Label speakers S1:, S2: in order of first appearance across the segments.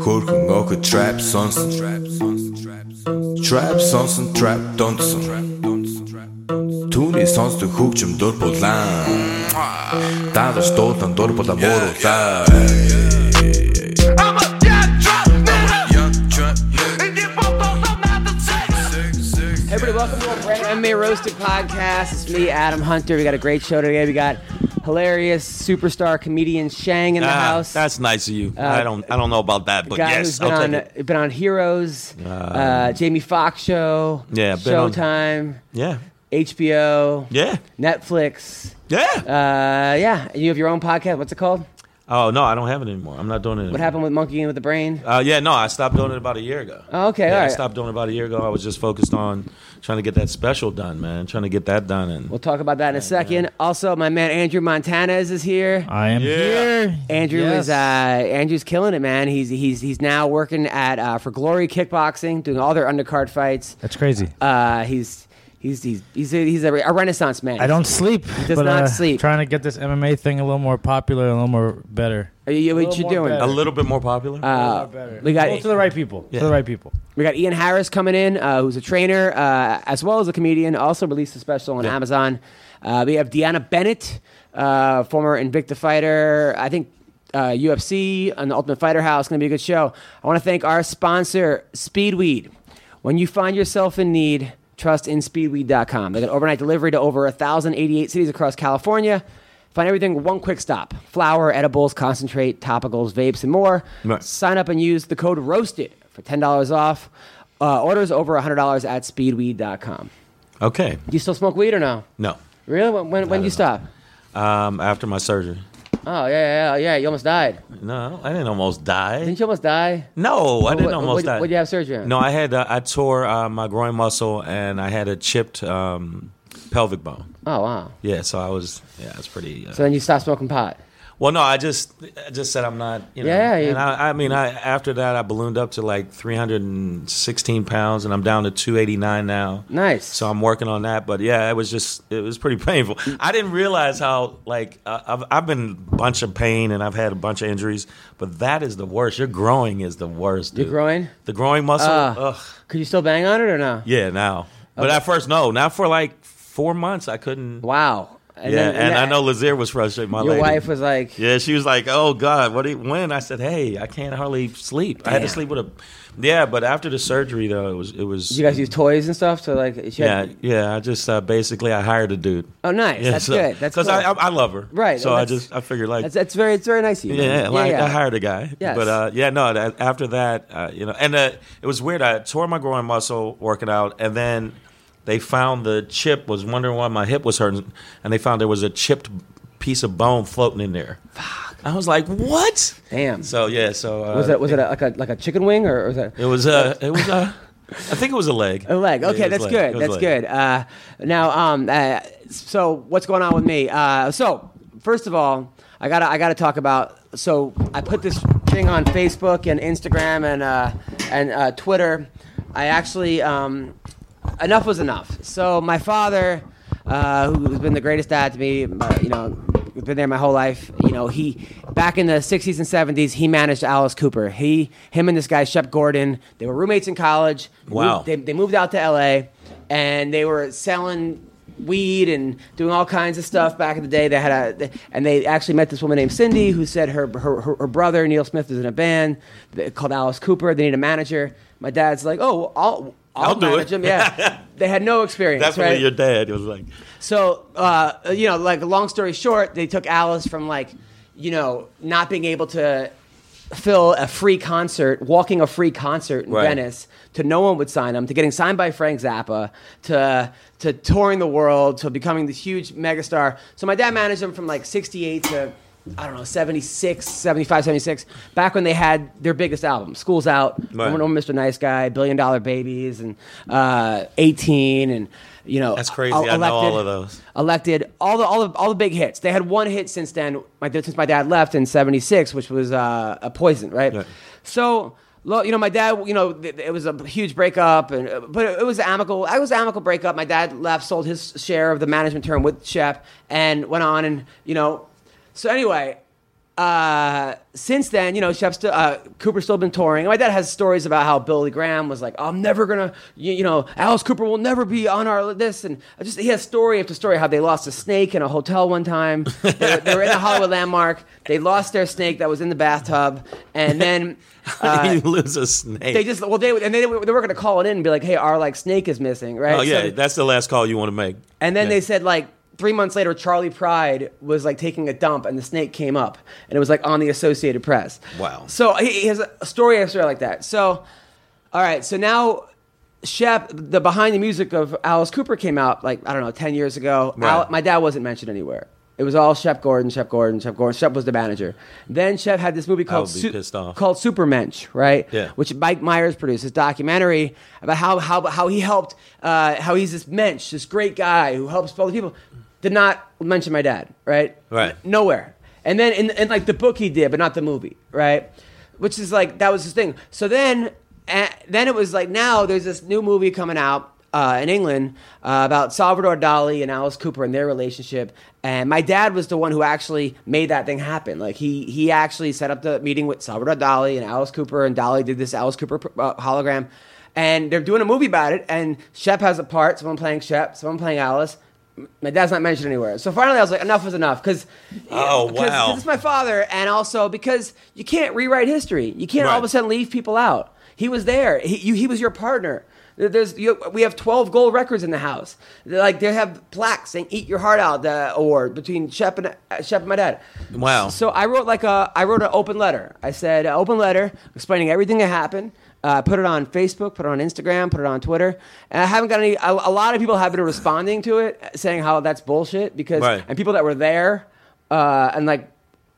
S1: Jorgen Oke trap sonsen Trap sonsen trap dansen Түүний сонсдог хөгжим дурбулаан Даадаж дуулан дурбулаан мууруулаа
S2: I'm a young trap nigga. And you both don't know not to take.
S3: Everybody, welcome to a brand new MMA Roasted podcast. It's me, Adam Hunter. We got a great show today. We got hilarious superstar comedian Shang in the
S4: Ah,
S3: house. Uh,
S4: That's nice of you. I don't I don't know about that, but
S3: guy
S4: yes,
S3: who's been
S4: I'll
S3: on
S4: take it. Ah.
S3: been on Heroes, uh, Jamie Foxx show,
S4: Yeah, been on-
S3: Showtime,
S4: Yeah.
S3: HBO,
S4: Yeah.
S3: Netflix.
S4: Yeah.
S3: Uh, yeah, and you have your own podcast. What's it called?
S4: oh no, I don't have it anymore. I'm not doing it anymore.
S3: What happened with Monkey and with the Brain?
S4: Uh, yeah, no, I stopped doing it about a year ago.
S3: Oh, okay,
S4: yeah,
S3: all
S4: I
S3: right.
S4: stopped doing it about a year ago. I was just focused on trying to get that special done, man. Trying to get that done, and
S3: We'll talk about that in a second. Also, my man Andrew Montanez is here.
S5: I am here.
S3: Andrew is uh, Andrew's killing it, man. He's he's he's now working at uh, for Glory Kickboxing, doing all their undercard fights.
S5: That's crazy.
S3: Uh, he's he's he's he's a, he's a, re- a renaissance man.
S5: I don't sleep.
S3: does
S5: but,
S3: not
S5: uh,
S3: sleep.
S5: Trying to get this MMA thing a little more popular, a little more better.
S3: Are you,
S5: A
S3: what
S5: little
S3: you
S5: more
S3: doing?
S4: a
S5: better.
S4: little bit more popular.
S3: Uh, we
S5: Go
S3: got
S5: to the right people. To the right people.
S3: we got Ian Harris coming in, uh, who's a trainer uh, as well as a comedian. Also released a special on Amazon. Uh, we have Deanna Bennett, uh, former Invicta fighter. I think. Uh, UFC and the Ultimate Fighter House going to be a good show. I want to thank our sponsor, Speedweed. When you find yourself in need, trust in speedweed.com. They got overnight delivery to over 1,088 cities across California. Find everything one quick stop flour, edibles, concentrate, topicals, vapes, and more.
S4: Nice.
S3: Sign up and use the code ROASTED for $10 off. Uh, orders over $100 at speedweed.com.
S4: okay.
S3: Do you still smoke weed or no?
S4: No.
S3: Really? When, when, when do you stop?
S4: Um, after my surgery.
S3: Oh, yeah, yeah, yeah. You almost died.
S4: No, I didn't almost die.
S3: Didn't you almost die?
S4: No, I didn't
S3: What-
S4: almost
S3: what-
S4: die.
S3: what'd you have surgery on?
S4: No, I had uh, I tore uh, my groin muscle and I had a chipped um, pelvic bone.
S3: Oh, wow.
S4: Yeah, so I was yeah, I was pretty. Uh,
S3: So then you stopped smoking pot.
S4: Well, no, I just I just said I'm not. You know,
S3: Yeah, you-
S4: and I, I mean, I after that I ballooned up to like 316 pounds, and I'm down to 289 now.
S3: Nice.
S4: So I'm working on that, but yeah, it was just it was pretty painful. I didn't realize how like uh, I've I've been a bunch of pain and I've had a bunch of injuries, but that is the worst. Your growing is the worst. Dude.
S3: Your groin?
S4: the groin muscle.
S3: Ah.
S4: Ugh.
S3: Could you still bang on it or no?
S4: Yeah, now, but at first no, not for like four months I couldn't.
S3: Wow. And
S4: yeah,
S3: then-
S4: and I know Lazier was frustrated. My
S3: Your
S4: lady.
S3: wife was like,
S4: Yeah, she was like, "Oh God, what? Do you, when?" I said, "Hey, I can't hardly sleep. I had to
S3: Damn.
S4: sleep with a." Yeah, but after the surgery though, it was it was.
S3: "You guys use toys and stuff?" So like, she
S4: Yeah,
S3: had-
S4: yeah. I just uh, basically I hired a dude.
S3: Oh, nice.
S4: Yeah,
S3: that's
S4: so-
S3: good. That's cool.
S4: I, I I love her.
S3: Right,
S4: So
S3: and
S4: I
S3: that's-
S4: just I figured like.
S3: that's, that's very it's very nice of you. man.
S4: yeah, like I hired a guy,
S3: Yes.
S4: but uh, yeah, no. That, after that, uh, you know, and uh, it was weird. I tore my groin muscle working out, and then they found the chip. Was wondering why my hip was hurting, and they found there was a chipped piece of bone floating in there. Fuck! I was like, what?
S3: Damn.
S4: So yeah, so uh,
S3: was it was it a, like a like a chicken wing or, or was that
S4: It was a. It was a. I think it was a leg.
S3: a leg?
S4: Yeah, it
S3: Okay,
S4: was
S3: that's
S4: leg. It
S3: good.
S4: was
S3: That's
S4: leg.
S3: good. Uh, now, um, uh, so what's going on with me? Uh, so first of all, I gotta I gotta talk about. So I put this thing on Facebook and Instagram and uh, and uh, Twitter. I actually um, enough was enough. So my father, uh, who's been the greatest dad to me, uh, you know, been there my whole life. You know, he back in the '60s and '70s, he managed Alice Cooper. He, him, and this guy Shep Gordon, they were roommates in college. They
S4: Wow.
S3: moved- they, they moved out to L.A. and they were selling weed and doing all kinds of stuff back in the day. They had a, and they actually met this woman named Cindy who said her her, her, her brother Neil Smith is in a band that- called Alice Cooper. They need a manager. My dad's like, oh, well, I'll. I'll,
S4: I'll do
S3: manage
S4: it.
S3: them. Yeah, they had no experience.
S4: Definitely
S3: right?
S4: your dad. It was like,
S3: So, uh, you know, like long story short, they took Alice from like, you know, not being able to fill a free concert, walking a free concert in
S4: Right.
S3: Venice, to no one would sign him, to getting signed by Frank Zappa, to to touring the world, to becoming this huge megastar. So my dad managed him from like '68 to I don't know, 76, 75, 76, back when they had their biggest album, School's Out,
S4: Right.
S3: Woman Over Mr. Nice Guy, Billion Dollar Babies, and uh, 18, and, you know.
S4: That's crazy.
S3: e-
S4: I know all of those.
S3: Elected, all the, all, the, all the big hits. They had one hit since then, my, since my dad left in 76, which was uh, a Poison, right?
S4: Yeah.
S3: So, lo- you know, my dad, you know, th- th- it was a huge breakup, and uh, but it, it was amicable. It was an amicable breakup. My dad left, sold his share of the management term with Shep, and went on, and you know, so anyway. Uh, since then, you know, Shep's still, uh, Cooper's still been touring. My dad has stories about how Billy Graham was like, "I'm never gonna, you, you know, Alice Cooper will never be on our this," and I just he has story after story how they lost a snake in a hotel one time. they, were, they were in a Hollywood landmark. They lost their snake that was in the bathtub, and then
S4: you lose a snake.
S3: Uh, they just well they would- and they, would- they were going to call it in and be like hey our like snake is missing right
S4: oh
S3: So
S4: yeah,
S3: they-
S4: that's the last call you want to make.
S3: and then
S4: Yeah.
S3: they said like three months later charlie pride was like taking a dump and the snake came up and it was like on the associated press
S4: Wow.
S3: so he, he has a story after like that so all right so now Shep, the behind the music of Alice Cooper came out like I don't know ten years ago.
S4: Right.
S3: Al- my dad wasn't mentioned anywhere. It was all Shep Gordon, Shep Gordon, Shep Gordon. Shep was the manager. Then Shep had this movie called
S4: would be
S3: Su-
S4: pissed off.
S3: called Supermensch, right?
S4: Yeah.
S3: Which Mike Myers produced his documentary about how how how he helped uh, how he's this mensch, this great guy who helps all the people. Did not mention my dad, right?
S4: Right.
S3: Nowhere. And then in, in like the book he did, but not the movie, right? Which is like that was his thing. So then, eh, then it was like now there's this new movie coming out. Uh, in England, uh, about Salvador Dali and Alice Cooper and their relationship, and my dad was the one who actually made that thing happen. Like he he actually set up the meeting with Salvador Dali and Alice Cooper, and Dali did this Alice Cooper uh, hologram, and they're doing a movie about it. And Shep has a part, someone playing Shep, someone playing Alice, my dad's not mentioned anywhere. So finally, I was like, enough is enough. Because
S4: Oh, wow.
S3: this is my father, and also because you can't rewrite history. You can't all of a
S4: Right.
S3: sudden leave people out. He was there. He, you, he was your partner. There- There's you, we have twelve gold records in the house. They're Like they have plaques saying "Eat Your Heart Out" the award between Shep and uh, Shep and my dad.
S4: Wow.
S3: So I wrote like a I wrote an open letter. I said uh, open letter explaining everything that happened. Uh, put it on Facebook, put it on Instagram, put it on Twitter, and I haven't got any. A, a lot of people have been responding to it, saying how that's bullshit because
S4: Right.
S3: and people that were there, uh, and like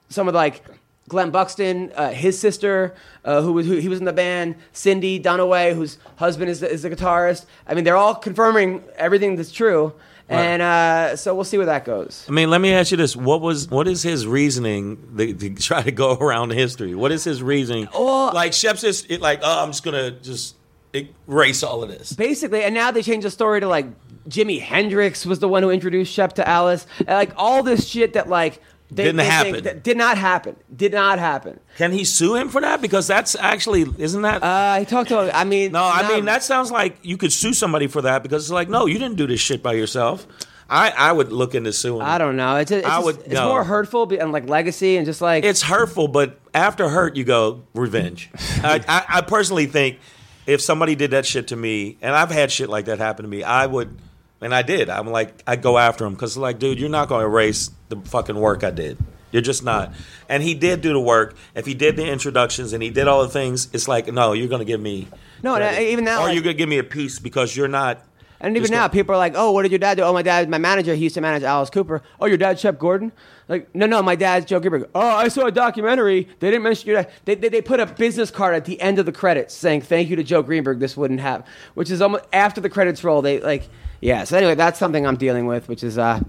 S3: some of like Glenn Buxton, uh, his sister, uh, who was who he was in the band, Cindy Dunaway, whose husband is the, is the guitarist. I mean, they're all confirming everything that's true, and uh, so we'll see where that goes.
S4: I mean, let me ask you this: What was what is his reasoning to, to try to go around history? What is his reasoning?
S3: Well-
S4: like Shep's just it, like, oh, I'm just gonna just erase all of this.
S3: Basically, and now they changed the story to like Jimi Hendrix was the one who introduced Shep to Alice, and, like all this shit that like they,
S4: Didn't
S3: they think
S4: happen.
S3: that did not happen, did not happen.
S4: Can he sue him for that? Because that's actually isn't that?
S3: Uh, he talked to. I mean,
S4: no, I
S3: not-
S4: mean that sounds like you could sue somebody for that because it's like, no, you didn't do this shit by yourself. I I would look into suing.
S3: I don't know. It's, a, it's,
S4: I
S3: just-
S4: would-
S3: it's
S4: no.
S3: more hurtful be- and like legacy and just like
S4: it's hurtful, but after hurt, you go revenge. I, I, I personally think if somebody did that shit to me, and I've had shit like that happen to me, I would, and I did. I'm like, I go after him because, like, dude, you're not going to erase the fucking work I did. You're just not. And he did do the work. If he did the introductions and he did all the things, it's like, no, you're going to give me
S3: No, and
S4: credit.
S3: I- even now,
S4: or
S3: like-
S4: you're going to give me a piece because you're not.
S3: And even
S4: just
S3: now,
S4: go-
S3: people are like, "Oh, what did your dad do?" "Oh, my dad, my manager. He used to manage Alice Cooper." "Oh, your dad, Shep Gordon." Like, no, no, my dad's Joe Gilbert. "Oh, I saw a documentary. They didn't mention your dad." They, they, they put a business card at the end of the credits saying, "Thank you to Joe Greenberg. This wouldn't have," which is almost after the credits roll. They like, yeah. So anyway, that's something I'm dealing with, which is uh,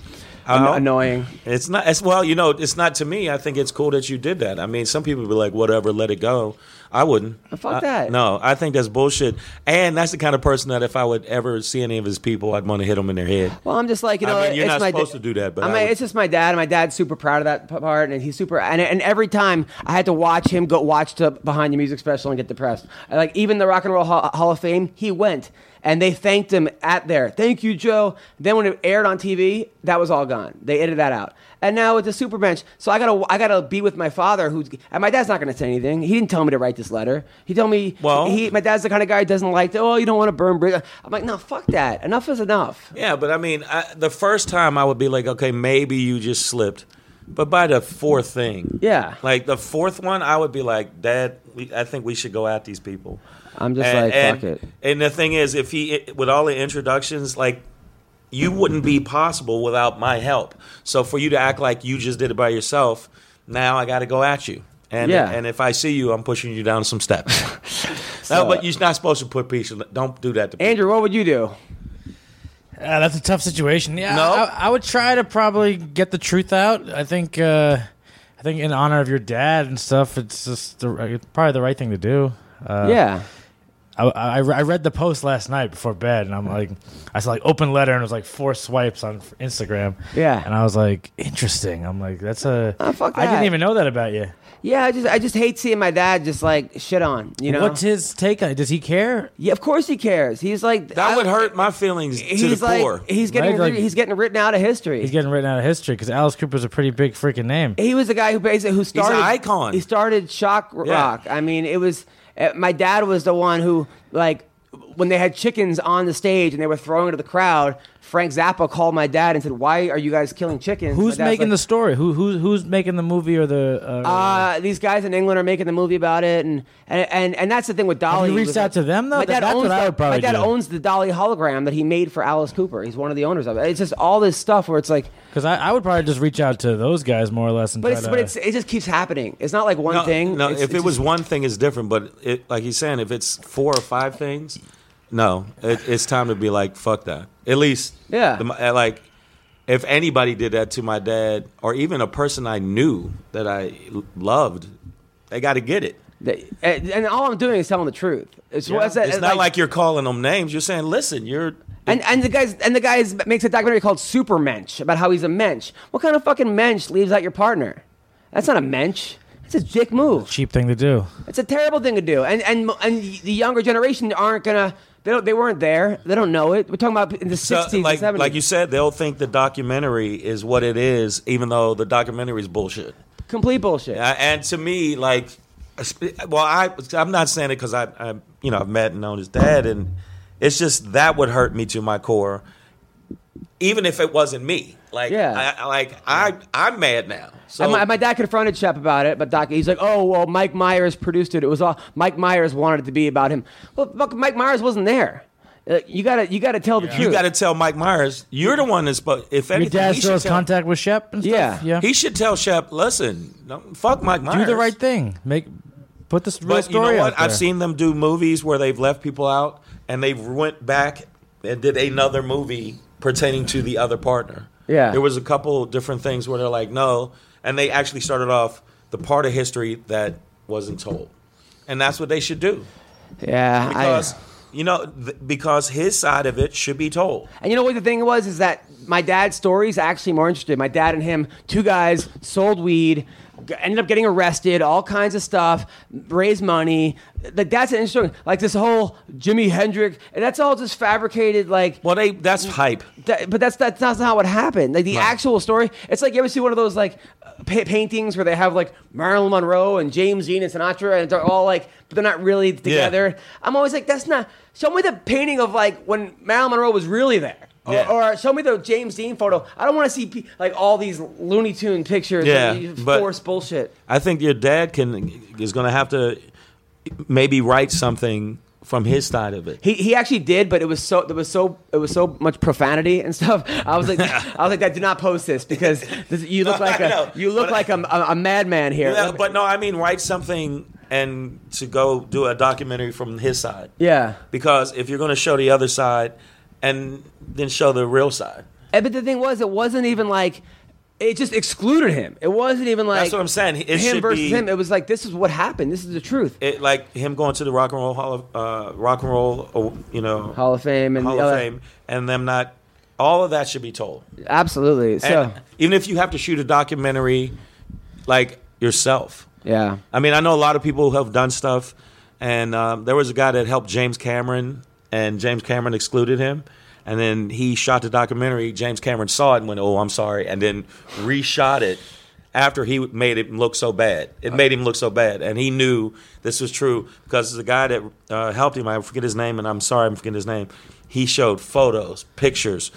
S3: an-
S4: Well,
S3: annoying.
S4: It's not as well, you know. It's not to me. I think it's cool that you did that. I mean, some people be like, "Whatever, let it go." I wouldn't.
S3: Oh, Fuck
S4: I-
S3: that.
S4: No, I think that's bullshit. And that's the kind of person that if I would ever see any of his people, I'd want to hit them in their head.
S3: Well, I'm just like you
S4: I
S3: know,
S4: mean, you're
S3: it's
S4: not
S3: my
S4: supposed to do that, but
S3: I
S4: I
S3: mean,
S4: would-
S3: it's just my dad. and My dad's super proud of that p- part, and he's super. And, and every time I had to watch him go watch the Behind the Music special and get depressed. I, Like even the Rock and Roll Hall, Hall of Fame, he went, and they thanked him at there. Thank you, Joe. Then when it aired on TV, that was all gone. They edited that out, and now it's a super bench. So I gotta, I gotta be with my father, who's and my dad's not gonna say anything. He didn't tell me to write this letter. He told me,
S4: Well-
S3: he, my dad's the kind of guy who doesn't like to. Oh, you don't want to burn bridge. I'm like, no, fuck that. Enough is enough.
S4: Yeah, but I mean, I, the first time I would be like, "Okay, maybe you just slipped," but by the fourth thing,
S3: Yeah.
S4: like the fourth one, I would be like, "Dad, we, I think we should go at these people."
S3: I'm just like,
S4: and,
S3: fuck it.
S4: And the thing is, if he with all the introductions, like you wouldn't be possible without my help. So for you to act like you just did it by yourself, Now I got to go at you. And,
S3: Yeah.
S4: and if I see you, I'm pushing you down some steps. no, but you're not supposed to put people. Don't do that to people.
S3: Andrew, what would you do?
S5: Ah, that's a tough situation. Yeah,
S4: No?
S5: I, I would try to probably get the truth out. I think, uh, I think in honor of your dad and stuff, it's just the, right- probably the right thing to do. Uh,
S3: yeah.
S5: I, I, I read the post last night before bed, and I'm like, I saw like open letter, and it was like four swipes on Instagram.
S3: Yeah.
S5: and I was like, interesting. I'm like, that's a.
S3: Ah, fuck
S5: I didn't
S3: that.
S5: even know that about you.
S3: Yeah, I just I just hate seeing my dad just like shit on, you know.
S5: What's his take on it? Does he care?
S3: yeah, of course he cares. He's like
S4: That
S3: I-
S4: would hurt my feelings to
S3: He's
S4: the
S3: like
S4: core.
S3: he's getting
S5: Right, like-
S3: he's getting written out of history.
S5: He's getting written out of history because Alice Cooper's a pretty big freaking name.
S3: he was the guy who basically who started
S4: icon.
S3: He started shock r-
S4: Yeah.
S3: rock. I mean, it was uh, my dad was the one who like when they had chickens on the stage and they were throwing it to the crowd. Frank Zappa called my dad and said, "Why are you guys killing chickens?"
S5: Who's making
S3: the
S5: the story? Who who's who's making the movie or the? Uh,
S3: uh, these guys in England are making the movie about it, and and and, and that's the thing with Dolly.
S5: you
S3: he
S5: reached
S3: was
S5: out to them, though?
S3: My
S5: That-
S3: dad
S5: that's
S3: owns
S5: what I
S3: the-
S5: would probably
S3: my dad
S5: do.
S3: owns the Dolly hologram that he made for Alice Cooper. He's one of the owners of it. It's just all this stuff where it's like,
S5: Because I, I would probably just reach out to those guys more or less. And
S3: but
S5: try
S3: it's
S5: to,
S3: but it's it just keeps happening. It's not like one
S4: no,
S3: thing.
S4: No,
S3: It's-
S4: if
S3: it's
S4: it was
S3: just-
S4: one thing, it's different. But it, like he's saying, if it's four or five things, no, it, it's time to be like, fuck that. At least,
S3: Yeah.
S4: the- uh, like, if anybody did that to my dad, or even a person I knew that I l- loved, they got to get it.
S3: They- and, and all I'm doing is telling the truth. It's, what's that-
S4: It's not like, you're calling them names. You're saying, listen, you're.
S3: and and the guys and the guys makes a documentary called Super Mensch about how he's a mensch. What kind of fucking mensch leaves out your partner? That's not a mensch. That's a dick move.
S5: cheap thing to do.
S3: It's a terrible thing to do, and and and the younger generation aren't gonna. They don't. They weren't there. They don't know it. We're talking about in the
S4: So,
S3: sixties,
S4: like,
S3: seventies.
S4: like you said, they'll think the documentary is what it is, even though the documentary is bullshit.
S3: complete bullshit.
S4: Uh, and to me, like, well, I I'm not saying it because I, I you know I've met and known his dad, and it's just that would hurt me to my core, even if it wasn't me. Like,
S3: Yeah.
S4: I, I- like I I'm mad now. So
S3: and my, my dad confronted Shep about it, but Doc, he's like, "Oh well, Mike Myers produced it. It was all Mike Myers wanted it to be about him." Well, fuck, Mike Myers wasn't there. Uh, you gotta, you gotta tell the truth.
S4: you got to tell Mike Myers you're the one that's supposed. If
S5: Your
S4: anything,
S5: dad
S4: he
S5: still
S4: should
S5: has
S4: tell,
S5: contact with Shep and
S3: Yeah.
S5: stuff. Yeah,
S4: He should tell Shep, listen, no, fuck Mike Myers.
S5: do the right thing. Make put this real
S4: But you
S5: story
S4: know
S5: out
S4: what?
S5: there.
S4: I've seen them do movies where they've left people out and they went back and did another movie pertaining to the other partner.
S3: Yeah.
S4: There was a couple different things where they're like, no. And they actually started off the part of history that wasn't told. And that's what they should do.
S3: yeah, I-
S5: uh,
S4: Because, you know, th- because his side of it should be told.
S3: And you know what the thing was is that my dad's story is actually more interesting. My dad and him, two guys, sold weed, g- ended up getting arrested, all kinds of stuff, raised money. Like that's an interesting. Like this whole Jimi Hendrix, and that's all just fabricated. Like,
S4: Well, they that's hype.
S3: that, but that's that's not how it happened. Like the actual story, it's like you ever see one of those like pa- paintings where they have like Marilyn Monroe and James Dean and Sinatra, and they're all like, but they're not really together. I'm always like, that's not. Show me the painting of like when Marilyn Monroe was really there. Or,
S4: Yeah.
S3: or show me the James Dean photo. I don't want to see pe- like all these Looney Tune pictures.
S4: Yeah,
S3: and you
S4: but-
S3: force bullshit.
S4: I think your dad can is going to have to maybe write something from his side of it.
S3: He, he actually did, but it was so there was so it was so much profanity and stuff. I was like I was like, that do not post this because this, you look
S4: No,
S3: like
S4: I know,
S3: a you look
S4: but-
S3: like a, a, a madman here.
S4: Yeah, but no, I mean write something and to go do a documentary from his side.
S3: yeah,
S4: Because if you're going to show the other side and then show the real side.
S3: And- Eh, but the thing was, it wasn't even like it just excluded him. It wasn't even like
S4: That's what I'm saying. It
S3: him
S4: should
S3: versus
S4: be-
S3: him. It was like this is what happened. This is the truth.
S4: It, like him going to the Rock and Roll Hall of uh, Rock and Roll, uh, you know,
S3: Hall of Fame and
S4: Hall
S3: all
S4: of
S3: that.
S4: Fame, and them not. All of that should be told.
S3: Absolutely. So
S4: And even if you have to shoot a documentary, like yourself.
S3: yeah,
S4: I mean, I know a lot of people who have done stuff, and um, there was a guy that helped James Cameron, and James Cameron excluded him. And then he shot the documentary. James Cameron saw it and went, "Oh, I'm sorry," and then reshot it after he made it look so bad. It made him look so bad, and he knew this was true because the guy that uh, helped him, I forget his name, and I'm sorry, I'm forgetting his name. He showed photos, pictures,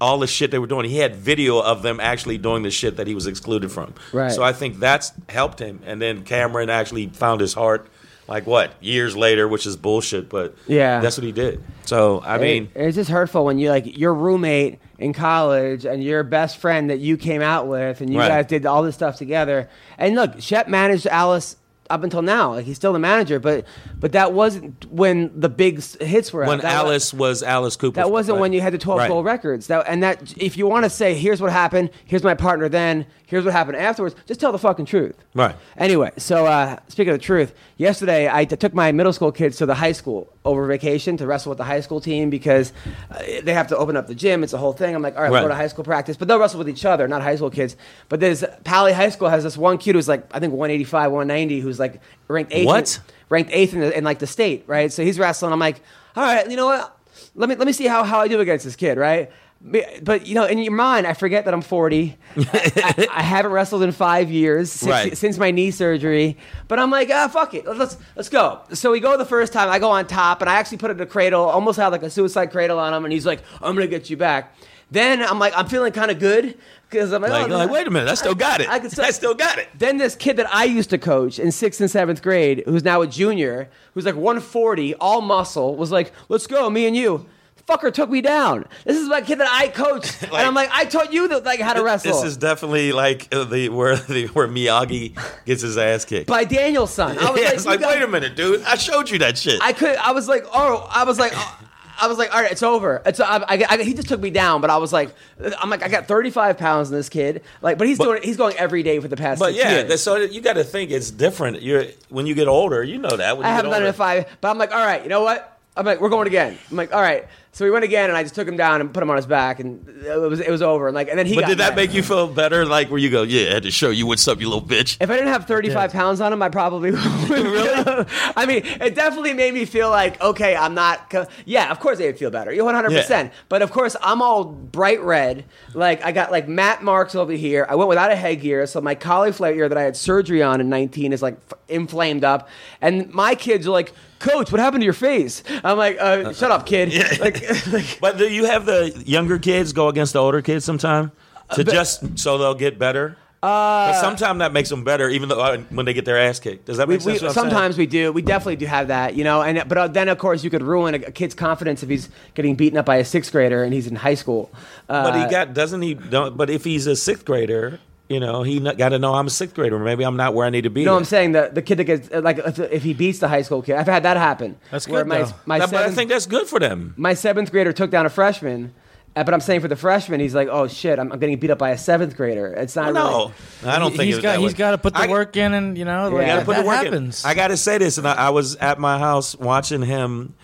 S4: all the shit they were doing. He had video of them actually doing the shit that he was excluded from.
S3: Right.
S4: So I I think that's helped him. And then Cameron actually found his heart like what years later, which is bullshit. But
S3: Yeah.
S4: that's what he did. So I mean,
S3: It- it's just hurtful when you like your roommate in college and your best friend that you came out with, and you
S4: Right.
S3: guys did all this stuff together. And look, Shep managed Alice up until now; like he's still the manager, but but that wasn't when the big s- hits were. out.
S4: when
S3: That wa-
S4: Alice was, Alice Cooper,
S3: that wasn't when you had the 12
S4: Right.
S3: goal records. That, and that, if you want to say, here's what happened, here's my partner then, here's what happened afterwards, just tell the fucking truth.
S4: Right.
S3: Anyway, so uh, speaking of the truth, yesterday I t- took my middle school kids to the high school over vacation to wrestle with the high school team because uh, they have to open up the gym. It's a whole thing. I'm like, all right, we'll
S4: Right.
S3: go to high school practice, but they'll wrestle with each other, not high school kids. But this Pally High School has this one kid who's like, I think 185, 190, who's like ranked eighth. in-
S4: What?
S3: ranked eighth in, the, in like the state, right? So he's wrestling. I'm like, all right, you know what? Let me let me see how, how I do against this kid, right? Me- But you know, in your mind, I forget that I'm 40. I, I- I haven't wrestled in five years since,
S4: Right.
S3: since my knee surgery. But I'm like, ah, fuck it, let's let's go. So we go the first time. I go on top, and I actually put it in a cradle, almost had like a suicide cradle on him. And he's like, I'm gonna get you back. Then I'm like, I'm feeling kind of good because I'm like,
S4: Like,
S3: oh,
S4: like, wait a minute, I still got it.
S3: I
S4: I,
S3: could still-
S4: still got it.
S3: Then this kid that I used to coach in sixth and seventh grade, who's now a junior, who's like 140, all muscle, was like, let's go, me and you. Fucker took me down. This is my kid that I coached. and I'm like, I taught you that, like how to wrestle.
S4: This is definitely like uh, the where the where Miyagi gets his ass kicked.
S3: by Danielson. I was
S4: yeah,
S3: like,
S4: it's
S3: "You
S4: like,
S3: guys-
S4: wait a minute, dude. I showed you that shit.
S3: I could. I was like, oh, I was like, oh, I was like, all right, it's over. It's, I, I, I- he just took me down, but I was like, I'm like, I got 35 pounds in this kid. Like, but he's
S4: But-
S3: doing, he's going every day for the past.
S4: but
S3: six
S4: yeah,
S3: years.
S4: that's- so you got to think it's different. You're when you get older, you know that. When
S3: I
S4: you get
S3: haven't done it
S4: older.
S3: in five, but I'm like, all right, you know what? I'm like, we're going again. I'm like, all right. So we went again, and I just took him down and put him on his back, and it was it was over. And like, and then he.
S4: But
S3: got
S4: did that
S3: mad.
S4: make you feel better? Like where you go, yeah, I had to show you what's up, you little bitch.
S3: If I didn't have 35 pounds on him, I probably would. really? I mean, it definitely made me feel like, okay, I'm not. Co- yeah, of course they'd feel better. You're 100%.
S4: Yeah.
S3: But of course, I'm all bright red. Like, I got like matte marks over here. I went without a headgear. So my cauliflower ear that I had surgery on in 19 is like f- inflamed up. And my kids are like, Coach, what happened to your face? I'm like, uh, shut up, kid. Like, like,
S4: But do you have the younger kids go against the older kids sometime
S3: Uh,
S4: to just so they'll get better? Uh, but sometimes that makes them better, even though uh, when they get their ass kicked. Does that
S3: we,
S4: make
S3: we-
S4: sense? what I'm saying?
S3: sometimes we do. We definitely do have that, you know. And but uh, then of course you could ruin a, a kid's confidence if he's getting beaten up by a sixth grader and he's in high school. Uh,
S4: But he got doesn't he? Don't, but if he's a sixth grader, you know he got to know I'm a sixth grader. Maybe I'm not where I need to be.
S3: you know what I'm saying? The the kid that gets uh, like if, if he beats the high school kid, I've had that happen.
S5: That's
S3: where
S5: good,
S3: My,
S5: though.
S3: my
S4: But I
S3: seventh,
S4: think that's good for them.
S3: my seventh grader took down a freshman. uh, But I'm saying for the freshman, he's like, "Oh shit, I'm, I'm getting beat up by a seventh grader." It's not
S4: No, I don't think
S5: he's
S4: it's
S5: got
S4: that
S5: he's
S4: way.
S5: got to put the
S4: I-
S5: work in, and you know,
S3: gotta
S5: like,
S4: gotta put
S5: that
S4: the work
S5: happens.
S4: in. I gotta say this, and I, I was at my house watching him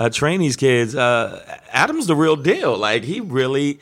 S4: uh, train these kids. Uh, Adam's the real deal. Like he really,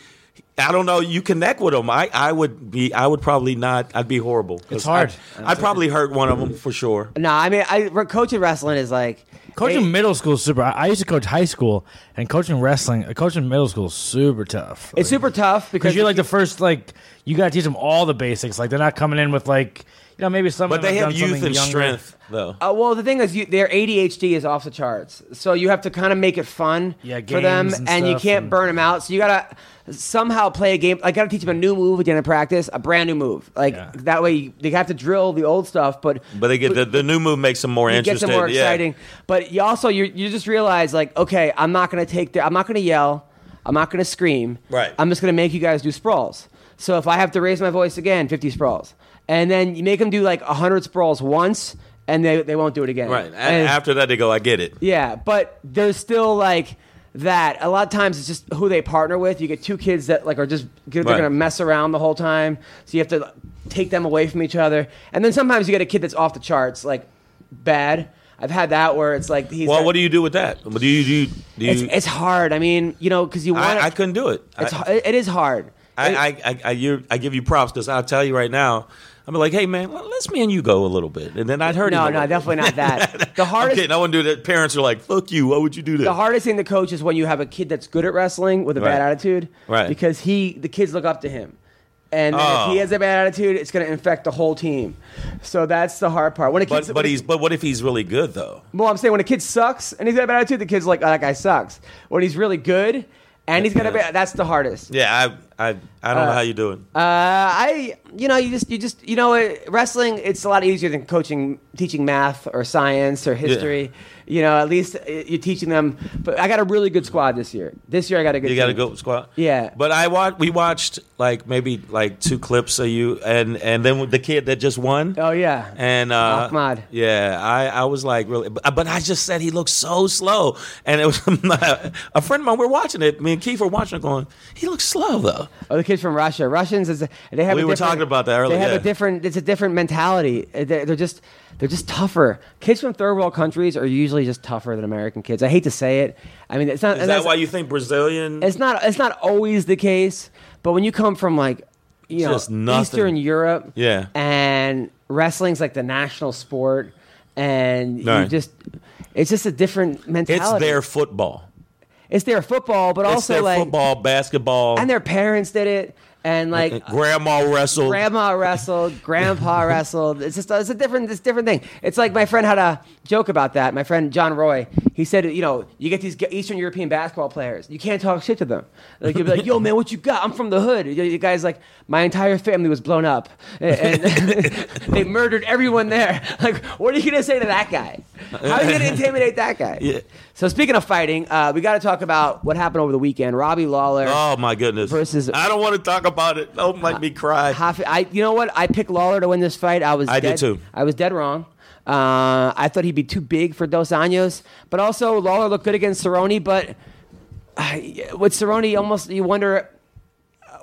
S4: I don't know. You connect with him. I, I would be. I would probably not. I'd be horrible. 'Cause
S5: It's hard.
S4: I'd, I'd probably hurt one of them for sure.
S3: really. No, I mean, I re- coaching wrestling is like
S5: Coaching
S3: it-
S5: middle school is super. I, I used to coach high school, and coaching wrestling, uh, coaching middle school is super tough.
S3: It's super tough because
S5: because you're like the first like you got to teach them all the basics. Like they're not coming in with like you know maybe some.
S4: But
S5: of them
S4: they have
S5: done
S4: youth
S5: something
S4: and
S5: younger.
S4: strength, though.
S3: Uh, well, the thing is, you, their ADHD is off the charts, so you have to kind of make it fun
S5: Yeah,
S3: for them,
S5: games and
S3: you
S5: stuff
S3: can't
S5: and-
S3: burn them out. So you gotta somehow play a game. I gotta teach them a new move at the end of practice, a brand new move. Like
S5: Yeah.
S3: that way, you, they have to drill the old stuff, but
S4: But they get the, the new move makes them more
S3: it gets
S4: interested.
S3: them more
S4: Yeah.
S3: exciting. But you also you you just realize like, okay, I'm not gonna take the, I'm not gonna yell, I'm not gonna scream.
S4: Right.
S3: I'm just gonna make you guys do sprawls. So if I have to raise my voice again, 50 sprawls, and then you make them do like 100 sprawls once, and they they won't do it again.
S4: Right. A-
S3: And-
S4: after that, they go. I get it.
S3: yeah, but there's still like that. A lot of times it's just who they partner with. You get two kids that like are just they're
S4: Right.
S3: gonna mess around the whole time, so you have to take them away from each other. And then sometimes you get a kid that's off the charts, like bad. I've had that where it's like he's
S4: Well,
S3: got-
S4: what do you do with that? Do you do? You, do you,
S3: It's, it's hard. I mean, you know, because you want
S4: I, I couldn't do it.
S3: It's
S4: I-
S3: har- it is hard.
S4: I,
S3: It-
S4: I, I, I, you, I give you props because I'll tell you right now. I'm like, hey man, let- let's me and you go a little bit, and then I'd hurt
S3: no,
S4: him. a
S3: no,
S4: little bit.
S3: definitely not that. The
S4: I'm
S3: hardest
S4: kidding. I wouldn't do that. Parents are like, fuck you. Why would you do that?
S3: the hardest thing to coach is when you have a kid that's good at wrestling with a bad
S4: Right.
S3: attitude,
S4: Right.
S3: Because he, the kids look up to him, and then if
S4: Oh.
S3: he has a bad attitude, it's going to infect the whole team. So that's the hard part. When a kid,
S4: but but he's but what if he's really good though?
S3: well, I'm saying when a kid sucks and he's got a bad attitude, the kid's like, oh, that guy sucks. When he's really good and he's got a bad, that's the hardest.
S4: Yeah, I I don't know how you do it.
S3: Uh, I, you know, you just, you just, you know, uh, wrestling. It's a lot easier than coaching, teaching math or science or history. You know, at least uh, you're teaching them. But I got a really good squad this year. This year I got a good.
S4: You got to
S3: team.
S4: go squat.
S3: Yeah.
S4: But I watched. We watched like maybe like two clips of you, and and then with the kid that just won.
S3: Oh yeah.
S4: And uh,
S3: Ahmad.
S4: yeah, I, I was like really, but, but I just said he looked so slow, and it was a friend of mine. We're watching it. Me and Keith were watching it, going, he looks slow though.
S3: Oh, the kids from Russia. Russians is they have.
S4: We
S3: a
S4: were
S3: different-
S4: talking about that earlier,
S3: They have
S4: yeah.
S3: a different. It's a different mentality. Uh, They're, they're just they're just tougher. Kids from third world countries are usually just tougher than American kids. I hate to say it. I mean, it's not.
S4: Is that why you think Brazilian?
S3: It's not. It's not always the case. But when you come from like you
S4: Just
S3: know
S4: nothing.
S3: Eastern Europe,
S4: Yeah.
S3: and wrestling's like the national sport, and you
S4: Right.
S3: just it's just a different
S4: It's
S3: mentality.
S4: their football.
S3: it's their football, but
S4: it's
S3: also
S4: their
S3: like
S4: football, basketball,
S3: and their parents did it, and like
S4: grandma wrestled.
S3: grandma wrestled, grandpa wrestled. It's just it's a different it's a different thing. It's like my friend had a joke about that. My friend John Roy, he said, you know, you get these Eastern European basketball players, you can't talk shit to them. Like you'll be like, yo man, what you got? I'm from the hood. You you guys like my entire family was blown up, and they murdered everyone there. Like, what are you gonna say to that guy? How are you gonna intimidate that guy?
S4: Yeah.
S3: So speaking of fighting, uh, we got to talk about what happened over the weekend. Robbie Lawler.
S4: Oh my goodness!
S3: Versus-
S4: I don't want to talk about it. Don't make me cry.
S3: Hafi- I, you know what? I picked Lawler to win this fight. I was
S4: I did
S3: dead,
S4: too.
S3: I was dead wrong. Uh, I thought he'd be too big for Dos Anjos, but also Lawler looked good against Cerrone. But uh, with Cerrone, almost you wonder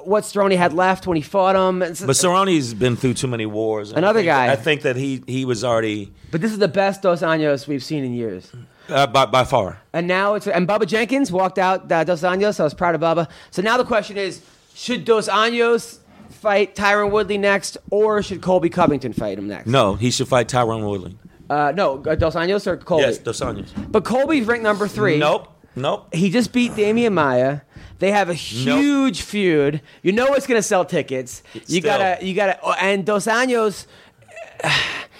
S3: what Cerrone had left when he fought him. It's-
S4: But
S3: But,
S4: Cerrone's been through too many wars. and
S3: Another
S4: I think-
S3: guy.
S4: I think that he he was already
S3: this is the best Dos Anjos we've seen in years.
S4: uh, by by far.
S3: And now it's and Bubba Jenkins walked out uh, Dos Anjos. I was proud of Bubba. So now the question is, should Dos Anjos fight Tyron Woodley next, or should Colby Covington fight him next?
S4: No, he should fight Tyrone Woodley.
S3: uh, no, Dos Anjos or Colby.
S4: Yes, Dos Anjos.
S3: But Colby's ranked number Oh. three.
S4: Nope, nope.
S3: He just beat Damian Maya. They have a huge feud. You know it's gonna sell tickets. You
S4: Still.
S3: gotta, you gotta, oh, and Dos Anjos.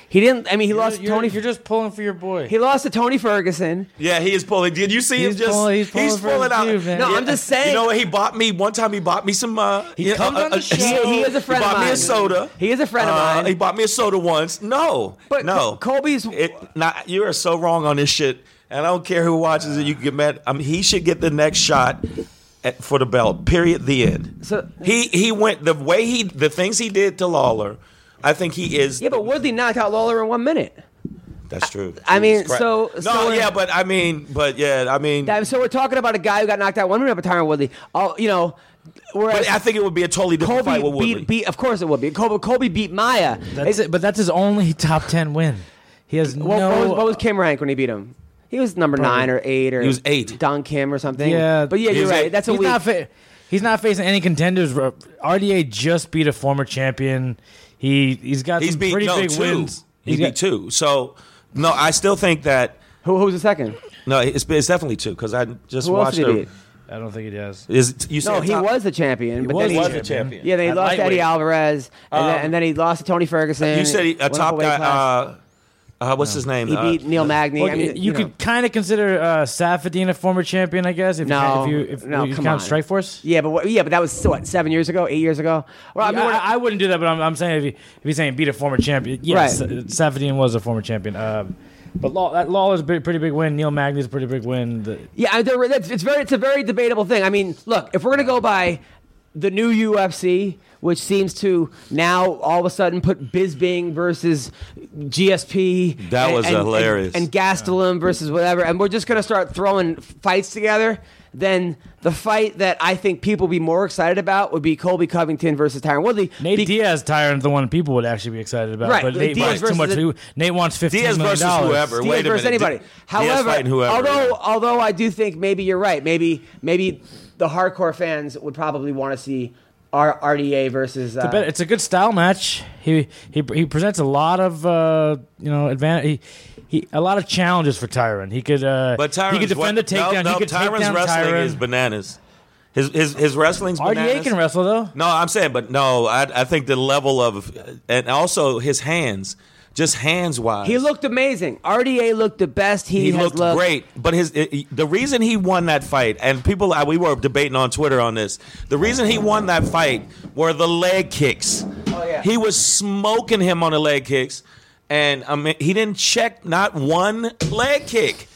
S3: He didn't. I mean, he lost to
S5: you're,
S3: Tony.
S5: You're just pulling for your boy.
S3: he lost to Tony Ferguson.
S4: Yeah, he is pulling. Did you see
S5: He's
S4: him just?
S5: pulling- he's pulling for his
S4: out.
S5: dude, man. No,
S4: Yeah.
S3: I'm just saying-
S4: You know what? He bought me one time. He bought me some. Uh, he
S5: comes on the show.
S3: He, he is a friend
S4: He
S3: of
S4: bought
S3: mine.
S4: me a soda.
S3: He is a friend of
S4: Uh,
S3: mine.
S4: He bought me a soda once. No,
S3: But
S4: no,
S3: Co- Colby's-
S4: It, not, you are so wrong on this shit, and I don't care who watches it. You can get mad. I mean, he should get the next shot at, for the belt. Period. The end.
S3: So-
S4: he he went the way he the things he did to Lawler. I think he is.
S3: yeah, but Woodley knocked out Lawler in one minute.
S4: that's true.
S3: I mean,
S4: Jesus Christ.
S3: so-
S4: no,
S3: so-
S4: yeah, but I mean, but yeah, I mean,
S3: That- So we're talking about a guy who got knocked out one minute by Tyron Woodley. Oh, you know, whereas
S4: but I think it would be a totally different
S3: Colby
S4: fight with Woodley.
S3: beat, beat. Of course it would be. Colby, Colby beat Maya.
S5: That's it, but that's his only top ten win. He has
S3: What,
S5: no.
S3: what, was, what was Kim rank when he beat him? He was number nine or eight or
S4: He was eight.
S3: Don Kim or something.
S5: Yeah.
S3: but yeah,
S5: He
S3: you're
S4: was
S3: right.
S4: eight.
S3: That's a
S5: he's
S3: weak.
S5: not. Fa- he's not facing any contenders. R- RDA just beat a former champion. He he's got
S4: He's
S5: some
S4: beat
S5: pretty
S4: no,
S5: big
S4: two.
S5: wins.
S4: He
S5: He's
S4: beat
S5: got-
S4: two. So no, I still think that
S3: Who, who was the second?
S4: no, it's, it's definitely two because I just
S3: Who else
S4: watched
S3: did he beat?
S4: him.
S5: I don't think he does.
S4: Is you said
S3: No, he
S4: top-
S3: was the champion. but
S5: was
S3: then he,
S5: the
S4: was a champion.
S3: Yeah, then he
S5: At
S3: lost to Eddie
S5: lightweight.
S3: Alvarez, and, then, and then he lost to Tony Ferguson.
S4: Um, You said he, a
S3: Went up
S4: top
S3: weight
S4: guy.
S3: class.
S4: Uh, uh, what's his name?
S3: he
S4: Uh,
S3: beat Neil Magny.
S5: Well,
S3: I mean,
S5: you,
S3: know.
S5: could kind of consider uh, Safadine a former champion, I guess. If
S3: No,
S5: you, if you, if
S3: no,
S5: you
S3: come
S5: count
S3: on.
S5: Strikeforce.
S3: Yeah, but what, yeah, but that was what seven years ago, eight years ago. Well, I
S5: I,
S3: mean, when-
S5: I, wouldn't do that, but I'm, I'm saying if, he, if he's saying beat a former champion, yes,
S3: Right.
S5: Safadine was a former champion. Um, but Law, that Lawler's a big- pretty big win. Neil Magny's a pretty big win. The,
S3: Yeah, I- there, that's, it's very it's a very debatable thing. I mean, look, if we're gonna go by the new UFC, which seems to now all of a sudden put Bisbing versus GSP,
S4: That was hilarious.
S3: and, and Gastelum versus whatever, and we're just gonna start throwing fights together. Then the fight that I think people would be more excited about would be Colby Covington versus Tyron Woodley.
S5: Nate
S3: Be-
S5: Diaz Tyron's the one people would actually be excited about.
S3: Right,
S5: But Nate
S3: Diaz
S5: wants too much.
S3: versus-
S5: Nate wants fifteen
S4: Diaz
S5: million
S4: versus
S5: dollars.
S4: whoever.
S3: Diaz
S4: Wait a
S3: versus
S4: minute. Di-
S3: anybody.
S4: Diaz
S3: However,
S4: fighting whoever,
S3: although
S4: yeah.
S3: although I do think maybe you're right. Maybe maybe the hardcore fans would probably want to see R- RDA versus. Uh,
S5: But it's a good style match. He he he presents a lot of uh, you know advantage. He, he a lot of challenges for Tyron. He could uh,
S4: But Tyron's
S5: he could defend
S4: what,
S5: a takedown.
S4: No,
S5: he
S4: no,
S5: could
S4: Tyron's
S5: take down
S4: wrestling
S5: Tyron.
S4: is bananas. His his his wrestling's
S5: RDA
S4: bananas.
S5: can wrestle though.
S4: No, I'm saying, but no, I I think the level of and also his hands. just hands wise.
S3: He looked amazing. RDA looked the best he,
S4: He
S3: has
S4: looked great, but his it- he- the reason he won that fight, and people uh, we were debating on Twitter on this. The reason he won that fight were the leg kicks.
S3: Oh, yeah.
S4: he was smoking him on the leg kicks, and I mean he didn't check not one leg kick.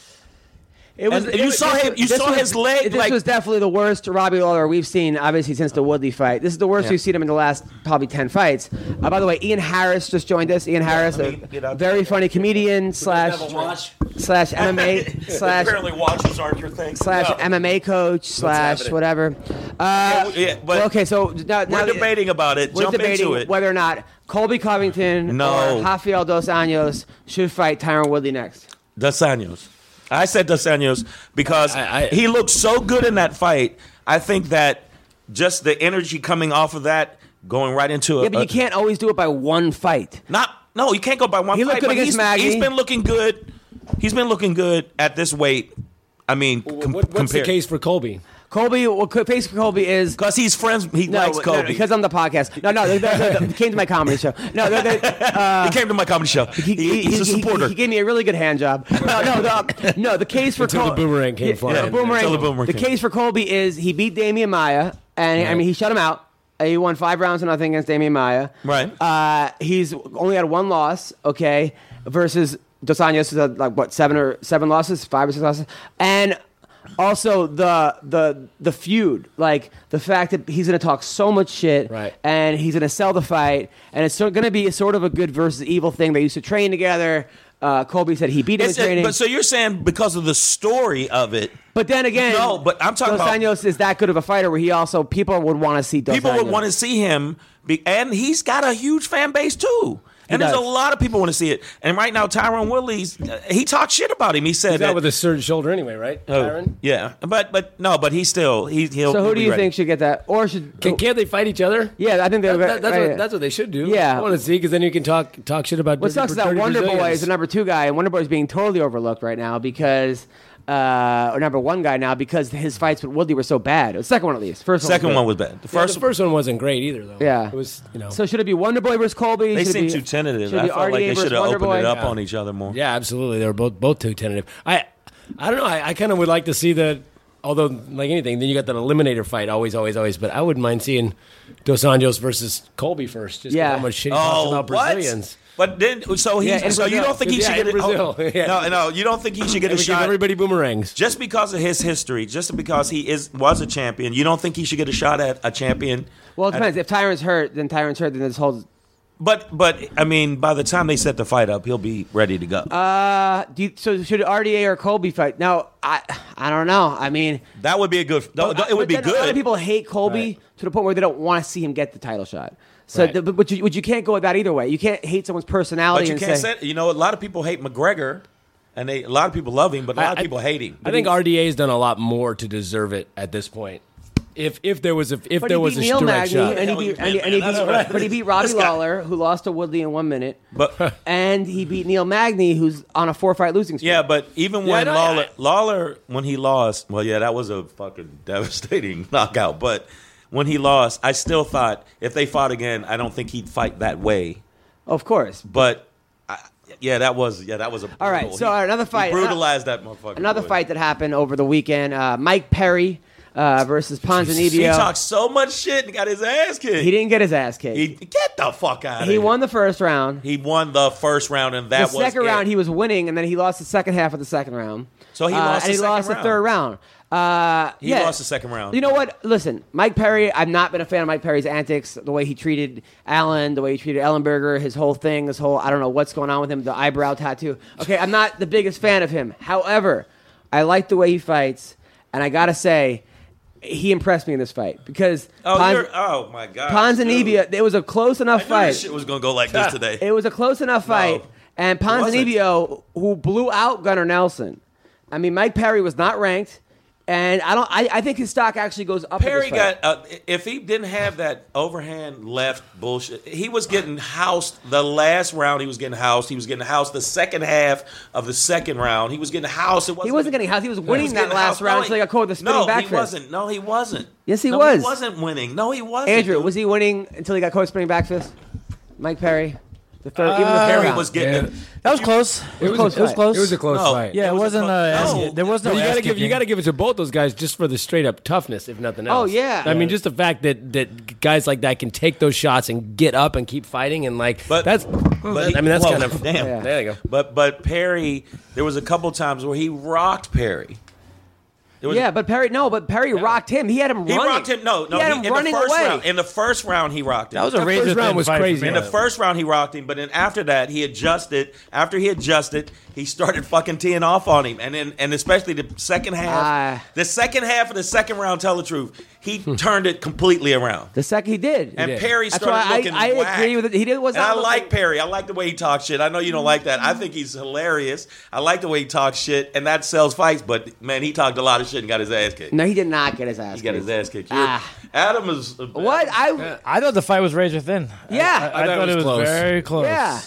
S3: It
S4: And you saw him- you
S3: this
S4: saw his leg,
S3: This
S4: like-
S3: was definitely the worst Robbie Lawler we've seen, obviously since the Woodley fight. This is the worst
S4: Yeah.
S3: we've seen him in the last probably ten fights. Uh, by the way, Ian Harris just joined us. Ian Harris,
S4: I mean, get
S3: a
S4: out
S3: very
S4: there.
S3: funny comedian slash
S4: watch.
S3: slash MMA slash
S4: apparently watches aren't your thing.
S3: slash
S4: No.
S3: MMA coach slash
S4: happening?
S3: whatever. Uh,
S4: Yeah, but
S3: okay, so now, now
S4: We're debating about it.
S3: we're
S4: Jump
S3: debating
S4: into it.
S3: whether or not Colby Covington
S4: No.
S3: or Rafael dos Anjos should fight Tyron Woodley next.
S4: Dos Anjos. I said Dos Anjos because
S6: I- I-
S4: he looked so good in that fight. I think that just the energy coming off of that, going right into a,
S3: Yeah, but
S4: a-
S3: you can't always do it by one fight.
S4: Not no, you can't go by one.
S3: He
S4: fight,
S3: looked good
S4: but
S3: against
S4: he's-
S3: Maggie.
S4: He's been looking good. He's been looking good at this weight. I mean, com-
S6: What, what's the
S4: compared-
S6: case for Colby?
S3: Colby, well, co- face for Colby is.
S4: Because he's friends. He
S3: No,
S4: likes
S3: no,
S4: Kobe.
S3: no, because I'm the podcast. No, no, they, they- they came to my comedy show. No, they, they, uh,
S4: he came to my comedy show.
S3: he, he-
S4: he's a
S3: he- he-
S4: supporter.
S3: He, gave me a really good hand job. No, no, the, no. The case for
S6: Until the
S3: Col-
S6: boomerang came flying.
S3: the boomerang-
S4: Until the boomerang came.
S3: case for Colby is he beat Damian Maya, and I mean he shut him out. Uh, He won five rounds to nothing against Damian Maya.
S4: Right.
S3: Uh, he's only had one loss. Okay, versus Dos Anjos who's had like what seven or seven losses, five or six losses, and also the the the feud, like the fact that he's going to talk so much shit,
S6: Right.
S3: And he's going to sell the fight, and it's going to be a sort of a good versus evil thing. They used to train together. Uh, Colby said he beat him in
S4: It's a-
S3: training.
S4: but so you're saying because of the story of it,
S3: But then again,
S4: No, but I'm talking
S3: Dos
S4: about-
S3: Anjos is that good of a fighter where he also people would want to see Dos
S4: people would
S3: Anjos.
S4: want to see him, be, and he's got a huge fan base too. And there's
S3: does.
S4: a lot of people want to see it. And right now, Tyron Woodley's uh, he talked shit about him. He said
S6: He's
S4: that
S6: out with a surged shoulder anyway, right?
S4: Oh,
S6: Tyron?
S4: yeah, but but no, but he still he he'll.
S3: So
S4: he'll
S3: who do
S4: be
S3: you
S4: ready.
S3: think should get that, or should? oh.
S6: Can, can they fight each other?
S3: yeah, I think they're
S6: That, that- that's,
S3: right.
S6: what, that's what they should do.
S3: Yeah.
S6: I want to see because then you can talk talk shit about.
S3: What sucks is that Wonder Boy is the number two guy, and Wonder Boy is being totally overlooked right now because, uh, or number one guy now because his fights with Woodley were so bad. The second one at least, first
S4: Second
S3: one.
S4: one was bad. The
S6: First,
S4: first
S6: the first one wasn't great either, though.
S3: Yeah.
S6: it was. You know.
S3: was good. So should it be Wonder Boy versus Colby?
S4: They
S3: Should it
S4: seemed
S3: be-
S4: too tentative.
S3: should it
S4: I
S3: be
S4: felt like
S3: RDA
S4: they
S3: versus
S4: should have opened
S3: Wonderboy?
S4: it up on each other more.
S6: yeah, absolutely. They were both both too tentative. I I don't know. I, I kind of would like to see the. Although, like anything, then you got that eliminator fight, always, always, always. But I wouldn't mind seeing Dos Anjos versus Colby first, just 'cause
S3: Yeah.
S6: how much shit he talks
S4: Oh,
S6: about
S4: what?
S6: Brazilians.
S4: But then, so he,
S3: Yeah, in
S4: so you
S3: Brazil.
S4: don't think he
S6: Yeah,
S4: should get
S6: in
S4: it? oh,
S6: Brazil. Yeah.
S4: No, no, you don't think he should get
S6: And
S4: a
S6: we give
S4: shot
S6: everybody boomerangs.
S4: just because of his history, just because he is was a champion. You don't think he should get a shot at a champion?
S3: Well, it
S4: At-
S3: depends. If Tyron's hurt, then Tyron's hurt. Then this whole.
S4: But but I mean, by the time they set the fight up, he'll be ready to go.
S3: Uh, do you, so should RDA or Colby fight? Now, I I don't know. I mean,
S4: that would be a good. no, no, Oh, it
S3: But
S4: would be
S3: then A lot
S4: good.
S3: of people hate Colby
S6: Right.
S3: to the point where they don't want to see him get the title shot. So,
S6: Right.
S3: the, but, but you, but you can't go with that either way. You can't hate someone's personality.
S4: but you
S3: and
S4: can't
S3: say,
S4: say you know a lot of people hate McGregor, and they a lot of people love him, but a lot of
S6: I-
S4: people hate him.
S6: I think RDA's done a lot more to deserve it at this point. If if there was a if
S3: But
S6: there
S3: he
S6: was
S3: beat
S6: a
S3: Neil
S6: direct
S3: Magny,
S6: shot,
S3: and he
S4: Yeah,
S3: beat,
S4: well,
S3: and
S4: you
S3: he, and he
S4: can't,
S3: beat,
S4: man, that's right.
S3: but he beat Robbie
S4: This guy.
S3: Lawler, who lost to Woodley in one minute,
S4: but
S3: and he beat Neil Magny, who's on a four-fight losing streak.
S4: Yeah, but even
S6: Yeah,
S4: when
S6: no,
S4: Lawler,
S6: I-
S4: Lawler, when he lost, well, yeah, that was a fucking devastating knockout. But when he lost, I still thought if they fought again, I don't think he'd fight that way.
S3: of course.
S4: But I, yeah, that was yeah, that was a
S3: All right,
S4: brutal-
S3: so, all right, another
S4: he
S3: fight.
S4: brutalized that motherfucker.
S3: Another
S4: boy.
S3: fight that happened over the weekend: uh, Mike Perry uh, versus
S4: He
S3: Ponzinibbio.
S4: talked so much shit and got his ass kicked.
S3: He didn't get his ass kicked.
S4: He, get the fuck out.
S3: he won the first round.
S4: He won the first round, and that
S3: the
S4: was
S3: second
S4: it.
S3: round he was winning, and then he lost the second half of the second round.
S4: So he
S3: Uh,
S4: lost
S3: and
S4: the
S3: he
S4: second
S3: lost the
S4: round.
S3: third round. Uh,
S4: He
S3: yeah.
S4: lost the second round.
S3: You know what? Listen, Mike Perry. I've not been a fan of Mike Perry's antics. The way he treated Allen, the way he treated Ellenberger, his whole thing, this whole I don't know what's going on with him, the eyebrow tattoo. Okay, I'm not the biggest fan of him. However, I like the way he fights, and I gotta say, he impressed me in this fight because
S4: Oh,
S3: Pon-
S4: you're, oh my god, dude.
S3: Ponzinibbio. It was a close enough
S4: I knew
S3: E fight.
S4: this shit was gonna go like this today.
S3: It was a close enough fight. And Ponzinibbio, who blew out Gunnar Nelson. I mean, Mike Perry was not ranked, and I don't. I, I think his stock actually goes up. in
S4: Perry
S3: this fight.
S4: got uh, if he didn't have that overhand left bullshit, he was getting housed the last round. He was getting housed. He was getting housed the second half of the second round. He was getting housed. It wasn't
S3: He wasn't getting housed. He was winning that
S4: getting
S3: last
S4: housed.
S3: round
S4: No,
S3: until he got caught with a spinning
S4: no,
S3: back
S4: he
S3: fist.
S4: wasn't. No, he wasn't.
S3: Yes, he
S4: No,
S3: was.
S4: He wasn't winning. No, he wasn't.
S3: Andrew,
S4: dude.
S3: was he winning until he got caught with spinning back fist? Mike Perry, The third, even the third
S4: Harry
S3: round.
S4: Uh, was getting.
S5: That was close. It was, close. It was close.
S6: It was a close
S4: No.
S6: fight.
S4: It
S5: yeah, it,
S4: was a
S5: wasn't. A
S4: close-
S5: ass-
S4: No.
S5: there was no.
S6: But you
S5: ass
S6: gotta give you
S5: kicking.
S6: gotta give it to both those guys just for the straight up toughness, if nothing
S3: Oh,
S6: else.
S3: yeah.
S6: I mean, just the fact that that guys like that can take those shots and get up and keep fighting and like
S4: But
S6: that's.
S4: but he-
S6: I mean, that's
S4: well,
S6: kind of
S4: damn.
S3: Yeah.
S6: There you go.
S4: But but Perry, there was a couple times where he rocked Perry. There was-
S3: yeah, but Perry. No, but Perry rocked him. He had him
S4: he
S3: running.
S4: rocked him. No, no,
S3: he had
S4: he-
S3: him
S4: in
S3: running
S4: the first
S3: away.
S4: round. In the first round, he rocked him.
S5: That was a razor
S6: round
S5: thin
S6: was
S5: fight for
S6: crazy.
S5: me.
S4: in
S3: Uh,
S4: the first round, he rocked him, but then after that, he adjusted. After he adjusted, he started fucking teeing off on him, and then and especially the second half,
S3: Ah.
S4: the second half of the second round. Tell the truth, he
S3: Hmm.
S4: turned it completely around.
S3: the second he did.
S4: And Perry
S3: That's
S4: started
S3: why I-
S4: looking
S3: I
S4: whack.
S3: agree with it. He did- was
S4: And
S3: not
S4: I like
S3: looking-
S4: Perry. I like the way he talks shit. I know you don't like that.
S3: Mm-hmm.
S4: I think he's hilarious. I like the way he talks shit, and that sells fights. But man, he talked a lot of shit and got his ass kicked.
S3: no, he did not get his ass.
S4: He got his
S3: kicked.
S4: ass kicked. You're-
S3: Ah.
S4: Adam is
S3: What I
S5: I thought the fight was razor thin.
S3: Yeah.
S5: I, I thought it was
S6: close.
S5: very close.
S3: Yeah.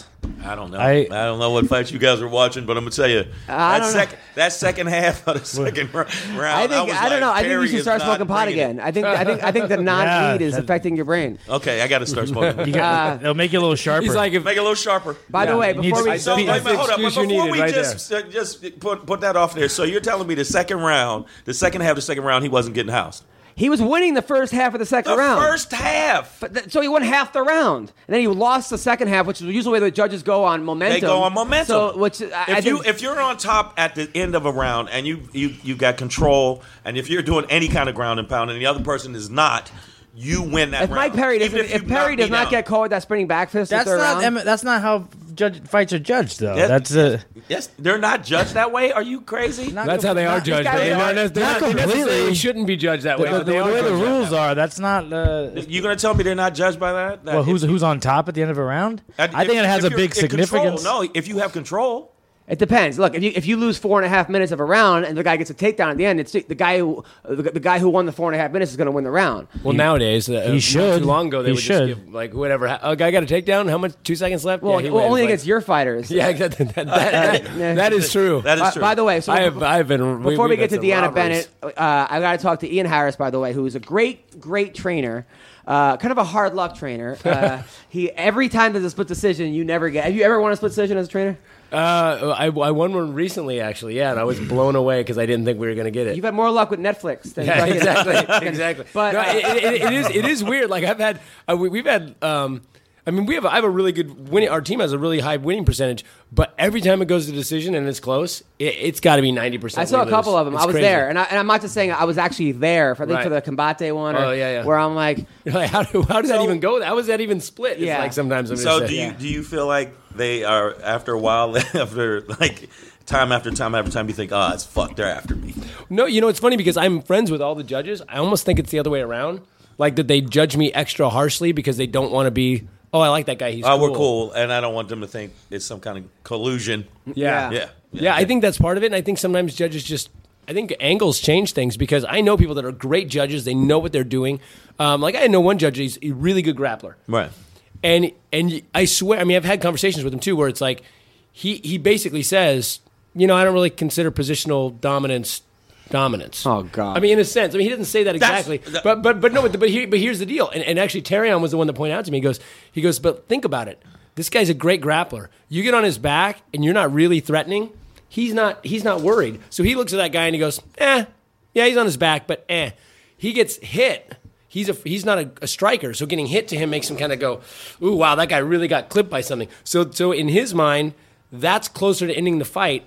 S4: I don't know. I,
S5: I-
S4: don't know what fights you guys are watching, but I'm gonna tell you that
S3: don't know.
S4: second that second half of the second ro- round.
S3: I think I,
S4: was
S3: don't
S4: like,
S3: know. I think
S4: Perry
S3: you should
S4: is
S3: start
S4: not
S3: smoking pot
S4: bringing it.
S3: again. I think I think I think the non-weed
S5: Yeah,
S3: is
S5: that-
S3: affecting your brain.
S4: Okay, I got to start smoking.
S5: You got, it'll make you a little sharper.
S6: Uh, He's like, if
S4: Make it a little sharper.
S3: By the
S5: Yeah,
S3: way,
S5: it needs
S3: before
S5: to
S3: we
S5: be
S4: So
S5: I
S4: wait, wait,
S5: think-
S6: that's
S4: hold
S6: the
S4: up. But
S6: excuse you
S4: before
S6: needed
S4: we
S6: right
S4: just uh, just put put that off there, so you're telling me the second round, the second half of the second round, he wasn't getting housed.
S3: he was winning the first half of the second
S4: The
S3: round.
S4: first half,
S3: But th- so he won half the round, and then he lost the second half, which is usually where the judges go on momentum.
S4: they go on momentum.
S3: So, which I,
S4: if
S3: I
S4: you
S3: think-
S4: if you're on top at the end of a round and you you you got control, and if you're doing any kind of ground and pound, and the other person is not. You win that
S3: if
S4: round.
S3: Mike Perry
S4: Even
S3: doesn't,
S4: you
S3: if
S4: knock
S3: Perry
S4: me
S3: does not
S4: down.
S3: get caught with that spinning back fist, in the
S5: that's
S3: third
S5: not.
S3: round,
S5: em- That's not how judge, fights are judged, though.
S4: Yeah.
S5: That's uh, a.
S4: Yes, they're not judged that way. Are you crazy?
S6: that's how they are judged,
S3: guys
S6: but they
S3: are-
S6: not, they're
S5: not
S6: not, they
S5: completely.
S6: necessarily shouldn't be judged that way.
S5: the,
S6: but
S5: the
S6: they are
S5: way the
S6: judged that way.
S5: rules are, that's not. Uh,
S4: You're gonna tell me they're not judged by that? That-
S5: well, who's who's on top at the end of a round? I,
S4: if-
S5: think it has
S4: if
S5: a
S4: you're
S5: big
S4: in control-
S5: significance.
S4: no, if you have control,
S3: it depends. Look, if you if you lose four and a half minutes of a round, and the guy gets a takedown at the end, it's the guy who the, the guy who won the four and a half minutes is going to win the round.
S6: Well, nowadays, uh, not
S5: should.
S6: Too long ago, they
S5: He
S6: would
S5: should.
S6: just give like whatever. A guy got a takedown. How much? Two seconds left.
S3: Well,
S6: yeah, he
S3: well,
S6: wins,
S3: only
S6: like-
S3: against your fighters.
S6: Yeah, that, that, that, that- that is true.
S4: that is
S3: By,
S4: true.
S3: by the way, so
S6: I have, I've been.
S3: Before we, get to
S6: had some
S3: Deanna
S6: robberies.
S3: Bennett, uh, I got to talk to Ian Harris, by the way, who is a great, great trainer. Uh, kind of a hard luck trainer. Uh, he every time there's a split decision, you never get. Have you ever won a split decision as a trainer?
S6: Uh, I, I won one recently, actually. Yeah, and I was blown away because I didn't think we were going to get it.
S3: You've had more luck with Netflix than
S6: Yeah,
S3: you did.
S6: exactly, exactly.
S3: But,
S6: But no,
S3: uh,
S6: it, it, it is it is weird. Like I've had, uh, we, we've had. Um, I mean, we have. I have a really good winning. Our team has a really high winning percentage, but every time it goes to decision and it's close, it, it's got to be ninety percent.
S3: I saw a couple of them. I was there, and, I, and I'm not just saying I was actually there for I think for the
S6: Right.
S3: Combate one. Or,
S6: Oh, yeah, yeah.
S3: Where I'm like,
S6: like, how, do, how does that
S4: So-
S6: even go? How is that even split? It's
S3: Yeah.
S6: like sometimes I'm
S4: so
S6: just
S4: do
S6: saying.
S4: you do you feel like they are after a while after like time after time after time you think oh it's fucked they're after me
S6: No, you know it's funny because I'm friends with all the judges. I almost think it's the other way around. Like that they judge me extra harshly because they don't want to be. Oh, I like that guy. He's
S4: oh
S6: cool.
S4: we're cool and I don't want them to think it's some kind of collusion
S3: yeah,
S4: yeah
S6: Yeah, I think that's part of it. And I think sometimes judges just, I think angles change things because I know people that are great judges. They know what they're doing. Um, like I know one judge, he's a really good grappler.
S4: right
S6: And, and I swear, I mean, I've had conversations with him too where it's like, he, he basically says, you know, I don't really consider positional dominance dominance.
S3: Oh, God.
S6: I mean, in a sense, I mean, he didn't say that
S4: That's-
S6: exactly,
S4: that-
S6: but but but no, but, but, here, but here's the deal. And, and actually, Terrion was the one that pointed out to me. He goes, he goes, but think about it. This guy's a great grappler. You get on his back, and you're not really threatening. He's not. He's not worried. So he looks at that guy and he goes, eh, yeah, he's on his back, but eh, he gets hit. He's a he's not a, a striker, so getting hit to him makes him kind of go, ooh, wow, that guy really got clipped by something. So so in his mind, that's closer to ending the fight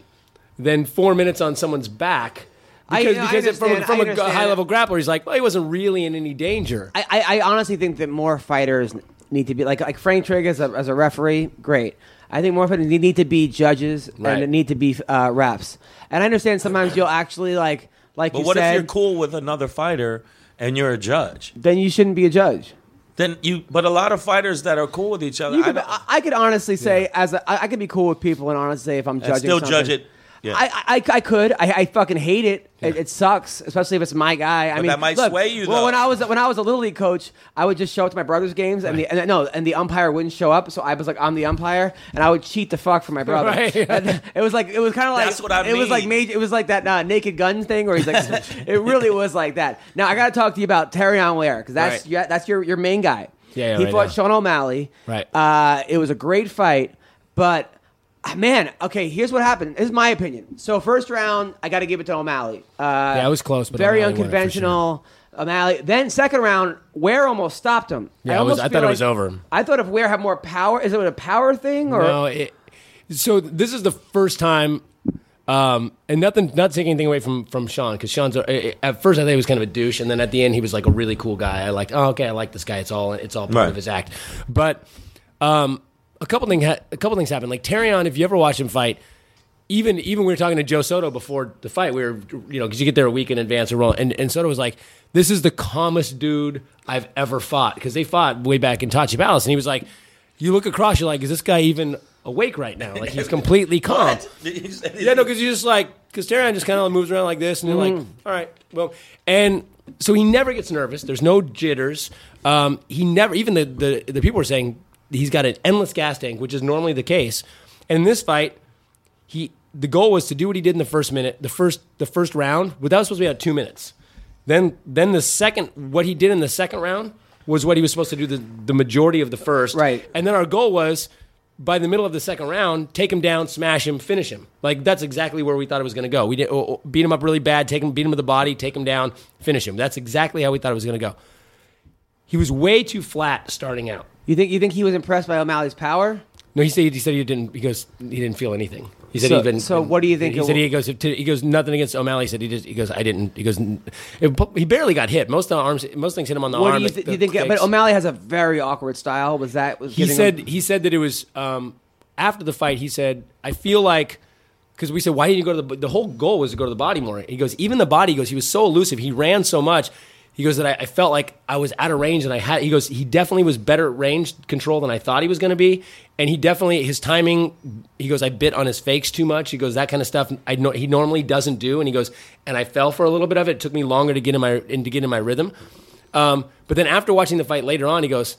S6: than four minutes on someone's back.
S3: I-
S6: Because,
S3: you know, I
S6: because it- from, a-
S3: understand-
S6: from
S3: I
S6: a
S3: understand.
S6: high level grappler, he's like, well, he wasn't really in any danger.
S3: I, I, I honestly think that more fighters need to be like like Frank Trigg as a, as a referee, great. I think more fighters need need to be judges
S6: Right.
S3: and need to be uh, refs. And I understand sometimes you'll actually like like
S4: but
S3: you
S4: what
S3: said,
S4: if you're cool with another fighter and you're a judge
S3: then you shouldn't be a judge.
S4: then you but a lot of fighters that are cool with each other
S3: You
S4: I
S3: could,
S4: don't-
S3: I, I could honestly say as a, I, I could be cool with people and honestly say if I'm judging,
S4: still judge
S3: something-
S4: it. Yeah.
S3: I, I I could I, I fucking hate it. it. It sucks, especially if it's my guy. I
S4: But
S3: mean,
S4: that might
S3: look,
S4: sway you,
S3: Well,
S4: though.
S3: when I was when I was a little league coach, I would just show up to my brother's games, and the and, no, and the umpire wouldn't show up, so I was like, I'm the umpire, and I would cheat the fuck for my brother.
S6: Right.
S3: And it was like it was kind of like
S4: That's what I
S3: It was like
S4: mean.
S3: major. It was like that uh, Naked Gun thing, where he's like, it really was like that. Now I got to talk to you about Terry on Ware because that's
S6: Right.
S3: yeah, that's your your main guy.
S6: Yeah, yeah,
S3: he
S6: right
S3: fought
S6: now.
S3: Sean O'Malley.
S6: Right.
S3: Uh, it was a great fight, but ah, man, okay, here's what happened. This is my opinion. So first round, I got to give it to O'Malley. Uh,
S6: Yeah, it was close, but
S3: very
S6: O'Malley won it for sure.
S3: unconventional. O'Malley. Then second round, Ware almost stopped him.
S6: Yeah, it
S3: almost
S6: was- I
S3: feel
S6: thought it was over.
S3: I thought if Ware had more power, is it a power thing or
S6: No, it, so this is the first time, um, and nothing, not taking anything away from from Sean because Sean's a, at first I think he was kind of a douche, and then at the end he was like a really cool guy. I liked, oh okay, I like this guy. It's all it's all part
S4: Right.
S6: of his act. But um, a couple thing ha- a couple things happened. Like Tarion, if you ever watch him fight. Even even we were talking to Joe Soto before the fight. We were you know because you get there a week in advance or roll, and, and Soto was like, "This is the calmest dude I've ever fought." Because they fought way back in Tachi Palace, and he was like, you look across, you're like, is this guy even awake right now? Like he's completely calm. yeah, no, because you just like, because Terran just kind of moves around like this, and you're like, all right, well, and so he never gets nervous. There's no jitters. Um, he never, even the, the the people were saying he's got an endless gas tank, which is normally the case. And in this fight, he the goal was to do what he did in the first minute, the first the first round. But that was supposed to be about two minutes. Then then the second what he did in the second round was what he was supposed to do the, the majority of the first.
S3: Right.
S6: And then our goal was by the middle of the second round, take him down, smash him, finish him. Like that's exactly where we thought it was going to go. We did, oh, oh, beat him up really bad, take him, beat him to the body, take him down, finish him. That's exactly how we thought it was going to go. He was way too flat starting out.
S3: you think you think he was impressed by O'Malley's power?
S6: No, he said he said he didn't because he didn't feel anything. He said
S3: So-
S6: he didn't.
S3: so what do you think
S6: He
S3: it
S6: said
S3: will-
S6: he goes. He goes nothing against O'Malley. He said he just. He goes. I didn't. He goes. "N- it- he barely got hit. Most of the arms. Most things hit him on the
S3: What
S6: arm.
S3: do you,
S6: like
S3: th-
S6: the
S3: you think?
S6: kicks.
S3: But O'Malley has a very awkward style. Was that was
S6: He
S3: giving him-
S6: said. He said that it was um, after the fight. He said, "I feel like." Because we said, why didn't you go to the? The whole goal was to go to the body more. He goes, even the body. He goes, he was so elusive. He ran so much. He goes that I, I felt like I was out of range, and I had. He goes, he definitely was better at range control than I thought he was going to be, and he definitely his timing. He goes, I bit on his fakes too much. He goes, that kind of stuff. I know he normally doesn't do, and he goes, and I fell for a little bit of it. It took me longer to get in my in to get in my rhythm. Um, but then after watching the fight later on, he goes,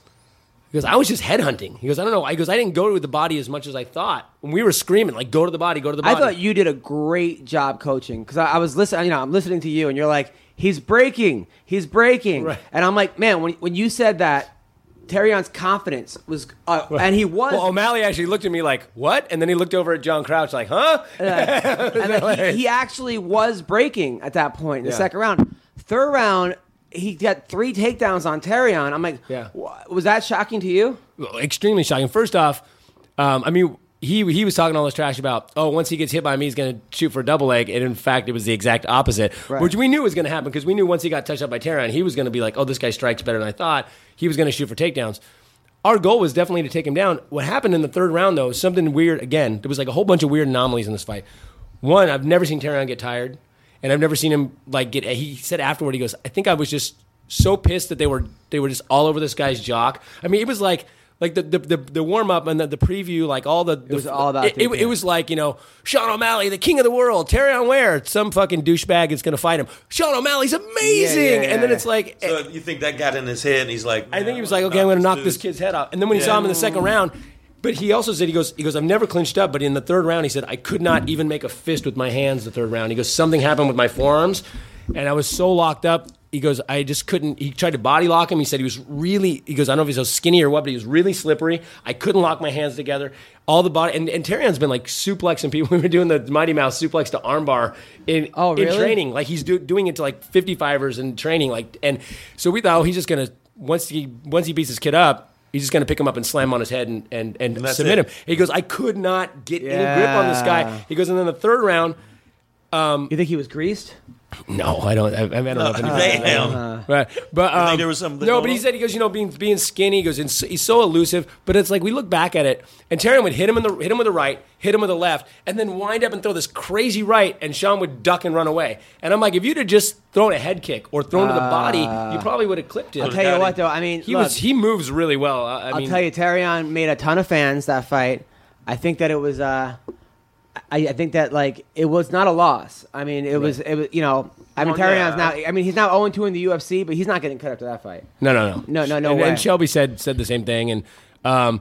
S6: he goes, I was just headhunting. He goes, I don't know. I goes, I didn't go to the body as much as I thought. When we were screaming, like, go to the body, go to the
S3: I
S6: body.
S3: thought you did a great job coaching because I, I was listening. You know, I'm listening to you, and you're like, "He's breaking, he's breaking,"
S6: Right.
S3: and I'm like, "Man, when, when you said that, Terrion's confidence was, uh, and he was,
S6: Well, oh, O'Malley actually looked at me like, what? And then he looked over at John Crouch like, huh?
S3: and then he, he actually was breaking at that point in the
S6: Yeah.
S3: second round. Third round, he got three takedowns on Terrion. I'm like,
S6: Yeah.
S3: "Wha- was that shocking to you?
S6: Extremely shocking. First off, um, I mean, he, he was talking all this trash about, oh, once he gets hit by me, he's going to shoot for a double leg. And in fact, it was the exact opposite,
S3: Right.
S6: which we knew was going to happen because we knew once he got touched up by Tehran, he was going to be like, oh, this guy strikes better than I thought. He was going to shoot for takedowns. Our goal was definitely to take him down. What happened in the third round, though, is something weird. Again, there was like a whole bunch of weird anomalies in this fight. One, I've never seen Tehran get tired, and I've never seen him like get. He said afterward, he goes, "I think I was just so pissed that they were they were just all over this guy's jock." I mean, it was like. Like the the, the, the warm up and the, the preview, like all the, the
S3: was all about
S6: it, it,
S3: the-
S6: it was like you know Sean O'Malley, the king of the world, Terry Ware, some fucking douchebag is going to fight him. Sean O'Malley's amazing,
S3: yeah, yeah,
S6: and then
S3: yeah.
S6: it's like
S4: So you think that got in his head, and he's like,
S6: I think he was like, okay, I'm going to knock this kid's head off. And then when he saw him in the second round, but he also said he goes, he goes, I've never clinched up, but in the third round, he said I could not even make a fist with my hands. The third round, he goes, something happened with my forearms, and I was so locked up. He goes, I just couldn't. He tried to body lock him. He said he was really. He goes, I don't know if he's so skinny or what, but he was really slippery. I couldn't lock my hands together. All the body and and Terrion's been like suplexing people. We were doing the Mighty Mouse suplex to armbar in
S3: Oh,
S6: in
S3: really?
S6: training training. Like he's do, doing it to like 55ers and training. Like and so we thought oh, he's just gonna once he once he beats his kid up. He's just gonna pick him up and slam on his head and and, and,
S4: that's
S6: submit
S4: it.
S6: him. He goes, I could not get any grip on this
S3: Yeah.
S6: guy. He goes, and then the third round,
S3: You think he was greased?
S6: no, I don't, I, I don't know if anything.
S4: damn.
S6: Right, but um,
S4: there was something
S6: No,
S4: going
S6: but he
S4: on?
S6: said he goes, you know, being being skinny, he goes, and so- he's so elusive. But it's like we look back at it, and Terran would hit him in the hit him with the right, hit him with the left, and then wind up and throw this crazy right, and Sean would duck and run away. And I'm like, if you'd have just thrown a head kick or thrown to the body, you probably would have clipped it.
S3: Ah. I'll tell you what, though. I mean,
S6: he
S3: look,
S6: was he moves really well. I, I
S3: I'll
S6: mean,
S3: tell you, Tarion made a ton of fans that fight. I think that it was. Uh, I, I think that like it was not a loss. I mean, it was. It was. You know, I
S6: Oh,
S3: mean,
S4: Well, yeah.
S3: Tarion's now. I mean, he's now zero two in the UFC, but he's not getting cut after that fight.
S6: No, no,
S3: No,
S6: no,
S3: no, no
S6: And,
S3: way.
S6: and Shelby said said the same thing, and um,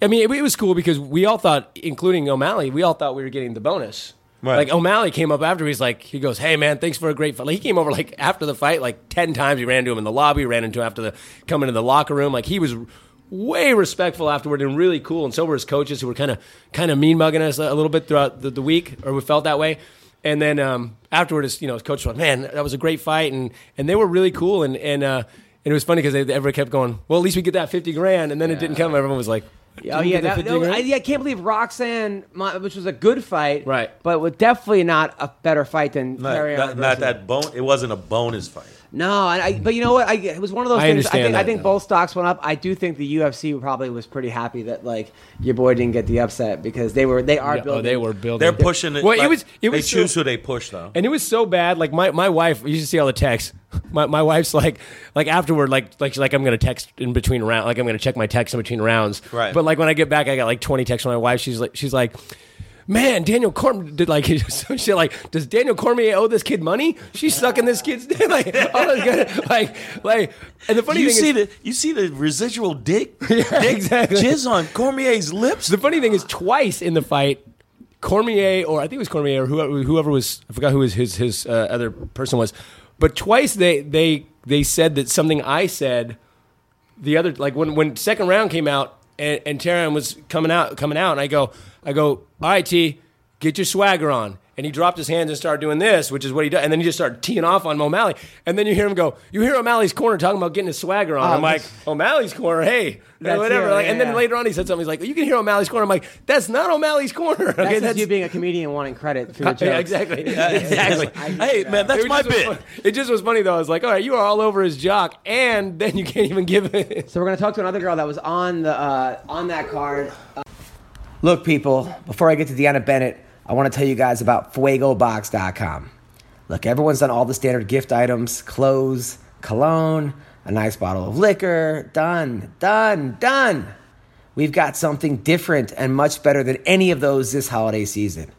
S6: I mean, it, it was cool because we all thought, including O'Malley, we all thought we were getting the bonus.
S4: Right.
S6: Like O'Malley came up after. He's like, he goes, "Hey man, thanks for a great fight." Like he came over like after the fight, like ten times. He ran to him in the lobby, ran into him after the coming into the locker room. Like he was way respectful afterward and really cool. And so were his coaches, who were kind of kind of mean mugging us a little bit throughout the, the week, or we felt that way. And then um, afterward, his you know his coach was like, "Man, that was a great fight," and and they were really cool. And and uh, and it was funny because they everyone kept going, "Well, at least we get that fifty grand." And then it didn't come. Everyone was like.
S3: Oh
S6: "Didn't we
S3: yeah,
S6: get that
S3: that,
S6: 50
S3: no,
S6: grand?"
S3: I, yeah, I can't believe Roxanne, Mo- which was a good fight,
S6: Right.
S3: But was definitely not a better fight than
S4: Not,
S3: Carrion
S4: not, not that bone. It wasn't a bonus fight.
S3: No, and I, but you know what? I, it was one of those
S6: I
S3: things. I
S6: understand
S3: think, I
S6: that.
S3: think both stocks went up. I do think the UFC probably was pretty happy that like your boy didn't get the upset because they were they are
S6: Yeah,
S3: building.
S6: Oh, they were building.
S4: They're pushing it.
S6: Well, it
S4: like,
S6: was. It was.
S4: they
S6: so-
S4: choose who they push though.
S6: and it was so bad. Like my, my wife, you should see all the texts. My, my wife's like, like afterward, like like she's like I'm gonna text in between rounds. Like I'm gonna check my text in between rounds.
S4: Right.
S6: But like when I get back, I got like 20 texts from my wife. She's like, she's like. Man, Daniel Cormier did like some shit. Like, does Daniel Cormier owe this kid money? She's sucking this kid's dick. Like, all this good, like, like. And the funny
S4: you
S6: thing
S4: see
S6: is,
S4: the you see the residual dick, dick
S6: exactly.
S4: jizz on Cormier's lips.
S6: The funny thing is, twice in the fight, Cormier or I think it was Cormier or whoever, whoever was I forgot who his his, his uh, other person was, but twice they they they said that something I said. The other like when when second round came out and and Taran was coming out coming out and I go I go all right T get your swagger on and he dropped his hands and started doing this which is what he does and then he just started teeing off on O'Malley and then you hear him go you hear O'Malley's corner talking about getting his swagger on
S3: Oh,
S6: I'm like
S3: that's-
S6: O'Malley's corner hey
S3: That's-
S6: whatever
S3: yeah,
S6: like and
S3: yeah,
S6: then
S3: yeah.
S6: later later on he said something. He's like, "You can hear O'Malley's corner." I'm like, "That's not O'Malley's corner." Okay,
S3: That's, just you being a comedian wanting credit for your jokes.
S6: yeah, exactly, exactly.
S4: hey man, that's
S6: It
S4: my
S6: just was
S4: bit.
S6: fun- It just was funny though. I was like, "All right, you are all over his jock, and then you can't even give it."
S3: So we're gonna talk to another girl that was on the uh, on that card. Uh, Look, people, before I get to Deanna Bennett, I want to tell you guys about FuegoBox.com. Look, everyone's done all the standard gift items: clothes, cologne, a nice bottle of liquor. Done, done, done. We've got something different and much better than any of those this holiday season.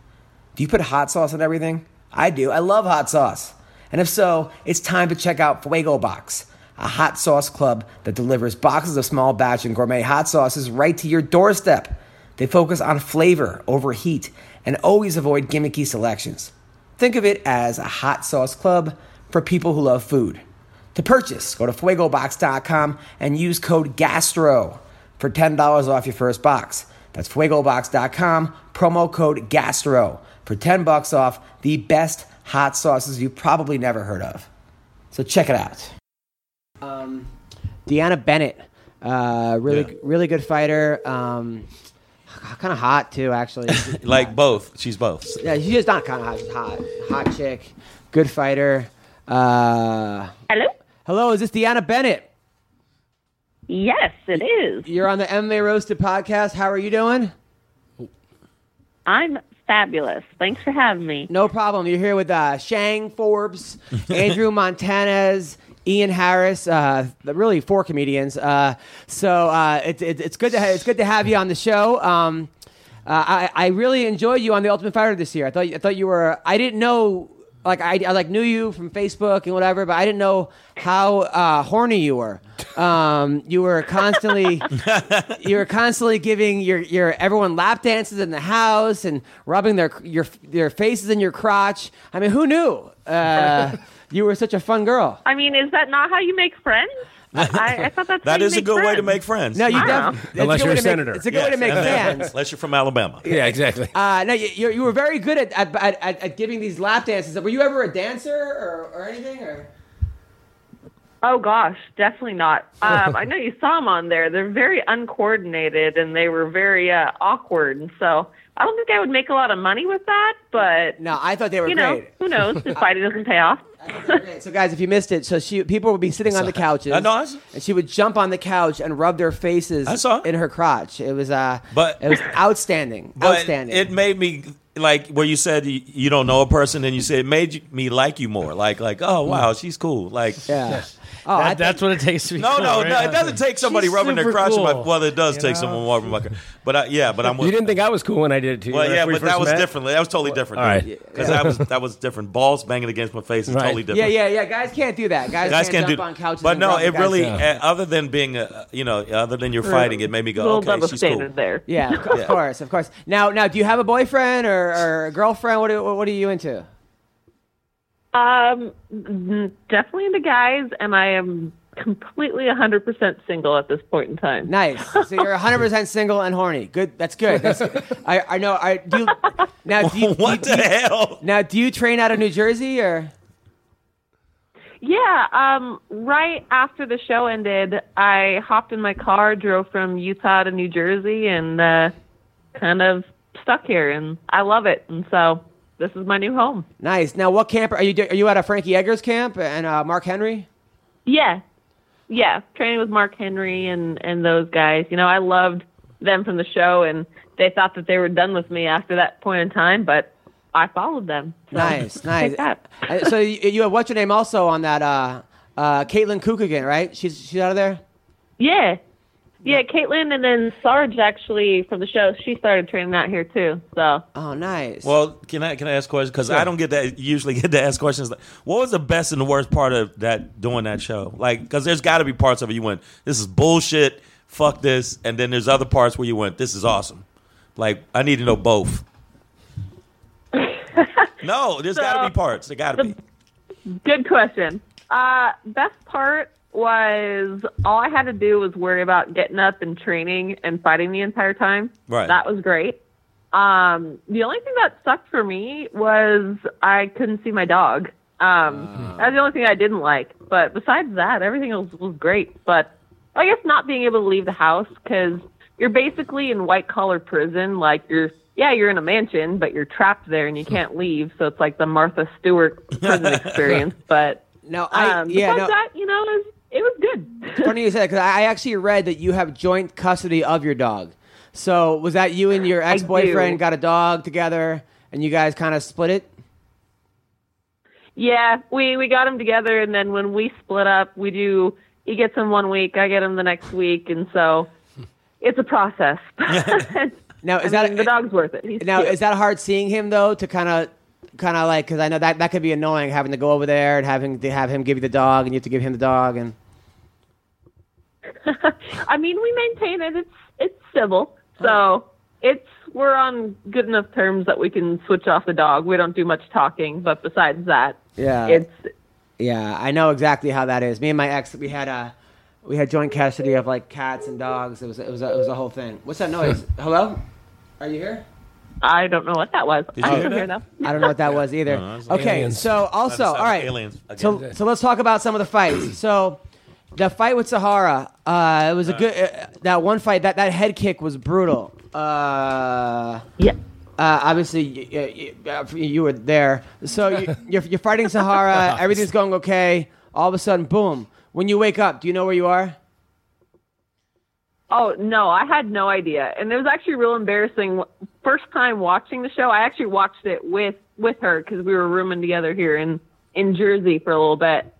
S3: Do you put hot sauce on everything? I do. I love hot sauce. And if so, it's time to check out Fuego Box, a hot sauce club that delivers boxes of small batch and gourmet hot sauces right to your doorstep. They focus on flavor over heat and always avoid gimmicky selections. Think of it as a hot sauce club for people who love food. To purchase, go to fuegobox.com and use code GASTRO for $10 off your first box. That's fuegobox.com, promo code GASTRO for 10 bucks off the best hot sauces you've probably never heard of. So check it out. Um, Deanna Bennett, uh, really,
S4: Yeah.
S3: really good fighter. Um, kind of hot too, actually.
S4: Like both, she's both.
S3: Yeah, she's just not kind of hot. She's hot, hot chick, good fighter. Uh,
S7: Hello?
S3: hello, is this Deanna Bennett?
S7: Yes, it is.
S3: You're on the MMA Roasted podcast. How are you doing?
S7: I'm fabulous. Thanks for having me.
S3: No problem. You're here with uh, Shang Forbes, Andrew Montanez, Ian Harris, uh, really four comedians. Uh, so uh, it's it's it's good to ha- it's good to have you on the show. Um, uh, I I really enjoyed you on the Ultimate Fighter this year. I thought I thought you were I didn't know like I, I like knew you from Facebook and whatever, but I didn't know how uh, horny you were. Um, you were constantly you were constantly giving your, your everyone lap dances in the house and rubbing their your their faces in your crotch. I mean, who knew uh, you were such a fun girl?
S7: I mean, is that not how you make friends? I, I thought that's how
S4: That
S7: you
S4: is a
S7: make
S4: good way to
S7: friends.
S4: make friends.
S3: No, you
S7: Wow.
S3: def- it's
S6: Unless
S3: good way
S6: you're a
S3: to make-
S6: senator.
S3: it's a good way to make
S4: And then-
S3: fans.
S4: Unless you're from Alabama.
S6: Yeah, exactly.
S3: Uh, no, you, you, you were very good at at, at, at at giving these lap dances. Were you ever a dancer or, or anything? Or
S7: Oh gosh, definitely not. Um, I know you saw them on there. They're very uncoordinated and they were very uh, awkward. And so I don't think I would make a lot of money with that, but
S3: no, I thought they were
S7: you know,
S3: great.
S7: who knows? This fighting doesn't pay off.
S3: Great. So, guys, if you missed it, so she people would be sitting on the couches,
S4: I know, I s-
S3: and she would jump on the couch and rub their faces
S4: I saw it.
S3: in her crotch. It was uh,
S4: But-
S3: it was outstanding,
S4: But
S3: outstanding.
S4: It made me like where you said you, you don't know a person, then you said it made you- me like you more. Like like oh wow, she's cool. Like
S3: Mm. yeah. Oh, I
S5: that,
S3: think-
S5: that's what it takes to be
S4: No,
S5: cool,
S4: no,
S5: right?
S4: no. It doesn't take somebody
S5: She's
S4: rubbing their
S5: super
S4: crotch. in my
S5: cool.
S4: Well, it does
S5: You
S4: take
S5: know?
S4: someone rubbing my. crotch. But I, yeah, but I'm.
S6: You
S4: With,
S6: didn't think I was cool when I did it to you.
S4: well,
S6: when
S4: yeah,
S6: we
S4: but
S6: first
S4: that was
S6: met?
S4: different. That was totally different.
S6: all right.
S4: because that was that was different. Balls banging against my face is
S6: Right.
S4: totally different.
S3: Yeah, yeah, yeah. Guys can't do that. Guys,
S4: Guys
S3: can't
S4: can't do.
S3: jump on couches.
S4: but
S3: and
S4: no,
S3: rub the
S4: it
S3: guys
S4: really.
S3: down.
S4: Uh, other than being, uh, you know, other than you're fighting, it made me go,
S7: little
S4: okay,
S7: double
S4: she's cool.
S7: standard there.
S3: yeah, of course, of course. Now, now, do you have a boyfriend or, or a girlfriend? What are, what are you into?
S7: Um, n- definitely into guys, and I am completely 100% single at this point in time.
S3: Nice. So you're 100 percent single and horny. Good. That's good. That's good. I, I know. I do. you- Now, do you,
S4: What
S3: do you-
S4: the hell?
S3: now, do you train out of New Jersey or?
S7: Yeah, um, right after the show ended, I hopped in my car, drove from Utah to New Jersey, and uh, kind of stuck here. And I love it. And so this is my new home.
S3: Nice. Now, what camp are you? do- Are you at a Frankie Eggers camp and uh, Mark Henry?
S7: Yeah, yeah. Training with Mark Henry and and those guys. You know, I loved them from the show, and they thought that they were done with me after that point in time, but I followed them. So
S3: Nice, nice.
S7: take that.
S3: Uh, so you, you have what's your name also on that? Uh, uh, Caitlin Kukigan, right? She's she's out of there.
S7: Yeah. Yeah, Caitlin and then Sarge actually from the show, she started training out here too. So
S3: Oh, nice.
S4: Well, can I can I ask questions? Because I don't get that usually get to ask questions. Like, what was the best and the worst part of that doing that show? Like, because there's got to be parts of it you went, this is bullshit, fuck this, and then there's other parts where you went, this is awesome. Like, I need to know both. no, there's got to be parts. There got to be.
S7: Good question. Uh, best part was all I had to do was worry about getting up and training and fighting the entire time.
S4: Right.
S7: That was great. Um, the only thing that sucked for me was I couldn't see my dog. Um, That's the only thing I didn't like. But besides that, everything else was great. But I guess not being able to leave the house because you're basically in white collar prison. Like you're, yeah, you're in a mansion, but you're trapped there and you can't leave. So it's like the Martha Stewart prison experience. But
S3: no, I
S7: um,
S3: yeah. No,
S7: besides that, you know, it was, it was good.
S3: funny you said because I, I actually read that you have joint custody of your dog. So was that you and your ex boyfriend
S7: do.
S3: got a dog together and you guys kind of split it?
S7: yeah, we we got them together, and then when we split up, we do. He gets him one week, I get him the next week, and so it's a process.
S3: Now is
S7: I
S3: that
S7: mean, the dog's worth it. He's
S3: Now,
S7: cute.
S3: is that hard seeing him though? To kind of, kind of like, because I know that that could be annoying having to go over there and having to have him give you the dog, and you have to give him the dog, and
S7: I mean, we maintain it. It's it's civil, so it's we're on good enough terms that we can switch off the dog. We don't do much talking, but besides that,
S3: yeah,
S7: it's
S3: yeah. I know exactly how that is. Me and my ex, we had a, we had joint custody of like cats and dogs. It was it was a, it was a whole thing. What's that noise? Hello, are you here?
S7: I don't know what that was.
S4: you
S7: I
S4: hear
S7: don't
S4: that?
S7: hear them.
S3: I don't know what that was either.
S4: No, that's
S3: okay,
S6: aliens.
S3: so also, all right.
S4: Aliens again.
S3: So, so let's talk about some of the fights. So the fight with Sahara, uh, it was a good. Uh, that one fight, that that head kick was brutal. Uh, uh,
S7: Yeah.
S3: obviously, you, you, uh, you were there. So you, you're, you're fighting Sahara. Everything's going okay. All of a sudden, boom! When you wake up, do you know where you are?
S7: Oh no, I had no idea, and it was actually real embarrassing. First time watching the show, I actually watched it with with her because we were rooming together here in in Jersey for a little bit,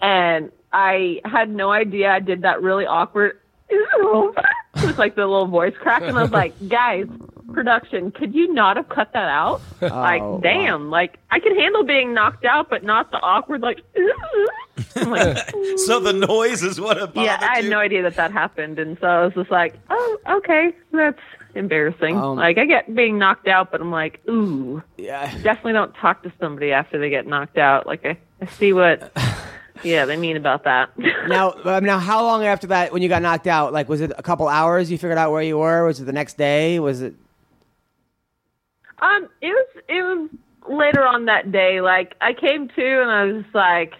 S7: and I had no idea I did that really awkward. Just like the little voice crack, and I was like, "Guys, production, could you not have cut that out?" like,
S3: wow.
S7: damn, like I can handle being knocked out, but not the awkward like. I'm like,
S4: So the noise is what it
S7: yeah,
S4: bothered
S7: I had
S4: you?
S7: no idea that that happened, and so I was just like, "Oh, okay, that's embarrassing."
S3: Um,
S7: like I get being knocked out, but I'm like, "Ooh,
S3: Yeah.
S7: definitely don't talk to somebody after they get knocked out." Like I, I see what, yeah, they mean about that.
S3: Now, um, now, how long after that when you got knocked out? Like, was it a couple hours? You figured out where you were? Was it the next day? Was it?
S7: um, it was it was later on that day. Like I came to, and I was just like,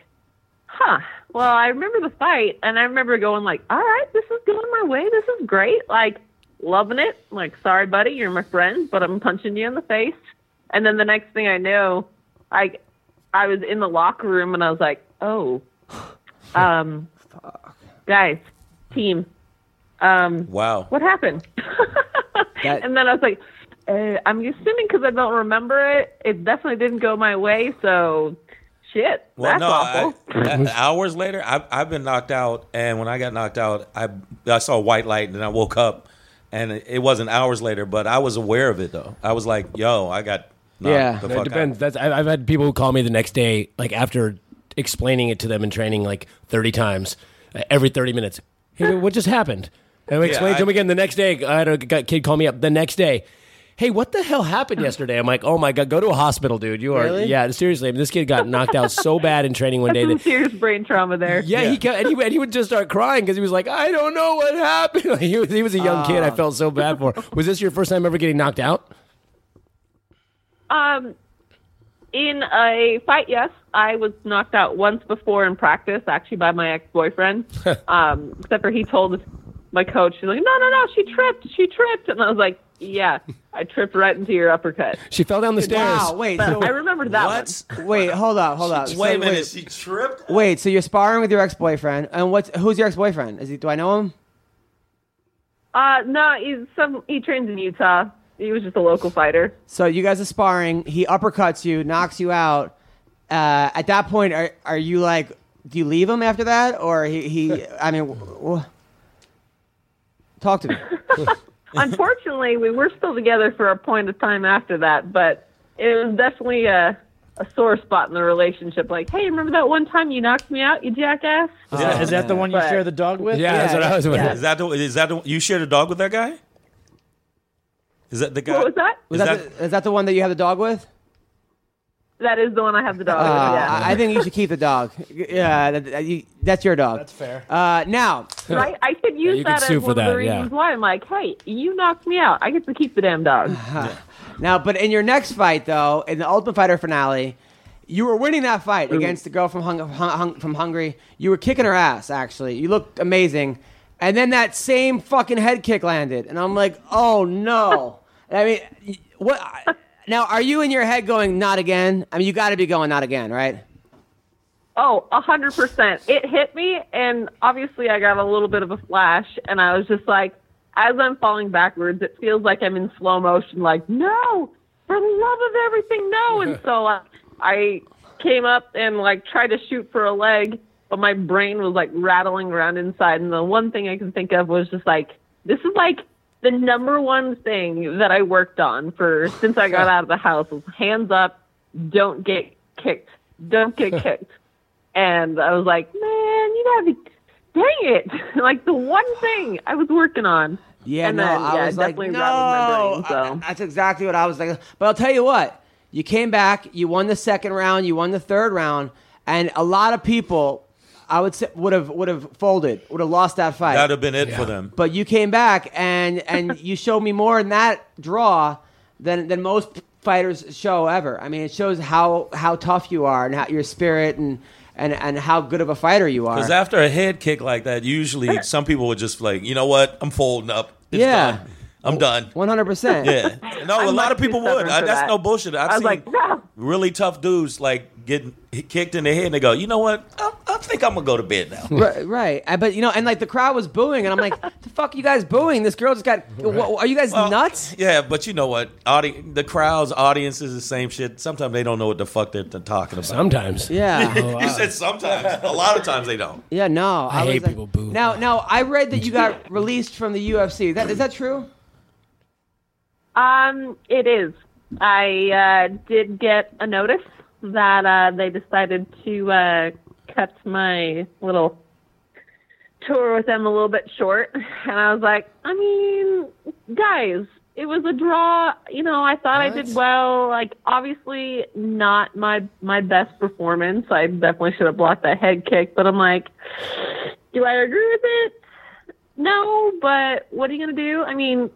S7: "Huh." Well, I remember the fight, and I remember going like, "All right, this is going my way. This is great." Like loving it. Like, sorry, buddy, you're my friend, but I'm punching you in the face. And then the next thing I know, I I was in the locker room and I was like, oh, um, guys, team, um,
S4: Wow.
S7: what happened?
S3: That-
S7: and then I was like, eh, uh, I'm assuming because I don't remember it, it definitely didn't go my way. So Shit,
S4: Well,
S7: that's
S4: no,
S7: awful.
S4: I, I- hours later, I, I've been knocked out, and when I got knocked out, I I saw white light, and then I woke up, and it, it wasn't hours later, but I was aware of it though. I was like, "Yo, I got knocked
S3: Yeah.
S4: the
S3: It
S4: fuck
S6: It
S4: out.
S6: depends. That's I- I've had people who call me the next day, like after explaining it to them in training like thirty times, uh, every thirty minutes. Hey, what just happened? And we explain it to
S4: I-
S6: them again the next day. I had a g- kid call me up the next day. Hey, what the hell happened yesterday? I'm like, oh my god, go to a hospital, dude. You are,
S3: Really?
S6: yeah, seriously. I mean, this kid got knocked out so bad in training one day
S7: Some
S6: that
S7: serious brain trauma there.
S6: yeah, he kept, and he, and he would just start crying because he was like, I don't know what happened. Like, he, was, he was a young kid. I felt so bad for. him. Was this your first time ever getting knocked out?
S7: Um, in a fight, yes, I was knocked out once before in practice, actually by my ex-boyfriend. um, except for he told my coach, she's like, "No, no, no, she tripped, she tripped," and I was like, "Yeah, I tripped right into your uppercut."
S6: She fell down the stairs.
S3: Wow. Wait.
S7: But
S3: So,
S7: I remembered that one.
S4: What?
S3: wait. Hold up. Hold up.
S4: Wait a
S3: So
S4: minute, she tripped.
S3: Wait. So you're sparring with your ex-boyfriend, and what's who's your ex-boyfriend? Is he? Do I know him?
S7: Uh, no, he's some. He trains in Utah. He was just a local fighter.
S3: So you guys are sparring. He uppercuts you, knocks you out. Uh, at that point, are are you like? Do you leave him after that, or he? he I mean, wh- wh- talk to me.
S7: Unfortunately, we were still together for a point of time after that, but it was definitely a, a sore spot in the relationship. Like, hey, remember that one time you knocked me out, you jackass?
S5: Is that, is that the one you
S7: But-
S5: share the dog with?
S6: Oh, Yeah, that's what I was with.
S4: Is that the, is that the, you shared a dog with that guy? Is that the guy?
S7: What was that?
S3: Was
S4: Is
S3: that,
S4: that-
S3: the, is that the one that you have the dog with?
S7: That is the one I have the dog.
S3: Uh,
S6: Oh,
S7: with, yeah.
S3: I I think you should keep the dog. Yeah, that, that you, that's your dog. That's
S5: fair.
S3: Uh, now,
S7: right? I could use
S6: you could
S7: that as
S6: sue
S7: one
S6: for
S7: of the
S6: that, yeah.
S7: reasons why I'm like, hey, you knocked me out. I get to keep the damn dog.
S3: now, but in your next fight, though, in the Ultimate Fighter finale, you were winning that fight against the girl from hung, hung, hung, from Hungary. You were kicking her ass. Actually, you looked amazing. And then that same fucking head kick landed, and I'm like, oh no. I mean, y- what? I- Now, are you in your head going not again? I mean, you got to be going not again, right?
S7: Oh, a hundred percent. It hit me, and obviously, I got a little bit of a flash, and I was just like, as I'm falling backwards, it feels like I'm in slow motion. Like, no, for the love of everything, no! And so uh, I came up and like tried to shoot for a leg, but my brain was like rattling around inside, and the one thing I could think of was just like, this is like the number one thing that I worked on for since I got out of the house was hands up, don't get kicked, don't get kicked. And I was like, man, you gotta be, dang it. like the one thing I was working on.
S3: Yeah,
S7: and
S3: no,
S7: then,
S3: I
S7: yeah,
S3: was
S7: it
S3: like,
S7: definitely
S3: no,
S7: rattled my
S3: I-
S7: brain. So.
S3: that's exactly what I was like. But I'll tell you what, you came back, you won the second round, you won the third round, and a lot of people, I would say, would have would have folded, would have lost that fight.
S4: That'd have been it for them.
S3: but you came back, and and you showed me more in that draw than than most fighters show ever. I mean, it shows how how tough you are and how your spirit and and and how good of a fighter you are.
S4: Because after a head kick like that, usually some people would just like, you know what? I'm folding up. It's
S3: Yeah.
S4: done. I'm done.
S3: One hundred percent.
S4: Yeah. No,
S7: I'm
S4: a lot
S7: not
S4: of people
S7: too stubborn
S4: would. I,
S7: for
S4: that's
S7: that.
S4: no bullshit. I've
S7: I was
S4: seen
S7: like, no.
S4: really tough dudes like getting hit- kicked in the head and they go, you know what? I, I think I'm going to go to bed now.
S3: right, right. I, but you know, and like the crowd was booing, and I'm like, "The fuck, you guys booing? This girl just got. wha- are you guys
S4: Well,
S3: nuts?"
S4: Yeah, but you know what? Audi- the crowds, audiences, the same shit. Sometimes they don't know what the fuck they're they're talking about.
S6: Sometimes.
S3: Yeah,
S4: you said sometimes. a lot of times they don't.
S3: yeah. No, I,
S6: hate
S3: was like-
S6: people booing.
S3: Now, now, I read that you got released from the UFC. Is that is that true?
S7: Um, it is. I uh, did get a notice that uh, they decided to uh, cut my little tour with them a little bit short, and I was like, I mean, guys, it was a draw. You know, I thought I did well. Like, obviously, not my my best performance. I definitely should have blocked that head kick, but I'm like, do I agree with it? No, but what are you gonna do? I mean,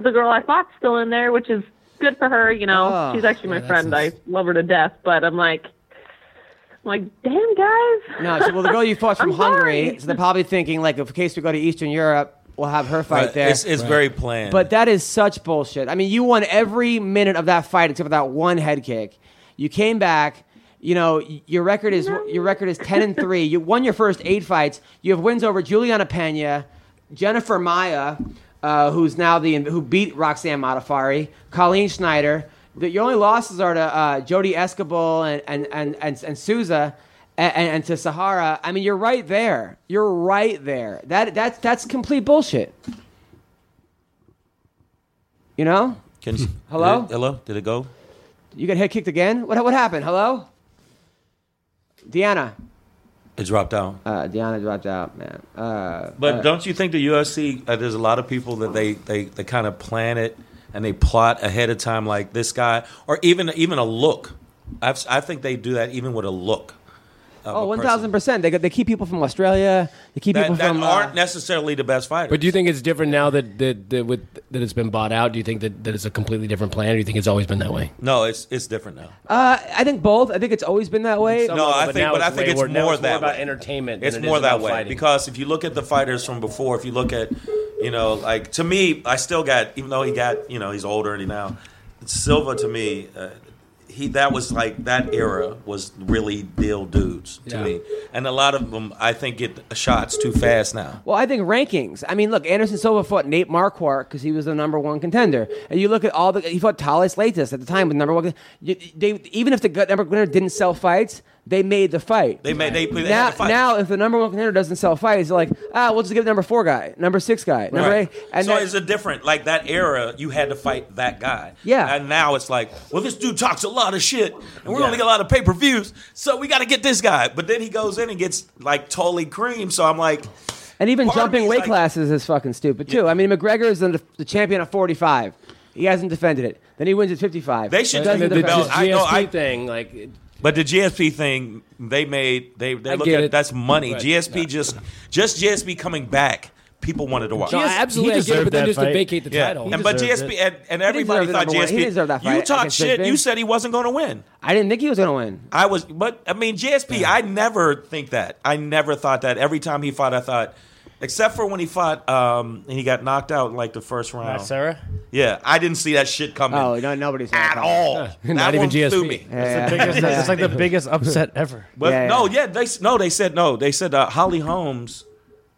S7: the girl I fought's still in there, which is good for her. You know,
S3: Oh,
S7: she's actually my friend. I love her to death, but I'm like, I'm like, damn, guys.
S3: No. So, well, the girl you fought from
S7: I'm sorry.
S3: Hungary, so they're probably thinking like, if in case we go to Eastern Europe, we'll have her fight
S4: But
S3: there.
S4: It's, it's very planned.
S3: But that is such bullshit. I mean, you won every minute of that fight except for that one head kick. You came back. You know y- your record is your record is ten and three. You won your first eight fights. You have wins over Juliana Pena, Jennifer Maya, uh, who's now the who beat Roxanne Modafari, Colleen Schneider, The, your only losses are to uh, Jody Escobar and and and and, and Souza. And, and, and to Sahara, I mean, you're right there. You're right there. That that's that's complete bullshit. You know,
S4: Can
S3: Hello?
S4: Did it- hello? Did it go?
S3: you get head kicked again. What what happened? Hello, Deanna.
S4: It dropped out.
S3: Uh, Deanna dropped out, man. Uh,
S4: But don't you think the UFC? Uh, there's a lot of people that they they, they kind of plan it and they plot ahead of time, like this guy, or even even a look. I've, s- I think they do that even with a look. of
S3: oh,
S4: a
S3: one
S4: person
S3: thousand percent. They got- they keep people from Australia. They keep people
S4: That, that
S3: from uh,
S4: aren't necessarily the best fighters.
S6: But do you think it's different now that that, that with that it's been bought out? Do you think that, that it's a completely different plan, or do you think it's always been that way?
S4: no, it's it's different now.
S3: Uh, I think both. I think it's always been that way.
S4: No, I think-
S6: now
S4: but I
S6: it's
S4: think
S6: way
S4: it's
S6: wor- now
S4: more
S6: more
S4: that
S6: about
S4: way.
S6: entertainment.
S4: It's
S6: than it
S4: more
S6: is
S4: that
S6: about
S4: way
S6: fighting.
S4: because if you look at the fighters from before, if you look at, you know, like to me, I still got even though he got you know he's older and he now Silva to me, uh, he that was like that era was really deal dudes to
S6: Yeah.
S4: me, and a lot of them I think get shots too fast now.
S3: Well, I think rankings. I mean, look, Anderson Silva fought Nate Marquardt because he was the number one contender, and you look at all the he fought Thales Latis at the time with number one. You, they even if the gut- number one contender didn't sell fights, they made the fight.
S4: They made they, they had
S3: now,
S4: to fight.
S3: now, if the number one contender doesn't sell fights, they're like, ah, we'll just give the number four guy, number six guy, number
S4: Right.
S3: eight, and
S4: so
S3: that-
S4: it's a different like that era. You had to fight that guy.
S3: Yeah.
S4: And now it's like, well, this dude talks a lot of shit, and we're gonna get a lot of pay per views, so we got to get this guy. But then he goes in and gets like totally creamed. So I'm like,
S3: And even
S4: Part of
S3: jumping
S4: me's
S3: weight
S4: like-
S3: classes is fucking stupid too. I mean, McGregor is the, the champion at 45. He hasn't defended it. Then he wins at 55.
S4: They should
S3: Doesn't
S4: do
S6: the,
S4: the
S3: defend
S4: belt.
S3: it.
S4: I
S6: GSP
S4: know, I-
S6: thing, like it-
S4: but the GSP thing they made they they
S6: I
S4: look
S6: get
S4: at
S6: it.
S4: that's money.
S6: Right.
S4: GSP just just GSP coming back. People wanted to watch.
S6: No, I
S5: Yes, he
S6: absolutely, I get it,
S5: deserved
S6: but then
S5: that
S6: just to
S5: fight.
S6: vacate the
S4: Yeah,
S6: title.
S4: and, but
S5: deserved
S4: GSP
S5: it.
S4: and, and everybody
S3: deserved the
S4: thought
S3: number one. He
S4: GSP.
S3: deserved that
S4: you
S3: fight
S4: talk
S3: against
S4: shit.
S3: Bisping.
S4: You said he wasn't going to win.
S3: I didn't think he was going to win.
S4: I was, but I mean, GSP, I never think that. I never thought that. Every time he fought, I thought, except for when he fought um, and he got knocked out in like the first
S5: Uh,
S4: round.
S5: Sarah?
S4: yeah, I didn't see that shit coming
S3: Oh, no, nobody's gonna
S4: at
S3: come.
S4: all.
S6: Not
S4: That
S6: even
S4: one
S6: GSP.
S4: threw me.
S3: Yeah.
S5: Biggest, It's like the biggest upset ever.
S4: But
S3: Yeah,
S4: no,
S3: yeah.
S4: yeah, they s- no, they said no. They said uh, Holly Holmes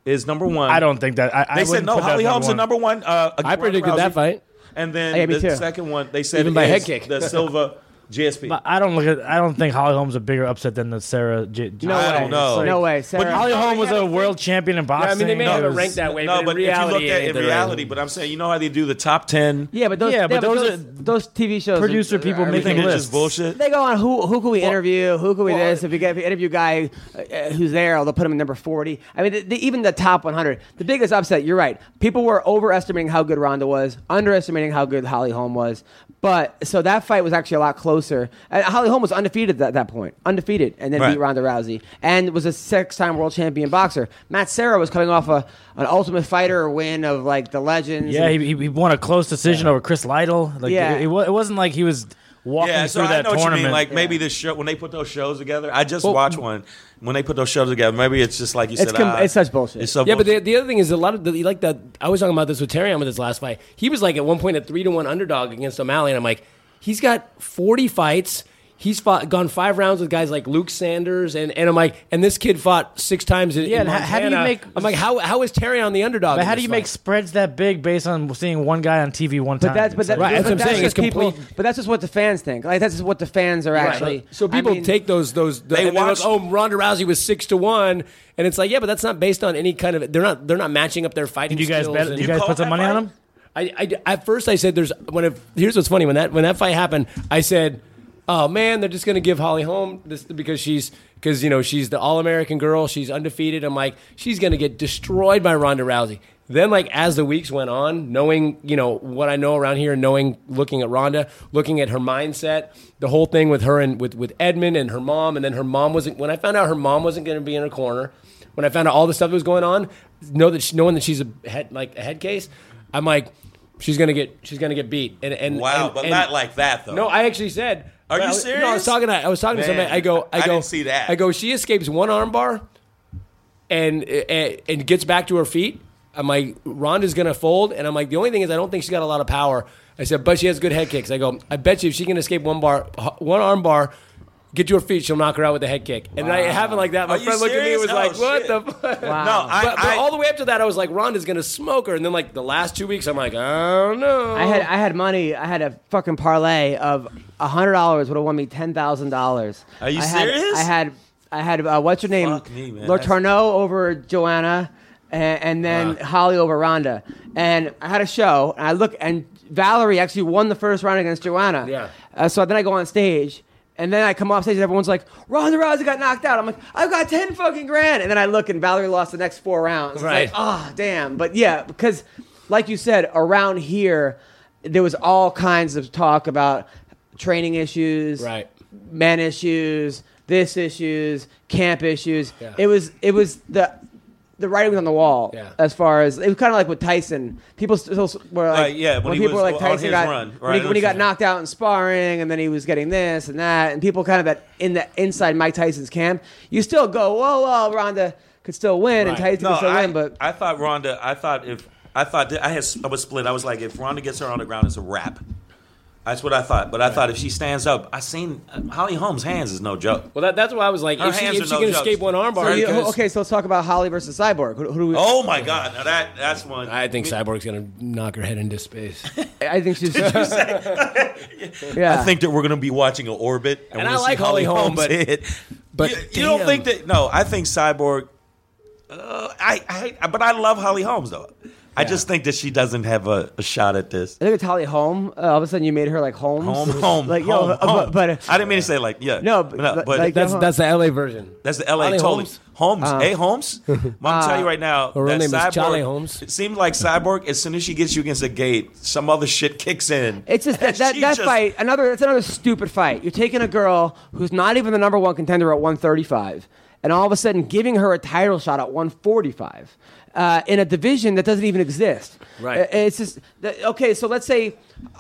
S4: is number one.
S5: I don't think that. I, I
S4: They said
S5: wouldn't
S4: no.
S5: put that
S4: Holly
S5: number
S4: Holmes
S5: one.
S4: is number one. Uh,
S6: I predicted
S4: Ronda
S6: that
S4: Rousey.
S6: fight.
S4: and then
S3: Yeah, me
S4: the
S3: too.
S4: second one they said
S6: Even by
S4: is
S6: head kick.
S4: the Silva GSP.
S5: But I don't look at. I don't think Holly Holm's a bigger upset than the Sarah. J- J-
S3: No
S4: I
S3: way.
S4: don't know.
S3: No way. Sarah.
S4: But
S5: Holly Holm was a world champion in boxing.
S6: I mean, they may
S5: It
S6: have it
S5: was-
S6: ranked that way,
S4: no,
S6: but
S4: but
S6: in
S4: if you
S6: reality,
S4: look at
S6: it
S4: in
S6: ain't the
S4: reality,
S6: right-
S4: but I'm saying you know how they do the top ten.
S3: yeah, but those,
S5: Yeah, but those
S3: those,
S5: are-
S3: those TV shows.
S5: producer
S3: are-
S5: people
S3: are-
S4: You think
S5: making
S4: it's
S5: lists.
S4: just bullshit?
S3: They go on who who can we
S4: Well-
S3: interview? Who can we
S4: well,
S3: this? If you get if you interview a guy uh, uh, who's there, they'll put him in number forty. I mean, the, the, even the top one hundred. The biggest upset. You're right. People were overestimating how good Ronda was, underestimating how good Holly Holm was. But so that fight was actually a lot closer. And Holly Holm was undefeated at that point, undefeated, and then
S4: Right.
S3: beat Ronda Rousey, and was a six-time world champion boxer. Matt Serra was coming off a an Ultimate Fighter win of like the legends.
S5: Yeah,
S3: and-
S5: he, he he won a close decision over Chris Lytle. Like,
S3: Yeah.
S5: it, it, wa- it wasn't like he was walking
S4: Yeah, so
S5: through that
S4: I know
S5: tournament.
S4: what you mean. Like maybe this show when they put those shows together, I just watch one. When they put those shows together, maybe it's just like you
S3: It's
S4: said.
S3: com-
S4: ah,
S3: it's such bullshit.
S4: It's so
S6: Yeah, but the,
S4: bullshit.
S6: the other thing is a lot of the, like that. I was talking about this with Terry on with his last fight. He was like at one point a three to one underdog against O'Malley, and I'm like, he's got 40 fights. He's fought gone five rounds with guys like Luke Sanders, and, and I'm like, and this kid fought six times in,
S5: Yeah,
S6: in
S5: and how- how do you
S6: Montana.
S5: make-
S6: I'm like, how how is Terry on the underdog?
S5: But
S6: in
S5: how do
S6: this
S5: you make
S6: fight?
S5: spreads that big based on seeing one guy on TV one time?
S3: But that's but,
S5: It's
S3: that,
S5: like-
S6: Right, that's
S3: but
S6: what I'm saying,
S3: just
S6: it's
S3: people.
S6: complete-
S3: But that's just what the fans think. Like that's just what the fans are
S6: Right.
S3: actually.
S6: So people
S3: I mean,
S6: take those those the,
S4: They
S6: and they're like,
S4: watched-
S6: oh Ronda Rousey was six to one, and it's like yeah, but that's not based on any kind of they're not they're not matching up their fighting.
S5: Did you guys
S6: skills
S5: bet?
S6: and-
S5: Did you guys
S4: call
S5: put some
S4: that
S5: money on
S4: fight?
S5: him?
S6: I, I- at first I said there's when it, here's what's funny when that when that fight happened I said oh man they're just gonna give Holly Holm this because she's because you know she's the all American girl she's undefeated I'm like she's gonna get destroyed by Ronda Rousey then like as the weeks went on knowing you know what I know around here knowing looking at Ronda looking at her mindset the whole thing with her and with with Edmund and her mom and then her mom wasn't when I found out her mom wasn't gonna be in her corner when I found out all the stuff that was going on know that she, knowing that she's a head like a head case I'm like She's gonna get. She's gonna get beat. And and
S4: wow,
S6: and-
S4: but
S6: and-
S4: not like that though.
S6: No, I actually said.
S4: Are you
S6: I was- No, I
S4: serious?
S6: was talking. To, I was talking to
S4: Man,
S6: somebody. I go. I,
S4: I
S6: go.
S4: didn't see that.
S6: I go. She escapes one armbar, and, and and gets back to her feet. I'm like, Ronda's gonna fold, and I'm like, the only thing is, I don't think she's got a lot of power. I said, but she has good head kicks. I go, I bet you if she can escape one bar, one armbar, Get to her feet. She'll knock her out with a head kick. And I, it happened like that. My
S4: Are you
S6: friend looked at me and was
S4: serious?
S6: like,
S4: Oh,
S6: "What
S4: shit.
S6: the?" Fuck?
S3: Wow.
S4: No, I,
S6: but, but
S4: I-
S6: all the way up to that, I was like, "Rhonda's gonna smoke her." And then like the last two weeks, I'm like, "I don't know."
S3: I had I had money. I had a fucking parlay of hundred dollars would have won me ten thousand dollars.
S4: Are you
S3: I had,
S4: serious?
S3: I had I had uh, what's her name?
S4: Fuck me, man.
S3: Lord
S4: That's-
S3: Tarnow over Joanna, and, and then Holly over Rhonda. And I had a show, and I look, and Valerie actually won the first round against Joanna.
S6: Yeah.
S3: Uh, so then I go on stage. And then I come off stage and everyone's like, Ronda Rousey got knocked out. I'm like, I've got 10 fucking grand. And then I look and Valerie lost the next four rounds. It's
S6: Right.
S3: like, Ah, damn. But yeah, because like you said, around here, there was all kinds of talk about training issues,
S6: Right.
S3: men issues, this issues, camp issues.
S6: Yeah.
S3: It was it was the the writing was on the wall
S6: Yeah.
S3: as far as it was kind of like with Tyson. People still were like,
S4: Right, yeah, when he
S3: people
S4: was
S3: were like
S4: on
S3: Tyson
S4: his
S3: got
S4: run. Right,
S3: when
S4: I
S3: he,
S4: know
S3: when he
S4: what
S3: got
S4: you're
S3: knocked out in sparring, and then he was getting this and that, and people kind of that in the inside Mike Tyson's camp. You still go, whoa, whoa, Ronda could still win, and
S6: Right.
S3: Tyson could still
S4: I,
S3: win, but
S4: I thought Ronda. I thought if I thought that- I had I was split. I was like, if Ronda gets her on the ground, it's a wrap. That's what I thought. But I thought if she stands up, I seen uh, Holly Holmes' hands is no joke.
S6: Well, that, that's why I was like,
S4: Her
S6: if she,
S4: hands
S6: if
S4: are
S6: she
S4: no
S6: can
S4: jokes.
S6: escape one
S4: So
S6: armbar,
S4: you-
S6: because-
S3: okay. So let's talk about Holly versus Cyborg. Who, who do we,
S4: Oh my god, now that that's one.
S6: I think Cyborg's gonna knock her head into space.
S3: I think she's. yeah,
S4: I think that we're going to be watching an orbit, and,
S6: And
S4: we're
S6: I
S4: gonna
S6: like
S4: see
S6: Holly Holmes.
S4: hit.
S6: But
S4: you, you don't
S6: damn.
S4: think that? No, I think Cyborg. Uh, I, I, but I love Holly Holmes though. I just think that she doesn't have a, a shot at this.
S3: I think it's Holly Holm. Uh, all of a sudden, you made her like Holmes.
S4: Home, home,
S3: like yo,
S4: home,
S3: uh,
S4: home.
S3: but, but
S4: I didn't mean to say like yeah.
S3: No, but-
S4: but
S3: like-
S6: That's
S3: Yeah.
S6: that's the LA version.
S4: That's the LA
S6: Holly
S4: totally.
S6: Holmes.
S4: Holmes.
S3: Uh,
S4: hey, Holmes. I'm telling you right now.
S6: her real
S4: that
S6: name is
S4: Cyborg-
S6: Charlie Holmes.
S4: It seems like Cyborg, as soon as she gets you against a gate, some other shit kicks in.
S3: It's just that, that,
S4: She
S3: that
S4: just-
S3: fight. Another that's another stupid fight. You're taking a girl who's not even the number one contender at 135, and all of a sudden giving her a title shot at 145 uh, in a division that doesn't even exist.
S6: Right.
S3: Uh, It's just that, okay. So let's say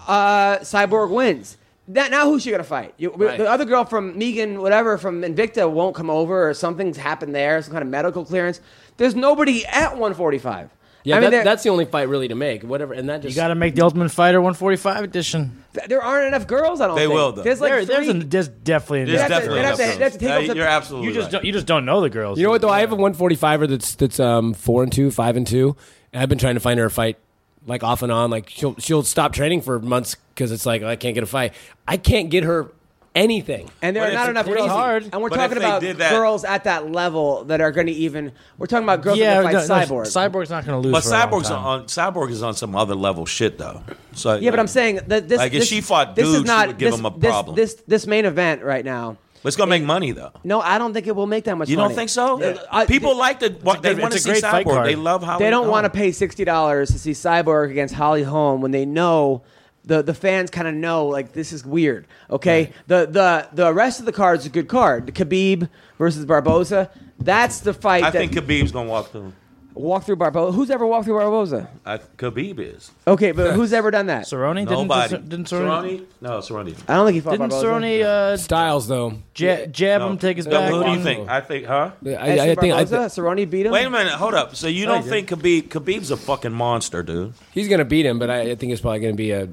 S3: uh, Cyborg wins. That, now who's she gonna fight? You,
S6: Right.
S3: The other girl from Megan, whatever from Invicta, won't come over, or something's happened there, some kind of medical clearance. There's nobody at 145.
S6: Yeah,
S3: I mean,
S6: that,
S3: there-
S6: that's the only fight really to make. Whatever, and that just
S5: You got to make the Ultimate Fighter 145 edition.
S3: there aren't enough girls. I don't.
S4: They
S3: think.
S4: will, though.
S3: There's like
S5: There- there's,
S3: three-
S5: an- there's definitely an
S4: There's
S3: have to-
S4: definitely
S3: they'd have to-
S4: episodes.
S3: they'd have to take
S4: Uh,
S3: up some-
S4: You're absolutely
S5: You just
S4: right.
S5: don't, you just don't know the girls.
S6: You know what though? I have a 145er that's that's um four and two, five and two, and I've been trying to find her a fight like off and on. Like she'll she'll stop training for months because it's like I can't get a fight. I can't get her anything.
S3: And there
S4: But
S3: are
S4: it's
S3: not enough
S4: crazy.
S3: girls.
S5: hard.
S3: And we're
S4: But
S3: talking
S4: if they
S3: about
S4: did that-
S3: girls at that level that are going to even. We're talking about girls
S5: Yeah,
S3: that can
S5: no,
S3: fight
S5: no,
S3: cyborg.
S5: Cyborg's not going to lose.
S4: But
S5: for a long
S4: Cyborg's
S5: time.
S4: on Cyborg is on some other level shit though. So
S3: Yeah, but I'm saying that this.
S4: Like, if
S3: this-
S4: she fought
S3: this
S4: dudes,
S3: is
S4: she
S3: not
S4: would give
S3: this,
S4: them a
S3: this-
S4: problem.
S3: This, this main event right now.
S4: But it's gonna make money though.
S3: No, I don't think it will make that much.
S4: You
S3: money.
S4: don't think so? Uh,
S3: Yeah. I-
S4: People
S3: they-
S4: like to. They
S5: great-
S4: want to
S5: it's
S4: see
S5: a great fight
S4: Cyborg.
S5: card.
S4: They love Holly.
S3: They don't
S4: Holm.
S3: want to pay sixty dollars to see Cyborg against Holly Holm when they know the the fans kind of know like this is weird. Okay, the the the rest of the card is a good card. Khabib versus Barboza. That's the fight
S4: I
S3: that
S4: think Khabib's gonna walk through.
S3: walk through Barboza. Who's ever walked through Barboza?
S4: I, Khabib is
S3: Okay, but who's ever done that?
S5: Cerrone didn't
S4: nobody.
S5: didn't Cerrone,
S4: Cerrone? No, Cerrone.
S3: I don't think he fought
S5: didn't
S3: Barboza.
S5: Cerrone uh,
S6: Styles though,
S5: ja- jab
S4: No.
S5: him, take his
S4: No,
S5: back.
S4: Who do you
S5: one-
S4: think? I think, huh?
S6: I,
S3: Actually,
S6: I think I
S3: Barboza?
S6: th-
S3: Cerrone beat him.
S4: Wait a minute, hold up. So you don't
S5: he
S4: think Khabib Khabib's a fucking monster, dude?
S6: he's gonna beat him, but I, I think it's probably gonna be a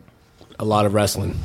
S6: a lot of wrestling.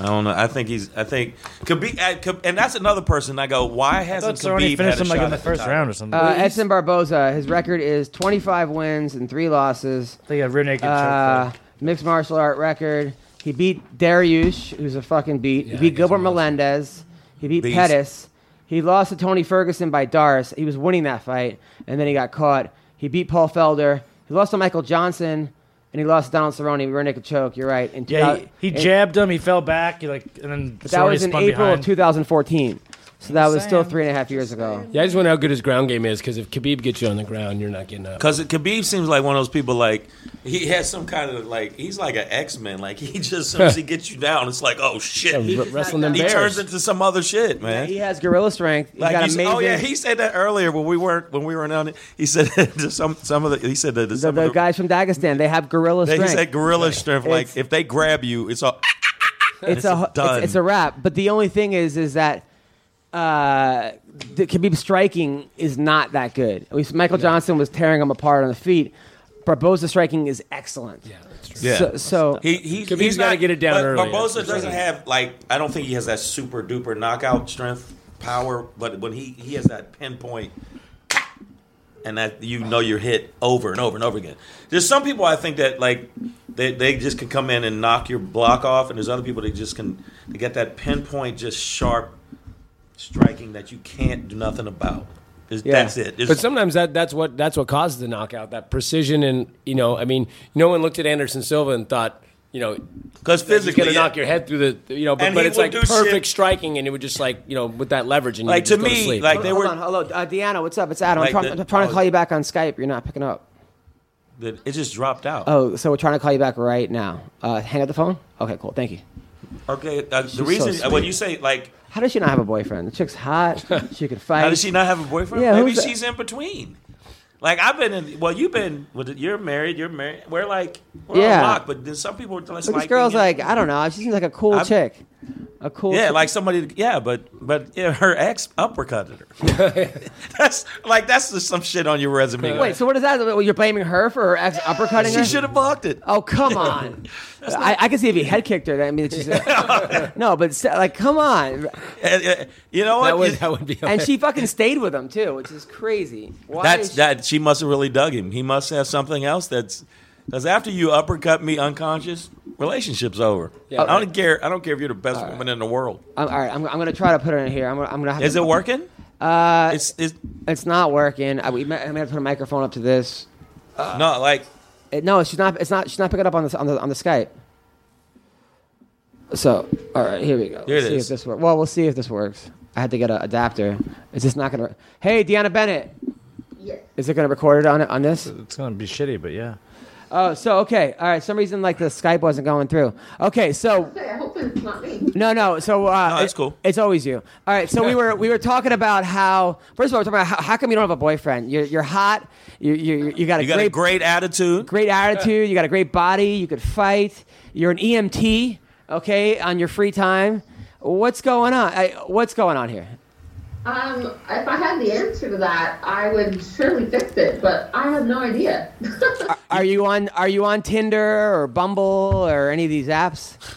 S4: I don't know. I think he's. I think Khabib, uh, Khab- and that's another person. I go, why
S5: I thought
S4: hasn't
S5: Cerrone
S4: Khabib had
S5: finished
S4: a
S5: him like
S4: shot
S5: in the
S4: at
S5: first
S4: title?
S5: round or something.
S3: Uh, Edson Barboza. His record is twenty five wins and three losses.
S5: they got rear naked choke
S3: Uh,
S5: chokehold.
S3: mixed martial art record. He beat Dariush, who's a fucking beat. he beat Gilbert Melendez. He beat
S4: Beast.
S3: Pettis. He lost to Tony Ferguson by Doris. He was winning that fight, and then he got caught. He beat Paul Felder. He lost to Michael Johnson, and he lost to Donald Cerrone. We were naked choke. You're right. In
S5: Yeah,
S3: 2000
S5: he, he
S3: in-
S5: jabbed him. He fell back. He like and then
S3: That
S5: Cerrone
S3: was in
S5: spun
S3: April
S5: behind.
S3: of 2014. So that was still
S5: saying.
S3: three and a half years ago.
S6: Yeah, I just wonder how good his ground game is because if Khabib gets you on the ground, you're not getting up.
S4: Because Khabib seems like one of those people. Like he has some kind of like he's like an X Men. Like he just as soon as he gets you down, it's like oh shit.
S6: Yeah,
S4: He,
S6: wr- wrestling them
S4: he
S6: bears.
S4: turns into some other shit, man.
S3: He has gorilla strength. He's
S4: Like
S3: got
S4: he said-
S3: amazing.
S4: oh yeah, he said that earlier when we weren't when we weren't on it. He said that to some some of the he said that to
S3: the,
S4: some
S3: the
S4: of the
S3: guys from Dagestan, they have gorilla
S4: They
S3: strength.
S4: said gorilla strength. Like
S3: It's-
S4: if they grab you, it's all.
S3: it's,
S4: It's
S3: a
S4: done.
S3: It's, it's a wrap. But the only thing is, is that uh, the Khabib striking is not that good. At least Michael Johnson was tearing him apart on the feet. Barbosa striking is excellent. Yeah, that's true.
S4: Yeah.
S3: So, so
S4: He, he,
S6: Could be he's gotta get it down
S4: but
S6: early,
S4: Barbosa
S6: that's for
S4: doesn't
S6: sure.
S4: have like I don't think he has that super duper knockout strength power, but when he he has that pinpoint, and that you know you're hit over and over and over again. There's some people I think that like they they just can come in and knock your block off, and there's other people that just can they get that pinpoint just sharp striking that you can't do nothing about. It's-
S3: Yeah.
S4: That's it. It's-
S6: But sometimes that, that's what that's what causes the knockout. That precision and you know, I mean, no one looked at Anderson Silva and thought, you know,
S4: 'Cause physically,
S6: he's gonna
S4: yeah.
S6: knock your head through the, you know, but,
S4: And
S6: but
S4: he
S6: it's
S4: will
S6: like
S4: do shit.
S6: perfect striking, and it would just like you know, with that leverage and you
S4: Like,
S6: could just
S4: to
S6: go
S4: me,
S6: sleep.
S4: like,
S3: Hold
S4: they were-
S3: on, hello, uh, Deanna. What's up? It's Adam.
S4: Like
S3: I'm, trying,
S4: the-
S3: I'm trying to
S4: oh.
S3: call you back on Skype. You're not picking up.
S4: that- it just dropped out.
S3: Oh, so we're trying to call you back right now. Uh, hang up the phone. Okay, cool. Thank you.
S4: Okay, uh, the
S3: so
S4: reason
S3: sweet.
S4: when you say like,
S3: How does she not have a boyfriend? The chick's hot. she can fight.
S4: how does she not have a boyfriend?
S3: Yeah,
S4: Maybe
S3: who's that?
S4: she's in between. Like I've been in. Well, you've been. Well, you're married. You're married. We're like, we're
S3: Yeah.
S4: on lock. But then some people are
S3: But
S4: just like
S3: this girl's
S4: you know,
S3: like, I don't know. She seems like a cool
S4: I'm-
S3: chick. A cool.
S4: yeah,
S3: chick.
S4: like somebody, yeah. But but yeah, her ex uppercutted her. that's like that's just some shit on your resume.
S3: Wait, so what is that? Well, you're blaming her for her ex uppercutting her?
S4: uh, she should have blocked it.
S3: Oh come on! I, I can see if he head kicked her. That I mean, it's just, no, but so- like, come on!
S4: And, uh, you know what?
S6: that would
S4: You-
S6: that would be.
S3: And she fucking stayed with him too, which is crazy. Why
S4: That's
S3: is she-
S4: that she must have really dug him. He must have something else that's because after you uppercut me unconscious, relationship's over. I don't care. I don't care if you're the best woman in the world.
S3: I'm, all right, I'm, I'm gonna try to put her in here. I'm, gonna- I'm gonna have.
S4: Is
S3: to,
S4: it working? Uh, it's it's
S3: It's not working. I, we, might- I'm gonna put a microphone up to this.
S4: no like
S3: It, Eh, no, she's not. It's not. She's not picking up on this on the on the Skype. So, all right, here we go.
S4: Here it
S3: see
S4: is.
S3: If this works. Well, we'll see if this works. I had to get an adapter. Is this not gonna? Hey, Deanna Bennett. Yeah. Is it gonna record it on it on this?
S5: It's gonna be shitty, but yeah.
S3: Oh, so okay, all right. Some reason like the Skype wasn't going through. Okay, so
S8: I hope it's not me.
S3: no, no. So uh,
S4: No, it's
S3: it-
S4: cool.
S3: It's always you. All right. So we were we were talking about how first of all, we're talking about how, how come you don't have a boyfriend? You're you're hot. You you you got a
S4: you got
S3: great
S4: a great attitude.
S3: great attitude. You got a great body. You could fight. You're an EMT. Okay, on your free time. What's going on? I, what's going on here?
S8: Um, if I had the answer to that, I would surely fix it, but I have no idea.
S3: Are you on Are you on Tinder or Bumble or any of these apps?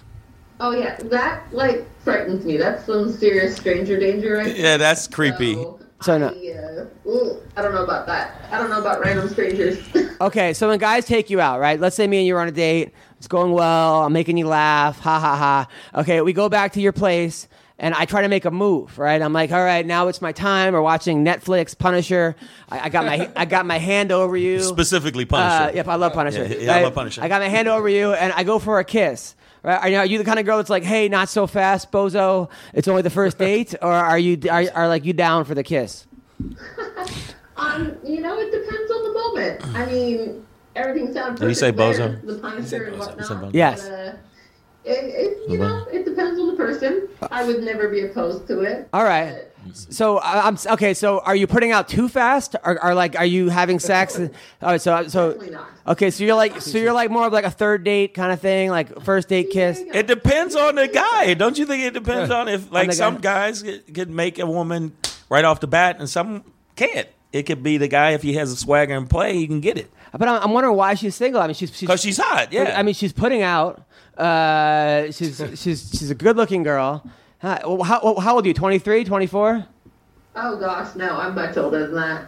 S8: oh yeah, that like frightens me. That's some serious stranger danger right
S4: Yeah, that's creepy.
S8: So,
S3: So
S8: I,
S3: no-
S8: uh, ooh, I don't know about that. I don't know about random strangers.
S3: Okay, so when guys take you out, right? Let's say me and you are on a date. It's going well. I'm making you laugh. Ha ha ha. Okay, we go back to your place, and I try to make a move, right? I'm like, all right, now it's my time. We're watching Netflix, Punisher. I, I got my I got my hand over you.
S4: Specifically,
S3: Uh,
S4: Punisher.
S3: yep, I love Punisher.
S4: Yeah, yeah, I
S3: Right?
S4: love Punisher.
S3: I got my hand over you, and I go for a kiss. Right? Are you, are you the kind of girl that's like, "Hey, not so fast, bozo. It's only the first date," or are you are, are like you down for the kiss?
S8: um, you know, it depends on the moment. I mean, everything sounds.
S4: Did he say
S8: perfect
S4: bozo?
S8: there, The Punisher and
S4: bozo. He
S8: whatnot.
S4: said bozo.
S3: Yes.
S8: But, uh, it, it, you know, it depends on the person.
S4: Uh.
S8: I would never be opposed to it.
S3: All right. So I- I'm okay. So are you putting out too fast? Are, are like are you having sex? All right. So uh, so
S8: Definitely not.
S3: okay. So you're like so you're like more of like a third date kind of thing, like first date kiss.
S4: it depends on the guy. Don't you think it depends on if like
S3: the guy.
S4: some guys get- can make a woman right off the bat and some can't. It could be the guy if he has a swagger and play, he can get it
S3: But I'm, I'm wondering why she's single. I mean, she's she's.
S4: because she's hot. Yeah,
S3: I mean, she's putting out. Uh, she's she's she's a good looking girl. Huh, well, How, well, how old are you? 23, 24?
S8: Oh gosh, no, I'm much older than that.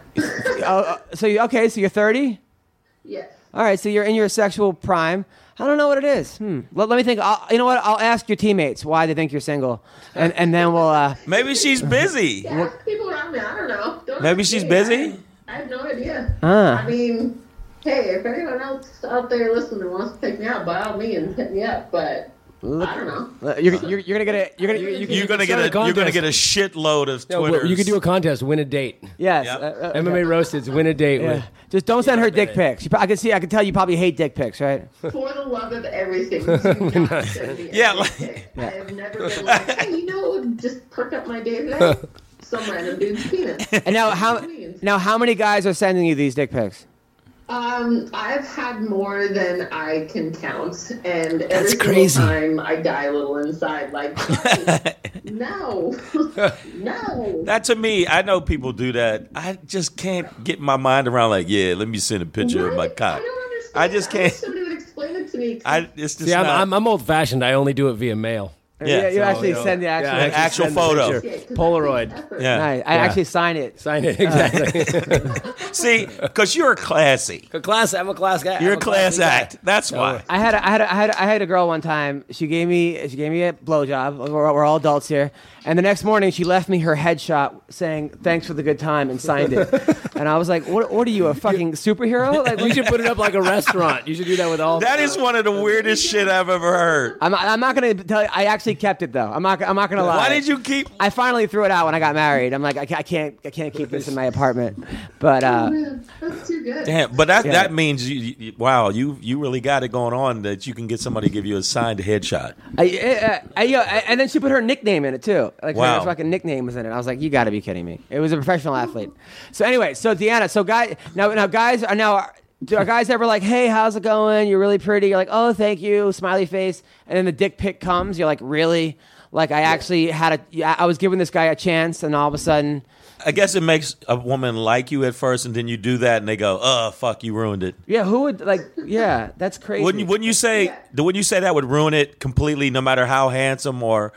S3: Oh, so you okay? So you're thirty.
S8: yes.
S3: All right, so you're in your sexual prime. I don't know what it is. Hmm. Let, let me think. I'll, you know what? I'll ask your teammates why they think you're single, and and then we'll. Uh,
S4: maybe she's busy.
S8: Ask people around me. I don't know. Don't
S4: Maybe
S8: ask
S4: she's
S8: me.
S4: busy?
S8: I, I have no idea.
S3: Ah.
S8: I mean, hey, if anyone else out there listening wants to take me out, by all means, hit me up. But I don't know.
S3: Uh, You're, you're, you're gonna get a you're gonna you,
S4: You're gonna get
S6: Start
S4: a,
S6: a
S4: you're gonna
S6: contest.
S4: get a shitload of
S6: Yeah, well,
S4: Twitter.
S6: you could do a contest, win a date.
S3: yes
S4: Yep.
S3: uh, uh,
S6: MMA roasted, win a date
S3: yeah.
S6: with.
S3: just don't send her dick pics. You pro- I can see I can tell you probably hate dick pics, right?
S8: For the love of everything, do not send me
S4: Yeah,
S8: a
S4: like-
S8: dick pic. I have never been like, hey, you know, what would just perk up my day today. Some random dude's penis.
S3: And now how
S8: Please.
S3: now how many guys are sending you these dick pics?
S8: Um, I've had more than I can count, and every single
S6: crazy.
S8: time I die a little inside, like, no, no.
S4: That to me, I know people do that. I just can't get my mind around. Like, yeah, let me send a picture of my
S8: Right?
S4: cock.
S8: I don't
S4: I just can't.
S8: Somebody would explain it to me.
S4: I it's just
S6: See, I'm,
S4: not
S6: I'm, I'm old fashioned. I only do it via mail.
S4: Yeah.
S3: Yeah, you
S4: So,
S3: actually
S6: yeah.
S3: send the
S6: Yeah,
S3: actual,
S6: I
S4: actually Actual
S3: send the
S4: photo.
S3: picture.
S8: Yeah, 'cause that
S6: Polaroid.
S8: takes effort.
S4: yeah.
S3: Nice. I actually sign it.
S6: Sign it exactly.
S4: See, because you're classy.
S6: A class. I'm a class guy.
S4: You're
S6: I'm
S4: a class
S6: classy guy.
S4: act. That's why.
S3: I had, a, I had, a, I had, a, I had a girl one time. She gave me, she gave me a blowjob. We're, we're all adults here. And the next morning, she left me her headshot saying, "Thanks for the good time," and signed it. and I was like, "What? What are you, a fucking superhero?" Like,
S6: You should put it up like a restaurant. You should do that with all.
S4: That is one of the weirdest shit I've ever heard.
S3: I'm, not- I'm not gonna tell you. I actually kept it though. I'm not. I'm not gonna lie.
S4: Why did you keep?
S3: I finally threw it out when I got married. I'm like, I ca- I can't, I can't keep this in my apartment. But uh,
S8: Man, That's too good.
S4: Damn, but that that means you, you, you- wow, you you really got it going on that you can get somebody to give you a signed headshot.
S3: I, I, I, yo, I- and then she put her nickname in it too. Like
S4: Wow.
S3: her fucking nickname was in it. I was like, you got to be kidding me. It was a professional athlete. So anyway, so Deanna, so guy, now now guys are now. Do our guys ever like, hey, how's it going? You're really pretty. You're like, oh, thank you, smiley face. And then the dick pic comes. You're like, really? Like, I actually had a, yeah, I was giving this guy a chance, and all of a sudden,
S4: I guess it makes a woman like you at first, and then you do that, and they go, "Oh fuck, you ruined it."
S3: yeah, who would like, yeah, that's crazy.
S4: Wouldn't you, wouldn't you say? Wouldn't you say that would ruin it completely, no matter how handsome or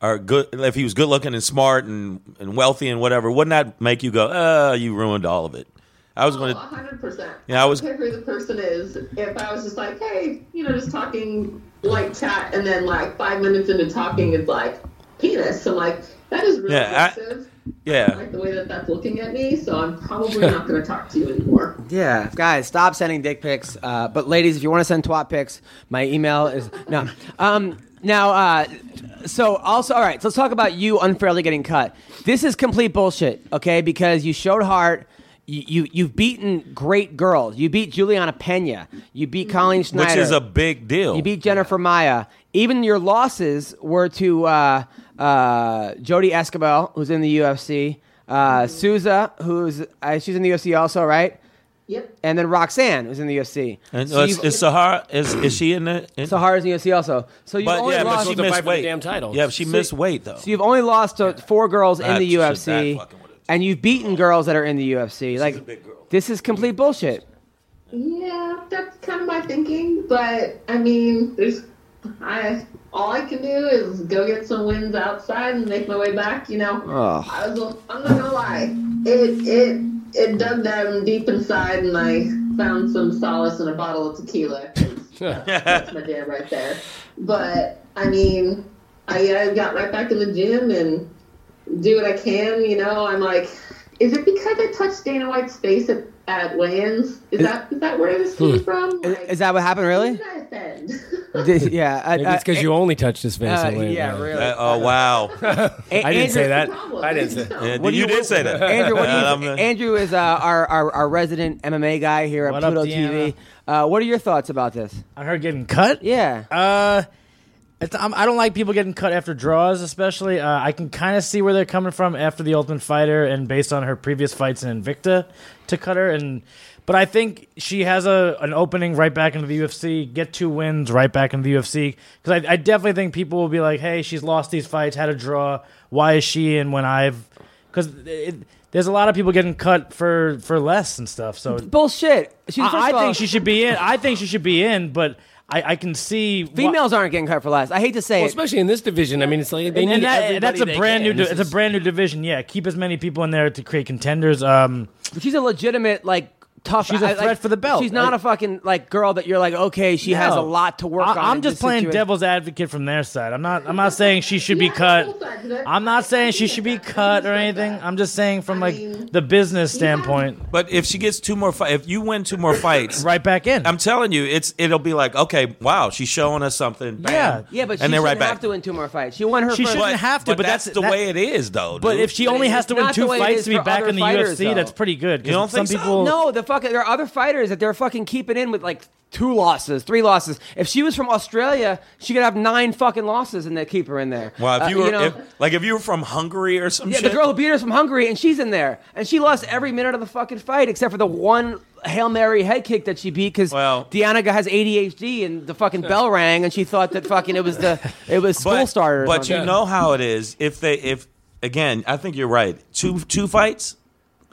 S4: or good if he was good looking and smart and, and wealthy and whatever? Wouldn't that make you go, "Uh, you ruined all of it"? I was going
S8: Oh,
S4: to.
S8: 100%.
S4: Yeah, I was-
S8: care who the person is. If I was just like, hey, you know, just talking like chat, and then like five minutes into talking, it's like penis. I'm like, that is really
S4: Yeah, I-
S8: offensive. I
S4: Yeah,
S8: like the way that that's looking at me, so I'm probably not going to talk to you anymore.
S3: Yeah, guys, stop sending dick pics. Uh, but ladies, if you want to send twat pics, my email is no. Um, now, uh, so also, all right, so let's talk about you unfairly getting cut. This is complete bullshit, okay? Because you showed heart. You, you you've beaten great girls. You beat Juliana Pena. You beat Colleen Schneider.
S4: which is a big deal.
S3: You beat Jennifer Maya. Even your losses were to uh, uh, Jody Escobar, who's in the UFC, uh, Souza, who's uh, she's in the UFC also, right?
S8: Yep.
S3: And then Roxanne, who's in the UFC.
S4: and
S3: so
S4: uh, is,
S3: you've-
S4: is Sahara is is she in the? in-
S3: Sahara's in the UFC also. So you've
S4: But
S3: only
S4: yeah, but
S3: lost.
S4: she
S6: to fight
S4: missed
S6: for the
S4: weight.
S6: damn titles.
S4: Yeah, she missed weight though.
S3: so you've only lost to four girls in
S4: That
S3: the
S4: shit- that
S3: UFC,
S4: fucking would've-
S3: and you've beaten girls that are in the UFC. like
S4: a big girl.
S3: this is complete bullshit.
S8: Yeah, that's kind of my thinking, but I mean, there's I all I can do is go get some wins outside and make my way back. You know,
S3: Ugh.
S8: I was I'm not gonna lie, it it it dug down deep inside, and I found some solace in a bottle of tequila. that's my jam right there. But I mean, I, I got right back in the gym and do what I can. You know, I'm like, is it because I touched Dana White's face at, at weigh-ins? Is that is that where this came from?
S3: Is, is that what happened? Really?
S8: Did I offend?
S3: Did- yeah. I-
S6: Maybe it's
S3: I-
S6: because you only touched his face.
S3: uh,
S6: and went,
S3: yeah, really.
S4: Uh, oh wow!
S3: A-
S6: I didn't
S3: Andrew-
S6: say that.
S8: Problem.
S6: I didn't say.
S4: Yeah,
S3: What do
S4: you
S3: you-
S4: did say that,
S3: Andrew, what do you,
S4: And I'm, uh,
S3: Andrew is uh, our, our our resident MMA guy here at
S5: What up,
S3: Pluto TV.
S5: Deanna?
S3: Uh, what are your thoughts about this?
S5: On her getting cut?
S3: Yeah,
S5: Uh, it's, I'm, I don't like people getting cut after draws, especially. Uh, I can kind of see where they're coming from after the Ultimate Fighter, and based on her previous fights in Invicta, to cut her. And but I think she has a an opening right back into the UFC. Get two wins right back into the UFC because I, I definitely think people will be like, "Hey, she's lost these fights, had a draw. Why is she in when I've?" Because there's a lot of people getting cut for for less and stuff. So
S3: bullshit. She's, first
S5: I, I
S3: of all,
S5: think she should be in. I think she should be in, but I, I can see why-
S3: females aren't getting cut for less. I hate to say
S6: Well,
S3: it.
S6: especially in this division. I mean, it's like they
S5: and,
S6: need
S5: and that-
S6: everybody
S5: that's a
S6: they
S5: brand
S6: can.
S5: new.
S6: This
S5: Di- it's a
S6: is-
S5: brand new division. Yeah, keep as many people in there to create contenders. Um,
S3: But she's a legitimate like tough.
S5: She's a
S3: I- like,
S5: threat for the belt.
S3: She's not a fucking like girl that you're like okay. She has a
S5: no.
S3: lot to work
S5: I,
S3: on.
S5: I'm
S3: in
S5: just
S3: this
S5: playing
S3: situation.
S5: devil's advocate from their side. I'm not. I'm not saying she should be
S8: Yeah,
S5: cut.
S8: both sides of it.
S5: I'm not saying she should be
S8: I
S5: cut or
S8: understand
S5: anything.
S8: that.
S5: I'm just saying from
S8: I
S5: like
S8: mean,
S5: the business
S8: yeah.
S5: standpoint,
S4: but if she gets two more fights, if you win two more fights,
S5: right back in.
S4: I'm telling you, it's it'll be like, okay, wow, she's showing us something. Bam.
S5: Yeah.
S3: Yeah, but she
S4: and they're
S3: shouldn't
S4: right back.
S3: have to win two more fights. She won her.
S5: She
S3: first.
S5: shouldn't have to, but
S4: that's,
S5: that's-
S4: the
S5: that-
S4: way it is, though.
S5: but
S4: dude.
S5: if she only has to
S3: it's
S5: win
S3: not the
S5: two
S3: way it
S5: fights
S3: is
S5: to be
S3: for
S5: back
S3: other
S5: in the
S3: fighters,
S5: UFC,
S3: though.
S5: that's pretty good. 'cause
S4: You don't
S5: some
S4: think so?
S5: people
S3: No, the fucking there are other fighters that they're fucking keeping in with like two losses, three losses. If she was from Australia, she could have nine fucking losses and they keep her in there.
S4: wow,
S3: Uh,
S4: if you were
S3: know,
S4: if, like if you were from Hungary or some
S3: yeah, the
S4: shit,
S3: girl who beat us from Hungary and she's in there and she lost every minute of the fucking fight except for the one hail mary head kick that she beat because
S4: Well-
S3: Deanna has ADHD and the fucking bell rang and she thought that fucking it was the it was school
S4: but,
S3: starter. or
S4: But
S3: something.
S4: you know how it is. If they if again, I think you're right. Two two fights,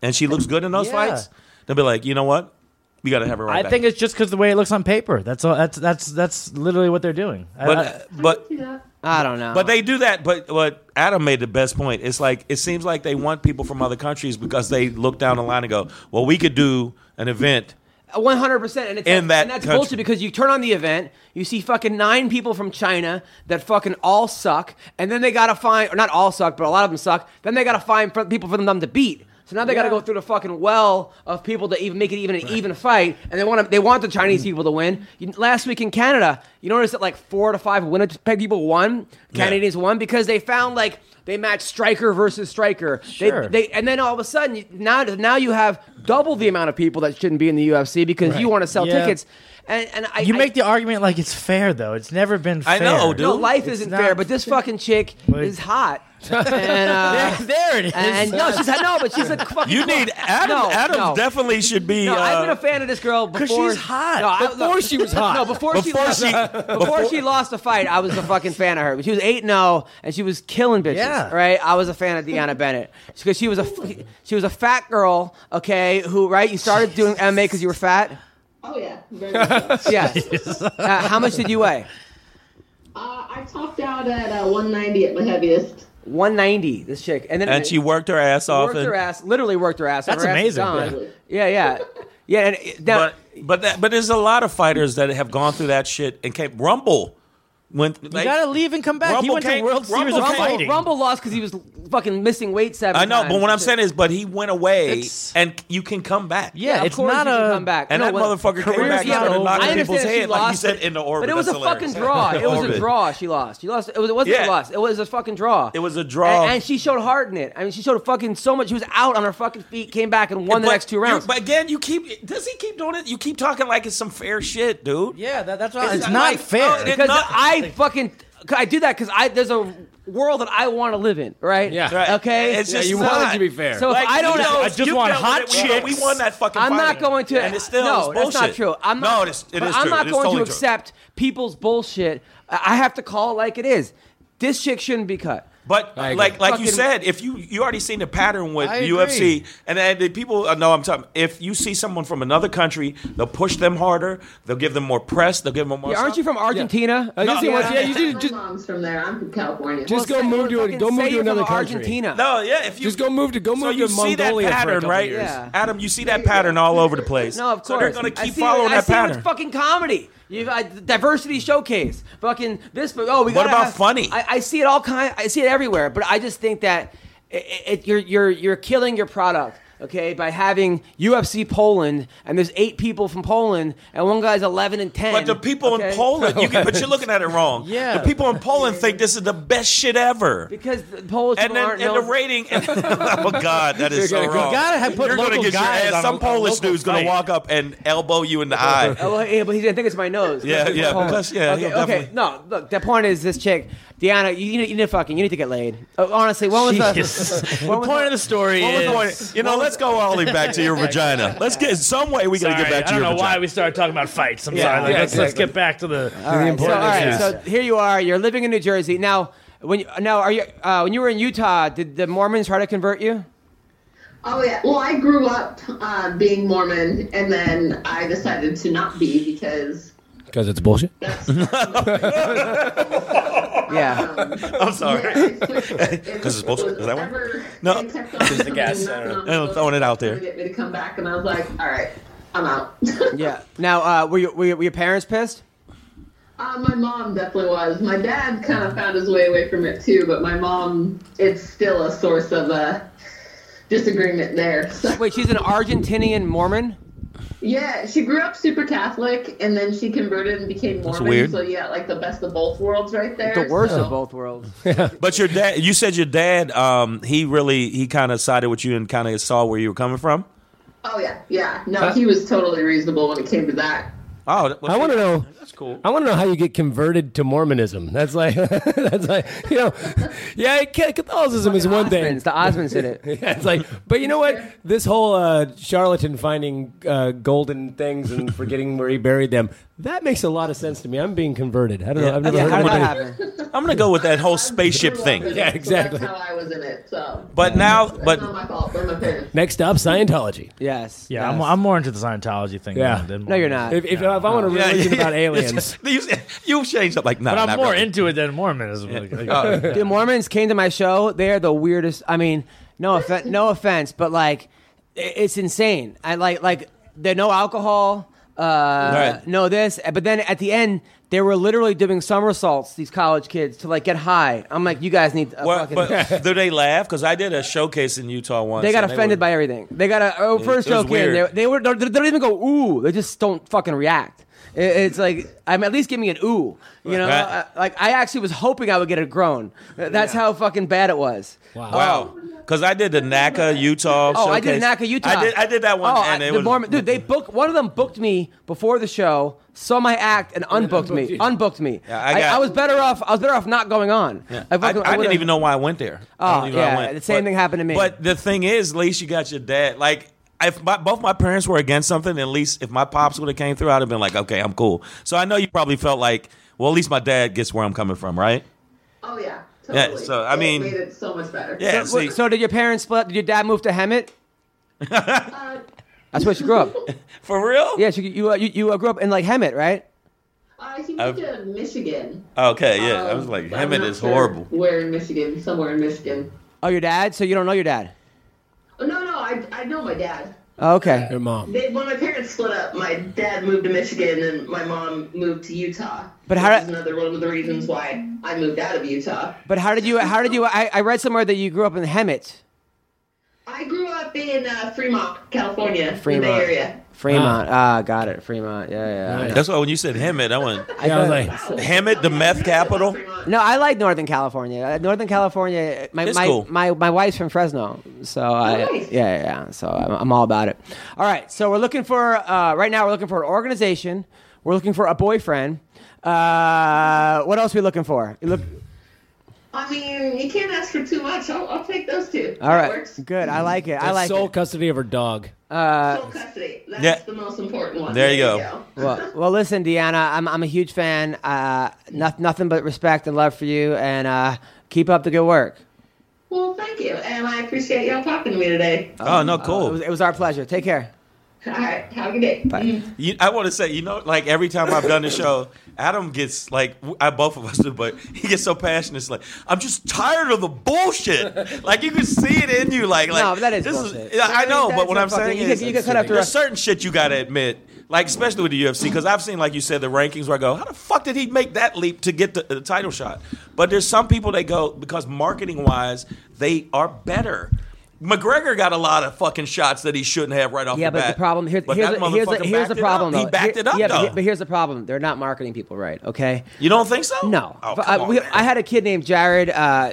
S4: and she looks good in those
S5: Yeah.
S4: fights. They'll be like, you know what? We got to have her right
S5: I
S4: back.
S5: think it's just because the way it looks on paper. That's all. That's that's that's literally what they're doing. I-
S4: but
S5: I-
S4: but
S3: I don't know.
S4: But they do that. But what Adam made the best point. It's like it seems like they want people from other countries because they look down the line and go, "Well, we could do an event."
S3: One hundred percent, and it's
S4: In that
S3: and that's
S4: country.
S3: bullshit because you turn on the event, you see fucking nine people from China that fucking all suck, and then they gotta find or not all suck, but a lot of them suck. Then they gotta find fr- people for them to beat. So now they gotta go through the fucking well of people to even make it even an even fight, and they want to, they want the Chinese people to win. You- last week in Canada, you noticed that like four to five Winnipeg people won, Canadians won because they found like. They matched striker versus striker.
S5: Sure.
S3: They, they and then all of a sudden you- now now you have double the amount of people that shouldn't be in the UFC because you want to sell
S5: Yeah.
S3: tickets. And, and I,
S5: you
S3: I-
S5: make the argument like it's fair though. It's never been. fair.
S4: I know, dude.
S3: no life
S5: It's
S3: isn't
S5: not-
S3: fair, but this fucking chick
S5: Wait.
S3: is hot. and, uh,
S5: There it is.
S3: and no, she's hot. No, but she's a fucking.
S4: You need Adam.
S3: No,
S4: Adam
S3: no.
S4: definitely should be.
S3: No, I've been
S4: uh,
S3: a fan of this girl before.
S5: she's hot.
S3: No, I-
S6: Before she was hot.
S3: No, before,
S4: Before
S3: she,
S4: she-
S3: lost, before, she lost the fight, I was a fucking fan of her. But she was eight and zero, and she was killing bitches.
S5: Yeah.
S3: right. I was a fan of Deanna Bennett because she was a f- she was a fat girl. Okay, who right? You started doing MMA because you were fat.
S8: Oh yeah. Very much so.
S3: Yeah. Uh, how much did you weigh?
S8: Uh, I topped out at uh, 190 at my heaviest.
S3: 190. This chick, and then
S4: and she worked her ass off.
S3: worked
S4: and-
S3: her ass, literally worked her ass. off.
S5: That's
S3: Her ass is
S5: amazing.
S3: gone. Yeah, yeah, yeah. And it- now,
S4: but but that, but there's a lot of fighters that have gone through that shit and came rumble. When
S5: You gotta leave and come back. he
S4: Rumble
S5: went
S4: came-
S5: to World
S4: Rumble
S5: Series of
S4: came-
S5: Fighting.
S3: Rumble, Rumble lost because he was fucking missing weight seven.
S4: I know, but
S3: times.
S4: what I'm saying is, but he went away,
S5: It's-
S4: and you can come back.
S5: Yeah,
S3: of
S5: it's
S3: course
S5: not
S3: you can
S5: a-
S3: come back.
S4: And
S3: No,
S4: that
S3: when-
S4: motherfucker came
S3: career's
S4: back and
S3: not
S4: started
S3: over.
S4: knocking
S3: I understand
S4: people's
S3: that she
S4: head, like you
S3: lost,
S4: said,
S3: but-
S4: in the orbit.
S3: But it was
S4: That's
S3: a fucking
S4: hilarious.
S3: draw. It was a
S4: Orbit.
S3: draw. She lost. She lost. It, was, it wasn't a
S4: Yeah.
S3: loss. It was a fucking draw.
S4: It was a draw.
S3: And, and she showed heart in it. I mean, she showed fucking so much. She was out on her fucking feet, came back and won the
S4: But
S3: next two
S4: you-
S3: rounds.
S4: But again, you keep does he keep doing it? You keep talking like it's some fair shit, dude.
S5: Yeah, that, that's what
S4: It's
S5: It's
S4: not
S5: not
S4: like-
S5: fair.
S4: oh, it-
S3: because
S4: not-
S3: I fucking I do that because I there's a world that I want to live in, right?
S6: Yeah.
S4: Right.
S3: Okay.
S4: It's
S6: Yeah,
S4: just
S6: you
S4: not.
S6: wanted to be fair.
S3: So if I don't
S4: you
S3: know,
S5: I just
S4: you
S5: want
S4: felt
S5: hot
S4: it. We won- We
S5: chicks.
S4: won that fucking.
S3: I'm
S4: fight.
S3: not going to.
S4: And it's still
S3: no,
S4: it's bullshit.
S3: that's not true. I'm not,
S4: no, it is. It
S3: but
S4: is
S3: I'm
S4: true.
S3: not
S4: It is
S3: going
S4: totally
S3: to
S4: true.
S3: accept people's bullshit. I I have to call it like it is. This chick shouldn't be cut.
S4: But
S6: I agree.
S4: like like you
S3: Fucking-
S4: said, if you you already seen the pattern with
S5: I
S4: the UFC,
S5: agree.
S4: and, and the people uh, know I'm talking. If you see someone from another country, they'll push them harder. They'll give them more press. They'll give them more.
S3: Yeah, aren't
S4: stuff.
S3: you from Argentina?
S6: I just
S4: No,
S6: want-
S4: yeah.
S6: yeah, you did
S8: My
S6: just
S8: mom's from there. I'm from California.
S6: Just go
S3: Say-
S6: move to a,
S3: fucking
S6: go move
S3: say
S6: to
S3: you're
S6: another
S3: from
S6: country.
S3: Argentina.
S4: No, yeah. If you
S6: Just go move to- go
S4: so
S6: move
S4: you
S6: to
S4: see
S6: Mongolia
S4: that
S6: for a
S4: pattern,
S6: couple
S4: right?
S6: years.
S3: Yeah.
S4: Adam, you see that pattern all over the place.
S3: No, of course.
S4: So they're going to
S3: I
S4: keep
S3: see
S4: following
S3: what, I
S4: that
S3: see
S4: pattern.
S3: What's fucking comedy. You uh, diversity showcase. Fucking this. but Oh, we.
S4: What
S3: gotta
S4: about
S3: have-
S4: funny?
S3: I, I see it all kind. I see it everywhere. But I just think that it, it, you're you're you're killing your product. Okay, by having UFC Poland and there's eight people from Poland and one guy's eleven and ten.
S4: But the people
S3: okay?
S4: in Poland, you can, but you're looking at it wrong.
S5: Yeah.
S4: The people in Poland think this is the best shit ever.
S3: because the Polish
S4: And
S3: people
S4: then
S3: aren't
S4: and
S3: known-
S4: the rating. And, oh God, that is so
S6: You're
S4: wrong.
S6: gonna-
S5: you gotta have put
S4: You're gonna
S5: local
S4: get your
S5: guys
S4: ass.
S5: on a-
S4: Some
S5: on a
S4: Polish
S5: local
S4: dude's going
S5: fight.
S4: to walk up and elbow you in the eye.
S3: Oh, well, yeah, but he's gonna think it's my nose.
S4: Yeah,
S3: He's
S4: yeah,
S3: Polish.
S4: because- yeah,
S3: Okay,
S4: he'll
S3: okay.
S4: definitely-
S3: No, look. The point is, this chick, Deanna, you, you, need, you need to fucking, you need to get laid. Oh, honestly, when was
S5: Jesus.
S3: the
S5: The
S3: when was
S5: point of the story
S3: when was
S5: is-
S3: the-
S4: Boy, you know, let's go all the way back to your vagina. Let's get some way we got to
S5: Sorry,
S4: get back
S5: I
S4: to
S5: don't
S4: your
S5: know why
S4: vagina.
S5: we started talking about fights. I'm
S3: Yeah,
S5: sorry. Like,
S6: yeah,
S5: let's,
S6: exactly.
S5: let's get back to the.
S3: All right, so, all right,
S6: issues.
S3: so here you are. You're living in New Jersey now. When you, now are you uh, when you were in Utah? Did the Mormons try to convert you?
S8: Oh yeah. Well, I grew up uh, being Mormon, and then I decided to not be because
S6: because it's bullshit.
S8: that's
S3: Yeah.
S8: um,
S4: I'm sorry.
S8: Because
S4: it's bullshit. Is that one?
S8: No.
S4: No.
S8: It's the
S5: gas. I
S8: don't
S4: I'm throwing it out there.
S8: Get me to come back, and I was like, all right, I'm out.
S3: Yeah. Now, uh, were, you, were, you, were your parents pissed?
S8: Uh, my mom definitely was. My dad kind of found his way away from it too, but my mom, it's still a source of uh, disagreement there. So,
S3: Wait, she's an Argentinian Mormon.
S8: yeah, she grew up super Catholic, and then she converted and became Mormon.
S4: weird.
S8: So yeah, like the best of both worlds, right there.
S3: The worst
S8: so.
S3: of both worlds.
S4: But your dad, you said your dad, um, he really, he kind of sided with you and kind of saw where you were coming from.
S8: Oh yeah, yeah. No, he was totally reasonable when it came to that.
S4: Oh, that-
S6: I want to know.
S4: That's cool.
S6: I want to know how you get converted to Mormonism. That's like, that's like, you know, yeah, Ca- Catholicism is one thing.
S3: Osmonds, the Osmonds did it.
S6: Yeah, it's like, but you know what? This whole uh, charlatan finding uh, golden things and forgetting where he buried them, That makes a lot of sense to me. I'm being converted. I don't know.
S4: Yeah,
S6: I've never
S4: yeah,
S6: heard
S4: how
S6: of
S4: did that
S6: anybody-
S3: happen?
S4: I'm gonna go with that whole spaceship thing.
S6: Yeah,
S8: So
S6: exactly.
S8: That's how I was in it. So,
S4: But now, but
S8: it's not my fault. They're my parents.
S6: Next up, Scientology.
S3: Yes.
S5: Yeah,
S3: yes.
S5: I'm, I'm more into the Scientology thing.
S6: Yeah.
S5: now than
S3: No, you're not.
S6: If, if, if I want a
S4: Oh. Yeah,
S6: religion
S4: yeah.
S6: about aliens,
S4: you, you've changed up like no,
S5: But I'm
S4: not
S5: more
S4: really.
S5: into it than Mormonism. Like,
S3: the Mormons came to my show. They are the weirdest. I mean, no offense, no offense, but like, i- it's insane. I like like there no alcohol, uh,
S4: Right.
S3: no this. But then at the end, they were literally doing somersaults. These college kids to like get high. I'm like, you guys need. A
S4: Well,
S3: fucking,
S4: but do they laugh? Because I did a showcase in Utah once.
S3: they got
S4: and
S3: offended
S4: were-
S3: by everything. They got a oh, first
S4: it was
S3: joke in. They,
S4: weird.
S3: they were they don't even go ooh. They just don't fucking react. It- it's like I'm at least give me an ooh. You know,
S4: Right.
S3: Uh, like I actually was hoping I would get a groan. Uh, That's how fucking bad it was.
S4: Wow. Because I did the NACA Utah.
S3: Oh, I did
S4: showcase.
S3: NACA Utah.
S4: I did. I did that one,
S3: Oh,
S4: and
S3: I-
S4: it
S3: the
S4: was
S3: Mormon, dude. They booked one of them booked me before the show, saw my act, and unbooked me. Unbooked me.
S4: Yeah, I got-
S3: I, was better off. I was better off not going on.
S4: I,
S3: fucking-
S4: I didn't
S3: would've-
S4: even know why I went there. I
S3: Oh,
S4: don't even know why I
S3: yeah,
S4: went.
S3: the same thing happened to me.
S4: But the thing is, at least you got your dad. Like, if my, both my parents were against something, at least if my pops would have came through, I'd have been like, okay, I'm cool. So I know you probably felt like, well, at least my dad gets where I'm coming from, right?
S8: Oh yeah.
S4: Yeah,
S8: Totally.
S4: so, I
S8: It
S4: mean-
S8: made it so much better.
S4: Yeah.
S3: So,
S4: see,
S3: so did your parents split? Did your dad move to Hemet?
S8: Uh,
S3: That's where she grew up.
S4: for real?
S3: yeah, she, you uh, you, you uh, grew up in like Hemet, right?
S8: uh, he moved to Michigan.
S4: Okay. Oh, Yeah. I was
S8: Um,
S4: like,
S8: but
S4: him
S8: I'm
S4: and
S8: not
S4: is
S8: sure
S4: horrible.
S8: Where in Michigan? Somewhere in Michigan.
S3: Oh, your dad. So you don't know your dad.
S8: Oh, no, no, I, I know my dad.
S3: Oh, okay.
S6: your mom.
S8: They, when my parents split up, my dad moved to Michigan and my mom moved to Utah.
S3: But
S8: which
S3: how-
S8: is another one of the reasons why I moved out of Utah.
S3: But how did you? uh, How did you? I, I read somewhere that you grew up in Hemet,
S8: I grew up in uh, Fremont, California, in the
S3: Fremont.
S8: Bay Area.
S3: Fremont. Ah, got it. Fremont. Yeah, yeah. I know.
S4: That's why when you said him it, I went.
S3: I
S6: Yeah, I was
S3: thought-
S6: like,
S4: Him it, the meth capital.
S8: Fremont.
S3: No, I like Northern California. Uh, Northern California. My
S4: It's
S3: my,
S4: cool.
S3: my my wife's from Fresno, so I yeah
S8: Nice.
S3: yeah. yeah. So I'm, I'm all about it. All right, so we're looking for uh, right now. We're looking for an organization. We're looking for a boyfriend. Uh, what else are we looking for? You look
S8: I mean, you can't ask for too much. I'll, I'll take those two.
S3: all
S8: That
S3: right.
S8: works.
S3: Good. I like it. I
S6: That's
S3: like
S6: sole
S3: it.
S6: custody of her dog.
S8: Sole custody. That's
S4: Yeah.
S8: the most important one.
S4: There you
S8: go.
S3: Well, well, listen, Deanna, I'm I'm a huge fan. Uh, noth- nothing but respect and love for you, and uh, keep up the good work.
S8: Well, thank you, and I appreciate y'all talking to me today.
S3: Uh,
S4: Oh no,
S8: uh,
S3: It was,
S4: cool.
S3: it was our pleasure. Take care.
S8: All right, have a good day.
S3: Bye.
S4: You, I want to say, you know, like every time I've done the show, Adam gets like, w- I both of us do, but he gets so passionate. It's like, I'm just tired of the bullshit. Like you can see it in you, like, like
S3: No, but that is
S4: this
S3: bullshit.
S4: is. I- I know,
S3: That is
S4: but what
S3: a
S4: I'm
S3: fucking-
S4: saying
S3: you could-
S4: is,
S3: you could cut after
S4: there's
S3: a-
S4: certain shit you gotta admit. Like especially with the UFC, because I've seen, like you said, the rankings where I go, how the fuck did he make that leap to get the, the title shot? But there's some people that go because marketing wise, they are better. McGregor got a lot of fucking shots that he shouldn't have right off
S3: Yeah,
S4: the
S3: but
S4: bat.
S3: the problem here,
S4: But
S3: here's,
S4: that
S3: the, here's, the,
S4: motherfucker
S3: here's
S4: backed
S3: the
S4: it up.
S3: problem.
S4: He
S3: though.
S4: backed
S3: Here-
S4: it up
S3: yeah,
S4: though.
S3: But, but here's the problem: they're not marketing people right. Okay.
S4: You don't think so?
S3: No.
S4: Oh,
S3: But,
S4: come
S3: uh,
S4: on,
S3: we-
S4: man.
S3: I had a kid named Jared. Uh,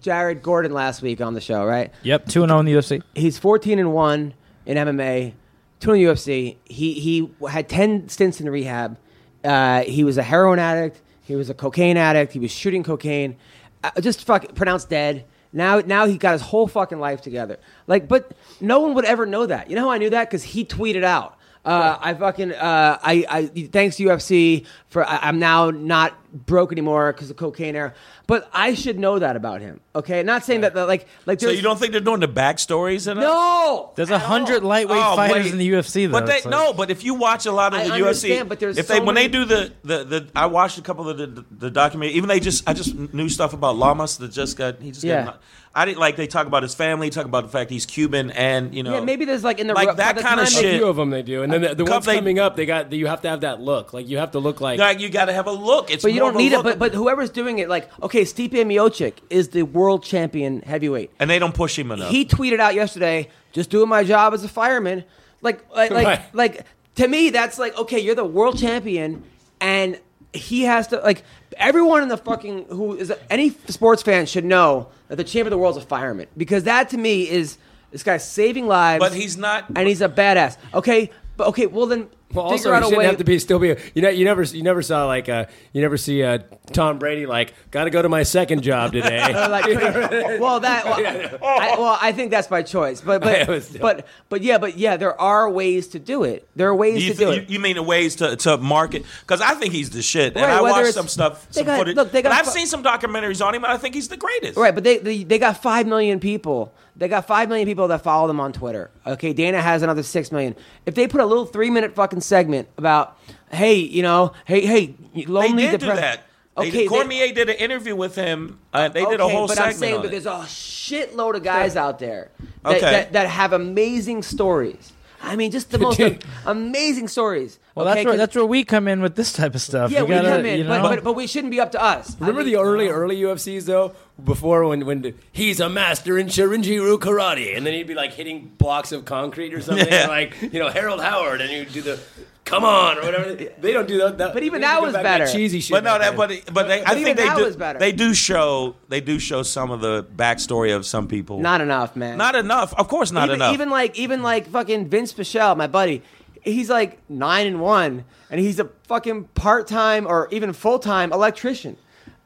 S3: Jared Gordon last week on the show, right?
S5: yep, two and zero in the UFC.
S3: He's 14 and one in MMA, two in the UFC. He he had 10 stints in rehab. Uh, he was a heroin addict. He was a cocaine addict. He was shooting cocaine. Uh, just fuck, pronounced dead. Now now he got his whole fucking life together. Like, but no one would ever know that. You know how I knew that? Because he tweeted out. Uh, I fucking uh, I, I thanks UFC for I, I'm now not broke anymore because of cocaine era. But I should know that about him. Okay, not saying that, that like like
S4: So
S3: there's-
S4: you don't think they're doing the backstories and
S3: no.
S5: There's a hundred lightweight
S4: Oh,
S5: fighters
S4: wait.
S5: in the UFC, though.
S4: But they,
S5: It's like-
S4: no, but if you watch a lot of
S3: I
S4: the UFC,
S3: understand, but there's
S4: if
S3: so
S4: they when they
S3: many-
S4: do the, the the I watched a couple of the the, the documentary. Even they just I just knew stuff about Lamas that just got he just
S3: Yeah.
S4: got. knocked- I didn't like they talk about his family, talk about the fact he's Cuban, and you know
S3: Yeah, maybe there's like in the
S4: Like
S3: ro- by
S4: that
S3: the
S4: kinda
S3: time they-
S6: A
S4: shit.
S6: few of them they do, and then the, the
S4: Cup
S6: ones
S4: they-
S6: coming up, they got you have to have that look. Like you have to look like.
S4: like you got to have a look. It's
S3: But you
S4: more
S3: don't
S4: of a
S3: need it.
S4: look.
S3: But but whoever's doing it, like okay, Stipe Miocic is the world champion heavyweight.
S4: and they don't push him enough.
S3: He tweeted out yesterday, "Just doing my job as a fireman." Like like like,
S6: Right.
S3: like to me, that's like okay, you're the world champion, and he has to like everyone in the fucking who is any sports fan should know that the champion of the world's a fireman because that to me is this guy's saving lives.
S4: But he's not-
S3: and he's a badass. Okay, but okay, well then
S6: Well,
S9: Figure out
S6: also, you
S9: a
S6: shouldn't
S9: way-
S6: have to be still be. You know, you never, you never saw like, uh, you never see uh, Tom Brady like, got to go to my second job today.
S3: like, well, that well I, well, I think that's by choice, but
S6: It
S3: but
S6: was-
S3: but but yeah, but yeah, there are ways to do it. There are ways
S4: You,
S3: to do
S4: th-
S3: it.
S4: you, you mean the ways to, to market? Because I think he's the shit. And
S3: Right,
S4: I
S3: whether
S4: watched
S3: it's-
S4: some stuff,
S3: they
S4: some
S3: got-
S4: footage.
S3: look, they got
S4: and I've
S3: fu-
S4: seen some documentaries on him, and I think he's the greatest.
S3: Right, but they, they they got five million people. They got five million people that follow them on Twitter. Okay, Dana has another six million. If they put a little three minute fucking segment about, hey, you know, hey, hey,
S4: They
S3: lonely
S4: did do
S3: depre-
S4: that.
S3: Okay,
S4: Okay,
S3: they-
S4: Cormier did an interview with him. Uh, they did a
S3: okay,
S4: whole
S3: but
S4: segment.
S3: I'm saying
S4: on
S3: that
S4: it.
S3: there's a shitload of guys out there that,
S4: Okay.
S3: that, that have amazing stories. I mean, just the most
S6: Dude.
S3: amazing stories.
S5: Well,
S3: okay,
S5: that's where
S3: 'cause-
S5: that's where we come in with this type of stuff.
S3: yeah,
S5: You
S3: we
S5: gotta,
S3: come in,
S5: you know?
S3: but, but but we shouldn't be up to us. I
S6: Remember
S3: mean,
S6: the early, early UFCs though, before when when the- he's a master in Shirinjiru karate, and then he'd be like hitting blocks of concrete or something,
S4: Yeah.
S6: and, like you know Harold Howard, and he'd do the come on or whatever. They don't do that. that
S3: But even
S6: they need
S3: that
S6: to go
S3: was
S6: back to
S3: better.
S6: cheesy shit.
S4: But no,
S6: back
S4: that
S6: then.
S4: but, but they, I
S3: But
S4: think
S3: even
S4: they
S3: that
S4: do.
S3: was better.
S4: They do show. They do show some of the backstory of some people.
S3: Not enough, man.
S4: Not enough. Of course, not
S3: even,
S4: enough.
S3: Even like even like fucking Vince Pichel, my buddy, he's like nine and one, and he's a fucking part time or even full time electrician.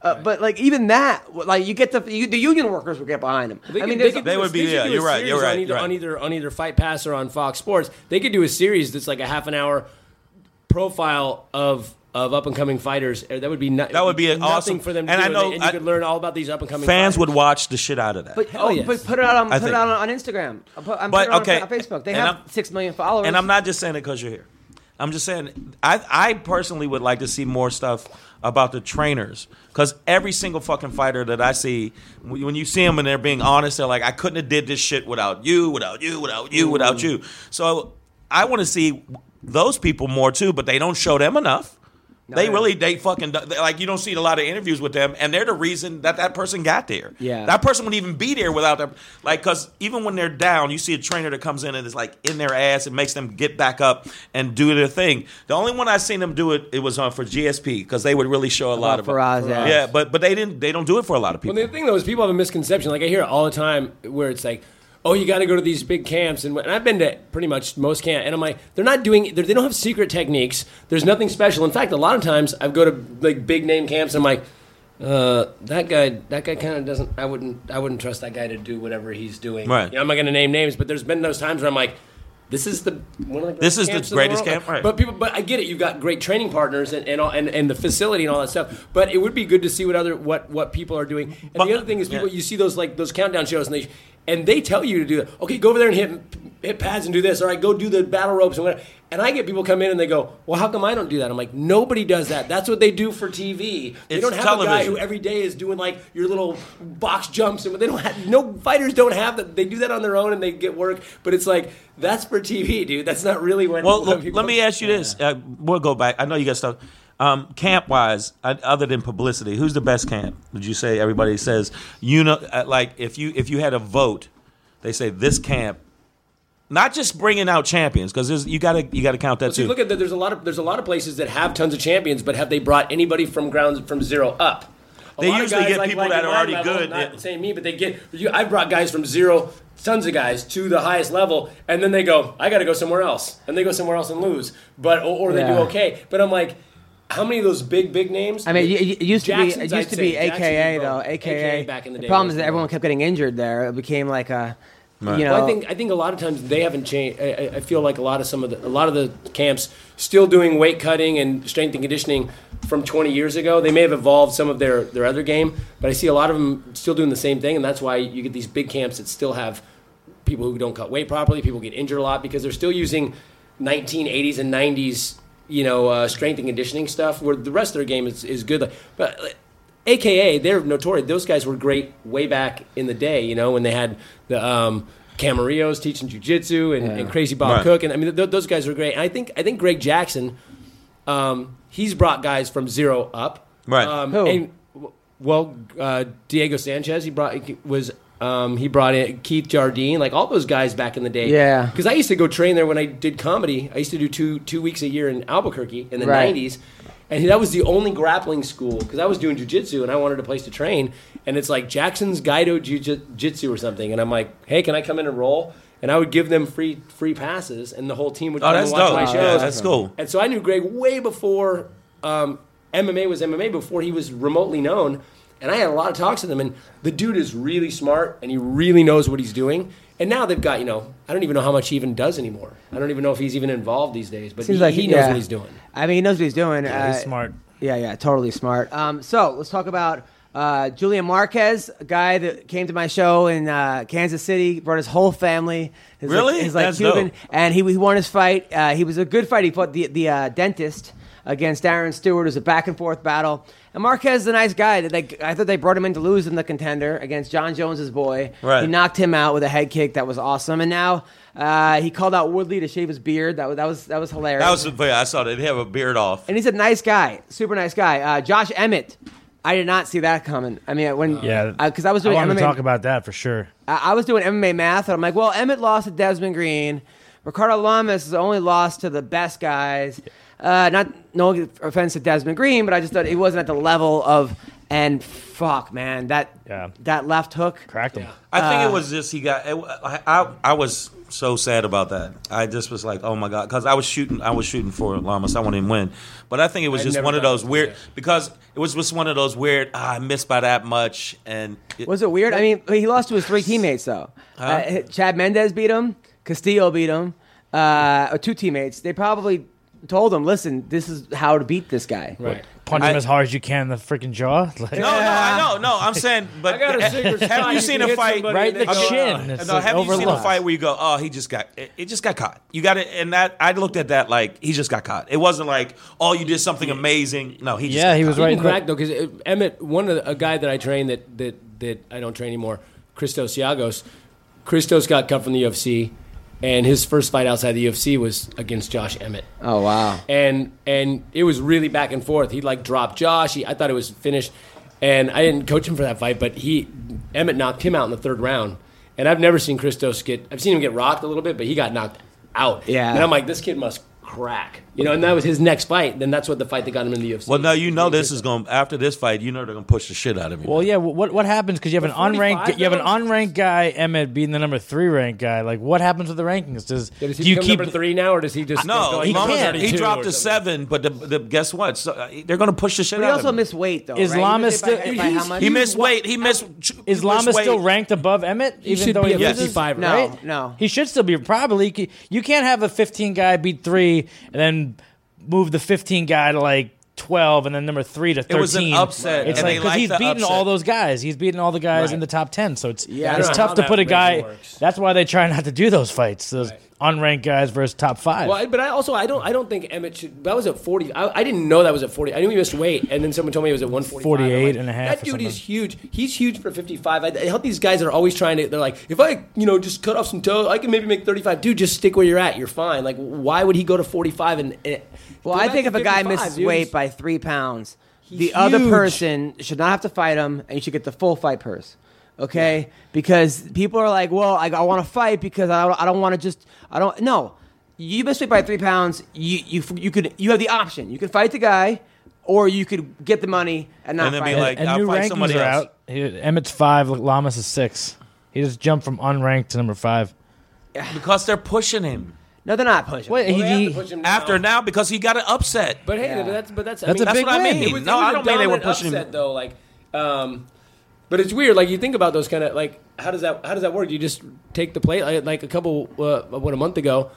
S3: Uh, But like even that, w- like you get the you, the union workers will get behind him. I
S6: They could-
S3: mean,
S6: they,
S3: there's
S6: could
S3: a-
S6: do
S4: They
S6: a
S4: would be-
S6: series-
S4: yeah,
S6: they could do
S4: you're
S6: a
S4: right,
S6: series
S4: you're right,
S6: On either,
S4: you're right.
S6: on either on either Fight Pass or on Fox Sports, they could do a series that's like a half an hour profile of of up and coming fighters. That would be no,
S4: That would be an
S6: nothing
S4: awesome-
S6: for them. To
S4: and
S6: do,
S4: I know-
S6: and, you
S4: I-
S6: could learn all about these up and coming
S4: Fans
S6: fighters.
S4: would watch the shit out of that.
S3: But,
S6: Hell
S3: oh,
S6: yes.
S3: but put it out on
S4: I
S3: put it
S4: think-
S3: out on, on Instagram. I put, I'm
S4: But,
S3: put it on-
S4: okay,
S3: on Facebook. They
S4: and
S3: have
S4: I'm-
S3: six million followers.
S4: and I'm not just saying it because you're here. I'm just saying I I personally would like to see more stuff about the trainers because every single fucking fighter that I see, when when you see them and they're being honest, they're like, I couldn't have did this shit without you, without you, without you, without you. So I want to see those people more too, but they don't show them enough. they
S3: they-
S4: really they fucking do- they- like you don't see a lot of interviews with them, and they're the reason that that person got there.
S3: Yeah.
S4: that person wouldn't even be there without them. Like, because even when they're down, you see a trainer that comes in and is like in their ass and makes them get back up and do their thing. The only one I seen them do it, it was on for GSP because they would really show a lot of
S3: Faraz, Uh, yeah.
S4: yeah, but but they didn't. They don't do it for a lot of people.
S6: Well, the thing though is people have a misconception. Like I hear it all the time, where it's like, "Oh, you got to go to these big camps," and, wh- and I've been to pretty much most camp, and I'm like, they're not doing. They're, they don't have secret techniques. There's nothing special. In fact, a lot of times I go to like big name camps, and I'm like. Uh, that guy, that guy kind of doesn't. I wouldn't, I wouldn't trust that guy to do whatever he's doing.
S4: Right.
S6: You know, I'm not going to name names, but there's been those times where I'm like, this is the one of the
S4: This
S6: greatest
S4: is the
S6: camps in
S4: greatest
S6: world.
S4: camp, right.
S6: But people, but I get it. You've got great training partners and and, all, and and the facility and all that stuff. But it would be good to see what other what what people are doing. And
S4: But-
S6: the other thing is, people
S4: yeah.
S6: you see those like those countdown shows and they and they tell you to do that. Okay, go over there and hit hit pads and do this. All right, go do the battle ropes and whatever. And I get people come in and they go, "Well, how come I don't do that?" I'm like, "Nobody does that. That's what they do for TV. They
S4: It's
S6: don't have a guy
S4: television.
S6: who every day is doing like your little box jumps and they don't have no fighters don't have that. They do that on their own and they get work. But it's like that's for TV, dude. That's not really when.
S4: Well,
S6: when
S4: let,
S6: people-
S4: let me ask you this. Uh, we'll go back. I know you got stuff. Um, camp wise, other than publicity, who's the best camp? Would you say everybody says you know? Uh, like if you if you had a vote, they say this camp. Not just bringing out champions because you gotta you gotta count that
S6: So
S4: too.
S6: you look at that. There's a lot of there's a lot of places that have tons of champions, but have they brought anybody from ground from zero up? A
S4: They
S6: lot of
S4: usually
S6: guys
S4: get people that
S6: in
S4: are
S6: my
S4: already
S6: level,
S4: good,
S6: Not
S4: yeah.
S6: saying me, but they get. You, I brought guys from zero, tons of guys to the highest level, and then they go, I got to go somewhere else, and they go somewhere else and lose, but or, or they do
S3: Yeah.
S6: okay. But I'm like, how many of those big big names?
S3: I mean, it, it used to be
S6: Jackson's,
S3: it used to
S6: I'd
S3: be
S6: say.
S3: AKA
S6: Jackson,
S3: though
S6: bro.
S3: AKA.
S6: back in the day.
S3: problem
S6: was
S3: is that
S6: the
S3: everyone
S6: one.
S3: kept getting injured there. It became like a, you know.
S6: Well, I think I think a lot of times they haven't changed. I, I- I feel like a lot of some of the a lot of the camps still doing weight cutting and strength and conditioning from 20 years ago. They may have evolved some of their their other game, but I see a lot of them still doing the same thing, and that's why you get these big camps that still have people who don't cut weight properly. People get injured a lot because they're still using 1980s and 90s, you know, uh, strength and conditioning stuff. Where the rest of their game is is good, but. uh, AKA, they're notorious. Those guys were great way back in the day, you know, when they had the um, Camarillos teaching jujitsu and, and Crazy Bob
S4: Right.
S6: Cook, and I mean, th- those guys were great. And I think I think Greg Jackson, um, he's brought guys from zero up,
S4: Right.
S6: Um,
S3: Who?
S6: And, w- well, uh, Diego Sanchez, he brought he was. Um, he brought in Keith Jardine, like all those guys back in the day.
S3: Yeah.
S6: because I used to go train there when I did comedy. I used to do two two weeks a year in Albuquerque in the
S3: Right.
S6: '90s, and that was the only grappling school because I was doing jujitsu and I wanted a place to train. And it's like Jackson's Gaido Jiu Jitsu or something. And I'm like, hey, can I come in and roll? and I would give them free free passes, and the whole team would
S4: Oh,
S6: come
S4: that's
S6: and watch
S4: dope.
S6: my
S4: Yeah,
S6: shows.
S4: that's cool.
S6: And so I knew Greg way before um, MMA was MMA, before he was remotely known. And I had a lot of talks with him. And the dude is really smart and he really knows what he's doing. And now they've got, you know, I don't even know how much he even does anymore. I don't even know if he's even involved these days, but
S3: Seems
S6: he,
S3: like
S6: he knows
S3: yeah.
S6: what he's doing.
S3: I mean, he knows what he's doing.
S5: Yeah, he's
S3: Uh,
S5: smart.
S3: Yeah, yeah, totally smart. Um, so let's talk about uh, Julian Marquez, a guy that came to my show in uh, Kansas City, brought his whole family. His,
S4: Really?
S3: Like, his like
S4: That's
S3: Cuban,
S4: dope.
S3: and he, he won his fight. Uh, he was a good fight. He fought the the uh, dentist against Aaron Stewart. It was a back and forth battle. And Marquez is a nice guy. That they, I thought they brought him in to lose in the contender against John Jones's boy.
S4: Right.
S3: He knocked him out with a head kick that was awesome. And now uh, he called out Woodley to shave his beard. That was that was that was hilarious.
S4: That was the I saw that. They have a beard off.
S3: And he's a nice guy, super nice guy. Uh, Josh Emmett. I did not see that coming. I mean, when
S5: Yeah,
S3: because Uh, I was doing
S5: I want
S3: MMA
S5: to talk about that for sure.
S3: I I was doing MMA math, and I'm like, well, Emmett lost to Desmond Green. Ricardo Lamas has only lost to the best guys. Uh, not no offense to Desmond Green, but I just thought he wasn't at the level of. And fuck, man, that
S5: Yeah.
S3: that left hook.
S5: Cracked him.
S4: I think it was just he got. It, I, I I was so sad about that. I just was like, oh my god, because I was shooting. I was shooting for Lamas. I wanted him to win, but I think it was
S6: I
S4: just
S6: never
S4: one of
S6: thought
S4: those
S6: about
S4: weird
S6: that.
S4: because it was just one of those weird. Ah, I missed by that much, and it,
S3: Was it weird? I mean, he lost to his three teammates though. Uh, Chad Mendez beat him. Castillo beat him. Uh, or two teammates. They probably told him, "Listen, this is how to beat this guy."
S6: Right.
S5: Punch
S4: I-
S5: him as hard as you can in the freaking jaw. Like,
S4: No, no, I know, no. I'm saying, but
S6: I got a
S4: have
S6: secret spot.
S4: you
S6: You
S4: seen a
S6: can hit
S4: fight?
S6: somebody
S5: Right in
S6: and
S5: the
S6: they go,
S5: chin.
S6: "Ah."
S5: It's
S4: no,
S5: like
S4: have you seen a
S5: overlooked.
S4: fight where you go, oh, he just got, it, it just got caught. You got it, and that I looked at that like he just got caught. It wasn't like, oh, you did something amazing. No, he just
S5: Yeah,
S4: got
S5: he was
S4: caught.
S5: right.
S6: Even crack though, because Emmett, one of the, a guy that I trained that that that I don't train anymore, Christos Siagos. Christos got cut from the UFC, and his first fight outside the UFC was against Josh Emmett,
S3: Oh wow.
S6: and and it was really back and forth. He like dropped Josh. He, I thought it was finished, and I didn't coach him for that fight, but he Emmett knocked him out in the third round, and I've never seen Christos get. I've seen him get rocked a little bit, but he got knocked out.
S3: Yeah.
S6: and I'm like, this kid must crack, you know. And that was his next fight. Then that's what the fight that got him in the UFC.
S4: Well, no, you know this is going to after this fight. You know they're going to push the shit out of him.
S5: Well, yeah. wh- What what happens because you have an
S6: But 45
S5: unranked you have an
S6: though?
S5: unranked guy Emmett beating the number three ranked guy. Like, what happens with the rankings? Does,
S6: Yeah, does he
S5: do you
S6: become
S5: keep
S6: number three now, or does he just
S4: No,
S6: go,
S4: he,
S6: Mama's
S5: can't.
S6: 32
S4: he dropped
S6: or
S4: to
S6: something.
S4: seven, but the, the guess what? So, uh, they're going to push the shit
S3: But he
S4: out
S3: also
S4: of him.
S3: missed weight though.
S5: Islam
S3: right?
S5: is still-
S3: by, by how
S5: he's-
S3: much?
S4: He missed weight. He missed.
S5: Islam is still
S4: ranked.
S5: ranked above Emmett,
S6: He
S5: even
S6: should
S5: though
S6: be
S5: he
S6: a
S4: Yes.
S5: loses.
S6: 55,
S3: No,
S6: right?
S3: no.
S5: He should still be probably. You can't have a 15 guy beat three and then move the 15 guy to like 12 and then number three to 13.
S4: It was an upset,
S5: It's
S4: and
S5: like
S4: they
S5: because
S4: liked
S5: he's
S4: the
S5: beaten all
S4: upset.
S5: those guys. He's beaten all the guys
S6: Right.
S5: in the top 10. So it's
S6: I
S5: yeah,
S6: don't
S5: it's
S6: know
S5: tough
S6: how
S5: to
S6: that
S5: put a
S6: rating
S5: guy.
S6: works.
S5: That's why they try not to do those fights. Those
S6: Right.
S5: unranked guys versus top five.
S6: Well, I- but I also I don't I don't think Emmett should. That was at forty. I, I didn't know that was at forty. I knew he missed weight, and then someone told me it was at one forty.
S5: 48 and a half
S6: That
S5: or
S6: dude is
S5: something.
S6: huge. He's huge for fifty five. I, I help these guys that are always trying to. They're like, if I you know just cut off some toes, I can maybe make thirty five. Dude, just stick where you're at. You're fine. Like, why would he go to forty five and, and?
S3: Well,
S6: go
S3: I
S6: back
S3: think
S6: to
S3: if a guy
S6: 55,
S3: misses
S6: dude.
S3: weight by three pounds, the other
S6: huge.
S3: person should not have to fight him, and you should get the full fight purse. Okay, because people are like, "Well, I, I want to fight because I don't, I don't want to just I don't no." You miss weight by three pounds. You you you could you have the option. You could fight the guy, or you could get the money and not
S4: And then
S3: fight
S4: be
S3: him.
S4: like,
S5: and
S4: I'll
S5: new
S4: fight
S5: rankings
S4: somebody
S5: are
S4: else.
S5: out. He- Emmett's five, Lamas is six. He just jumped from unranked to number five.
S4: because they're pushing him
S3: "No, they're not pushing."
S5: Wait,
S6: Well,
S5: he,
S6: they have to
S5: he-
S6: push him down.
S4: after now because he got an upset.
S6: But hey,
S3: Yeah.
S6: that's but that's
S5: That's
S6: I mean,
S5: a big
S6: that's what
S5: win.
S6: I mean.
S5: It
S4: was- it was a dominant
S6: upset,
S4: upset,
S6: though. Like, um, but it's weird. Like you think about those kind of like how does that how does that work? You just take the plate like, like a couple uh, what a month ago.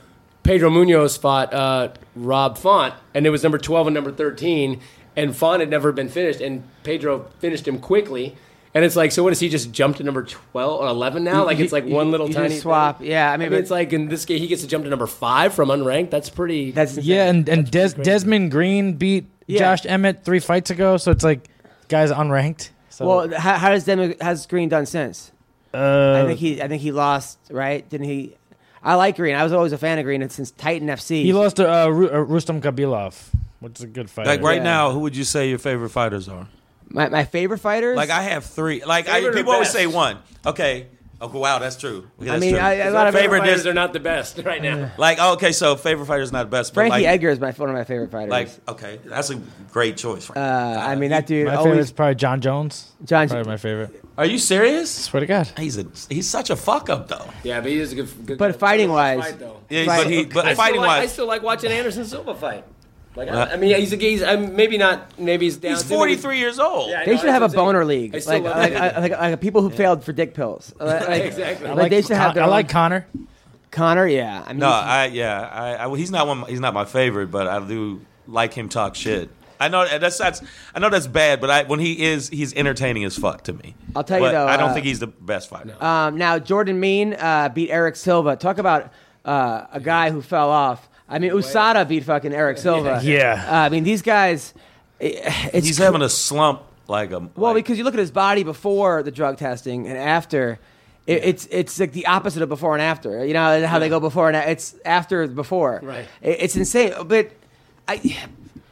S6: Pedro Munoz fought uh, Rob Font, and it was number twelve and number thirteen, and Font had never been finished, and Pedro finished him quickly, and it's like, so what does he just jump to number twelve or eleven now? Like it's like
S3: you-
S6: one little
S3: you just
S6: tiny
S3: swap.
S6: thing.
S3: Yeah, I
S6: I
S3: mean,
S6: mean,
S3: but-
S6: it's like in this case he gets to jump to number five from unranked. That's pretty.
S3: That's
S5: yeah, and and Des, Desmond Green beat
S3: Yeah.
S5: Josh Emmett three fights ago. So it's like guys unranked. So
S3: well, how, how does Demi, has Green done since?
S5: uh,
S3: I think he I think he lost right. Didn't he? I like Green. I was always a fan of Green, and since Titan FC,
S5: he lost to uh, Ru- uh, Rustam Kabilov, which is a good fight.
S4: Like right
S3: Yeah.
S4: now, who would you say your favorite fighters are?
S3: My, my favorite fighters.
S4: Like I have three. Like I,
S6: Favorite or
S4: people always
S6: best?
S4: say one. Okay, Oh, wow, that's true. Yeah,
S3: I
S4: that's
S3: mean,
S4: true.
S3: I- a
S4: Because
S3: lot
S4: my
S3: of
S4: favorite
S3: everybody's-
S4: dis-
S6: Fighters are not the best right now.
S4: like oh, okay, so favorite fighter is not best, but
S3: Frankie
S4: like,
S3: Edgar is my one of my favorite fighters.
S4: like okay, that's a great choice. Frank.
S3: uh, I mean, that dude
S5: My favorite
S3: always.
S5: is probably John Jones.
S3: John-
S5: probably my favorite.
S4: Are you serious?
S5: Swear to God.
S4: He's a he's such a fuck up though.
S6: Yeah, but he is a good. good
S3: But fighting-wise-
S6: fight, though.
S4: Yeah,
S3: Right.
S4: but he but
S6: I still
S4: fighting
S6: like, I
S4: wise,
S6: still like watching Anderson Silva fight. Like
S4: Uh,
S6: I, I mean, he's a he's I'm, maybe not maybe he's down.
S4: he's 43 years old.
S6: Yeah, I
S3: They
S6: know,
S3: should have a
S6: that's what I'm
S3: boner
S6: saying.
S3: league,
S6: I still
S3: like uh,
S6: love
S3: like,
S6: that.
S3: like, like, people who failed for dick pills. Like, like-
S6: Exactly. I
S3: Like, they should have.
S5: Con-
S3: Their
S5: I
S3: own-
S5: like Connor.
S3: Connor. Yeah, I mean,
S4: No, I yeah, I, I he's not one. He's not my favorite, but I do like him talk shit. I know that's that's I know that's bad, but I when he is, he's entertaining as fuck to me.
S3: I'll tell you
S4: But
S3: though,
S4: I don't
S3: uh,
S4: think he's the best fighter.
S3: Um, now Jordan Mean uh, beat Eric Silva. Talk about uh, a guy who fell off. I mean, Usada beat fucking Eric Silva.
S5: Yeah.
S3: Uh, I mean, these guys. it- it's
S4: He's having a slump like a
S3: well
S4: like-
S3: because you look at his body before the drug testing and after. It, It's it's like the opposite of before and after. You know how they go before and a- it's after before.
S6: Right.
S3: It- it's insane, but I.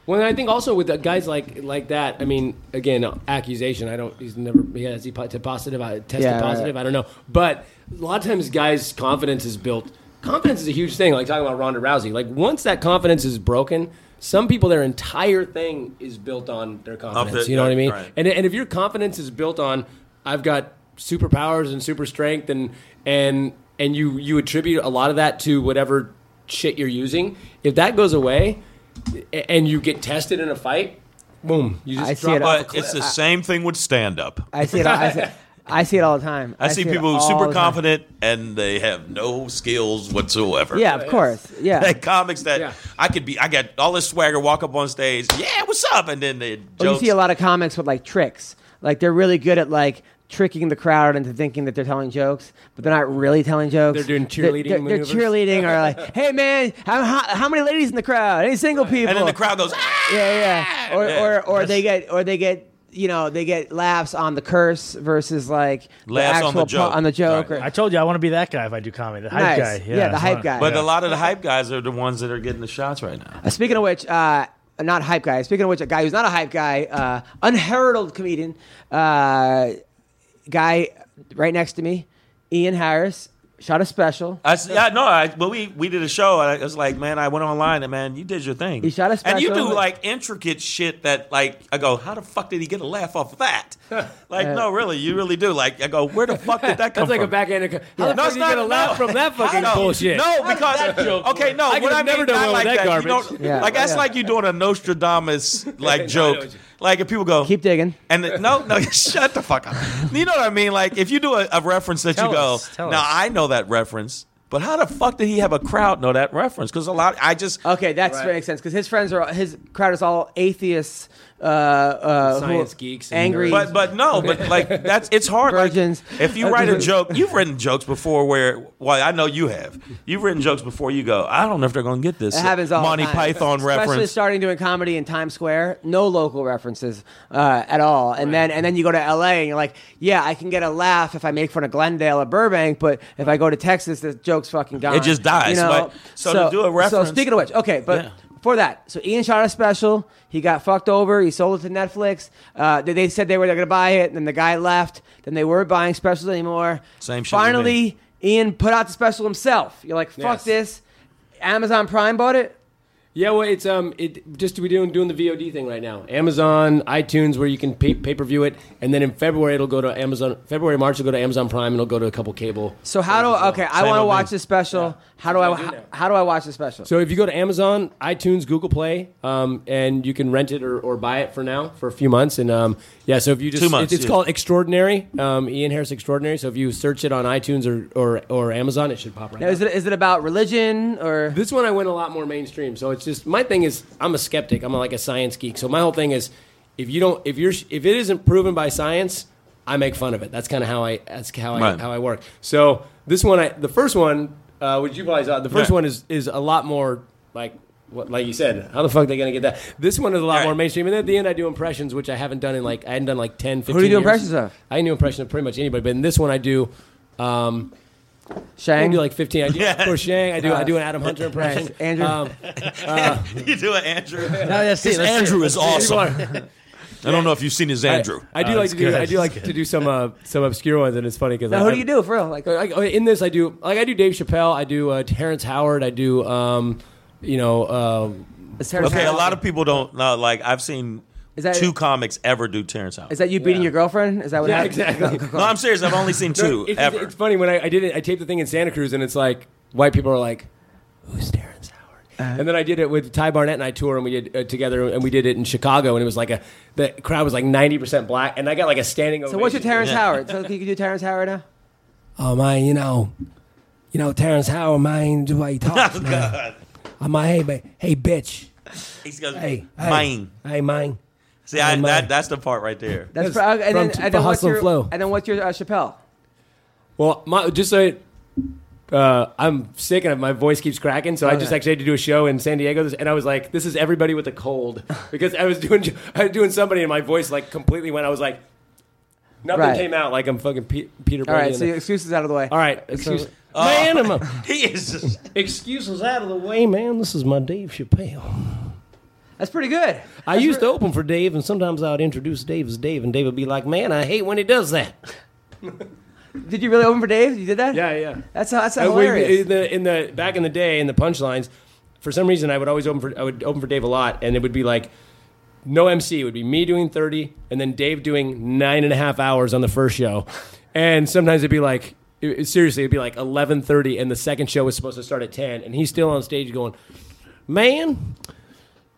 S6: Well, and I think also with the guys like like that. I mean, again, accusation. I don't. He's never. Yeah, has he po- tested positive? I tested
S3: Yeah, right,
S6: positive.
S3: right.
S6: I don't know. But a lot of times, guys' confidence is built. Confidence is a huge thing. Like talking about Ronda Rousey. Like once that confidence is broken, some people their entire thing is built on their confidence.
S4: the-
S6: you know what I mean?
S4: right.
S6: And and if your confidence is built on I've got superpowers and super strength and and and you you attribute a lot of that to whatever shit you're using, if that goes away a- and you get tested in a fight, boom, you just
S3: I see
S6: drop
S3: it
S6: off a
S4: but
S6: cliff.
S4: it's the same thing with stand up. I,
S3: I see it. All, I, see, I see it all the time.
S4: see
S3: it
S4: people
S3: all
S4: super
S3: the time.
S4: confident and they have no skills whatsoever.
S3: Yeah, of course. Yeah.
S4: Like comics that
S6: Yeah.
S4: I could be, I got all this swagger, walk up on stage, yeah, what's up? And then they
S3: Well, Oh, you
S4: jokes.
S3: see a lot of comics with like tricks. Like they're really good at like tricking the crowd into thinking that they're telling jokes, but they're not really telling jokes.
S6: They're doing
S3: They're-
S6: cheerleading
S3: They're, they're
S6: maneuvers.
S3: cheerleading or like, "Hey man, how, how, how many ladies in the crowd? Any single people?"
S4: and then the crowd goes, ah!
S3: Yeah, yeah. Or
S4: Yeah.
S3: or or they get or they get. You know, they get laughs on the curse versus like the
S4: Laughs on
S3: actual pu-
S4: the joke.
S3: on the joke
S4: Right.
S3: or-
S5: I told you I want to be that guy if I do comedy. The hype
S3: Nice.
S5: guy. Yeah,
S3: Yeah, the
S5: that's
S3: hype
S5: what-
S3: guy.
S4: But
S5: yeah.
S4: a lot of the hype guys are the ones that are getting the shots right now.
S3: Uh, Speaking of which, uh, not hype guy. Speaking of which, a guy who's not a hype guy, uh, unheralded comedian, uh, guy right next to me, Ian Harris, shot a special.
S4: I s- yeah, no, I well we we did a show and I was like, man, I went online and man, you did your thing.
S3: You shot a
S4: And you
S3: special.
S4: do like intricate shit that like I go, how the fuck did he get a laugh off of that? like, no, really, you really do. Like I go, where the fuck did that come
S6: That's like a
S4: from?
S6: backhand. How the
S4: No,
S6: fuck
S4: it's
S6: you
S4: not
S6: gonna laugh
S4: no.
S6: from that fucking
S4: No,
S6: bullshit?
S4: No, because okay, no,
S6: I
S4: what
S6: could've
S4: I mean,
S6: never done
S4: not
S6: well
S4: like
S6: with that
S4: You
S6: garbage.
S4: don't,
S3: Yeah.
S4: like that's
S3: Yeah.
S4: like you doing a Nostradamus
S6: No, I
S4: like
S6: know
S4: joke.
S6: what you-
S4: Like if people go
S3: Keep digging.
S4: and the, no, no, shut the fuck up. You know what I mean? Like if you do a, a reference that
S5: Tell
S4: you go,
S5: us, tell
S4: now
S5: us."
S4: I know that reference, but how the fuck did he have a crowd know that reference? Because a lot, I just
S3: Okay, that's
S6: Right.
S3: makes sense because his friends are his crowd is all atheists, uh, uh, who-
S6: Science geeks and
S3: angry.
S4: But
S6: nerds.
S4: but no, but like that's it's hard. like,
S3: Virgins.
S4: if you write a joke, you've written jokes before where well, I know you have. You've written jokes before you go, I don't know if they're gonna get this.
S3: It happens all
S4: Monty
S3: the time.
S4: Python
S3: Especially
S4: reference.
S3: starting doing comedy in Times Square, no local references uh, at all. And then and then you go to LA and you're like, yeah, I can get a laugh if I make fun of Glendale or Burbank, but if I go to Texas, the joke's fucking gone.
S4: It just dies,
S3: You know?
S4: but- so to do a reference-
S3: So speaking of which, okay, but.
S4: Yeah.
S3: For that, so Ian shot a special. He got fucked over. He sold it to Netflix. Uh, they, they said they were going to buy it, and then the guy left. Then they weren't buying specials anymore.
S4: Same shit with me.
S3: Finally, Ian put out the special himself. You're like, fuck
S6: Yes.
S3: this. Amazon Prime bought it.
S6: Yeah, well, it's um, it just we doing doing the VOD thing right now. Amazon, iTunes, where you can pay, pay per view it, and then in February it'll go to Amazon. February, March it'll go to Amazon Prime, and it'll go to a couple cable.
S3: So how do okay? I
S4: Same
S3: want to
S4: old
S3: watch
S4: thing.
S3: this special. How do I,
S6: I do
S3: how,
S6: now.
S3: do I watch this special?
S6: So if you go to Amazon, iTunes, Google Play, um, and you can rent it or, or buy it for now for a few months. And um, yeah, so if you just
S4: Two months,
S6: it's, it's
S4: yeah.
S6: called Extraordinary, um, Ian Harris Extraordinary. So if you search it on iTunes or or, or Amazon, it should pop right.
S3: now,
S6: up.
S3: is it is it about religion or
S6: This one I went a lot more mainstream. So it's just my thing is I'm a skeptic. I'm like a science geek. So my whole thing is if you don't if you're if it isn't proven by science, I make fun of it. That's kind of how I that's how I
S4: Right.
S6: how I work. So this one I the first one uh, which you probably saw the first
S4: Yeah.
S6: one is is a lot more like what, like you said, how the fuck they gonna get that? This one is a lot
S4: Right.
S6: more mainstream. And then at the end, I do impressions, which I haven't done in like I hadn't done like 10, 15
S3: do you do
S6: years.
S3: impressions of?
S6: I can do impressions of pretty much anybody, but in this one I do. Um, I
S3: Shang?
S6: do like 15. I do yeah. I do. I do an Adam Hunter impression.
S3: Right. Andrew.
S6: Um,
S4: you do it, Andrew.
S5: Yeah, yeah, see,
S4: This
S5: let's see.
S4: Andrew is awesome.
S6: people are-
S1: I don't know if you've seen his Andrew.
S6: I, I do
S5: Oh,
S6: like
S5: that's
S6: to do.
S5: good.
S6: I do like to do some uh, some obscure ones, and it's funny because
S3: Now, who do you do for real? Like,
S6: I, I- in this, I do like I do Dave Chappelle, I do uh, Terrence Howard, I do um, you know uh,
S3: is Terrence
S4: Okay, a
S3: Howard-
S4: lot of people don't know. Like I've seen
S3: Is that-
S4: two comics ever do Terrence Howard.
S3: Is that you beating your girlfriend? Is that what
S6: Yeah,
S3: happened?
S6: exactly.
S4: no, I'm serious. I've only seen two
S6: it's,
S4: ever.
S6: It's funny when I, I did it. I taped the thing in Santa Cruz, and it's like white people are like, "Who's Terrence Howard?"
S3: Uh-huh.
S6: and then I did it with Ty Barnett and I toured, and we did uh, together, and we did it in Chicago, and it was like a the crowd was like ninety percent black, and I got like a standing ovation.
S3: So what's your Terrence Howard? So can you do Terrence Howard now?
S6: Oh man, you know, you know Terrence Howard, man, the way he talks, man.
S4: Oh, God.
S6: I'm like, hey, ba- hey, bitch,
S4: He's goes,
S6: hey, hey,
S4: mine.
S6: hey, man.
S4: See, I,
S6: Hey, mine.
S4: that, that's the part right there.
S3: That's,
S6: That's
S3: pro- okay, and
S6: from
S3: then,
S6: T-
S3: and then
S6: for
S3: what's
S6: Hustle and
S3: your
S6: Flow.
S3: and then what's your uh, Chappelle?
S6: Well, my, just so it, uh, I'm sick and my voice keeps cracking, so I just
S3: Okay.
S6: actually had to do a show in San Diego, and I was like, "This is everybody with a cold," because I was doing I was doing somebody, and my voice like completely went. I was like, nothing
S3: Right.
S6: came out. Like I'm fucking Pe- Peter.
S3: All right, so
S6: Brady
S3: your
S6: and-
S3: excuses out of the way.
S6: all right, excuse. man, I'm a,
S4: He is just,
S6: excuses out of the way, man. This is my Dave Chappelle.
S3: that's pretty good.
S6: I used to open for Dave, and sometimes I would introduce Dave as Dave, and Dave would be like, "Man, I hate when he does that."
S3: Did you really open for Dave? You did that?
S6: Yeah, Uh, yeah.
S3: That's that's
S6: I would-
S3: hilarious.
S6: in the in the back in the day in the punchlines, for some reason I would always open for I would open for Dave a lot, and it would be like no MC. It would be me doing thirty, and then Dave doing nine and a half hours on the first show, and sometimes it'd be like. it- it- seriously, it'd be like eleven thirty, and the second show was supposed to start at ten, and he's still on stage going, "Man,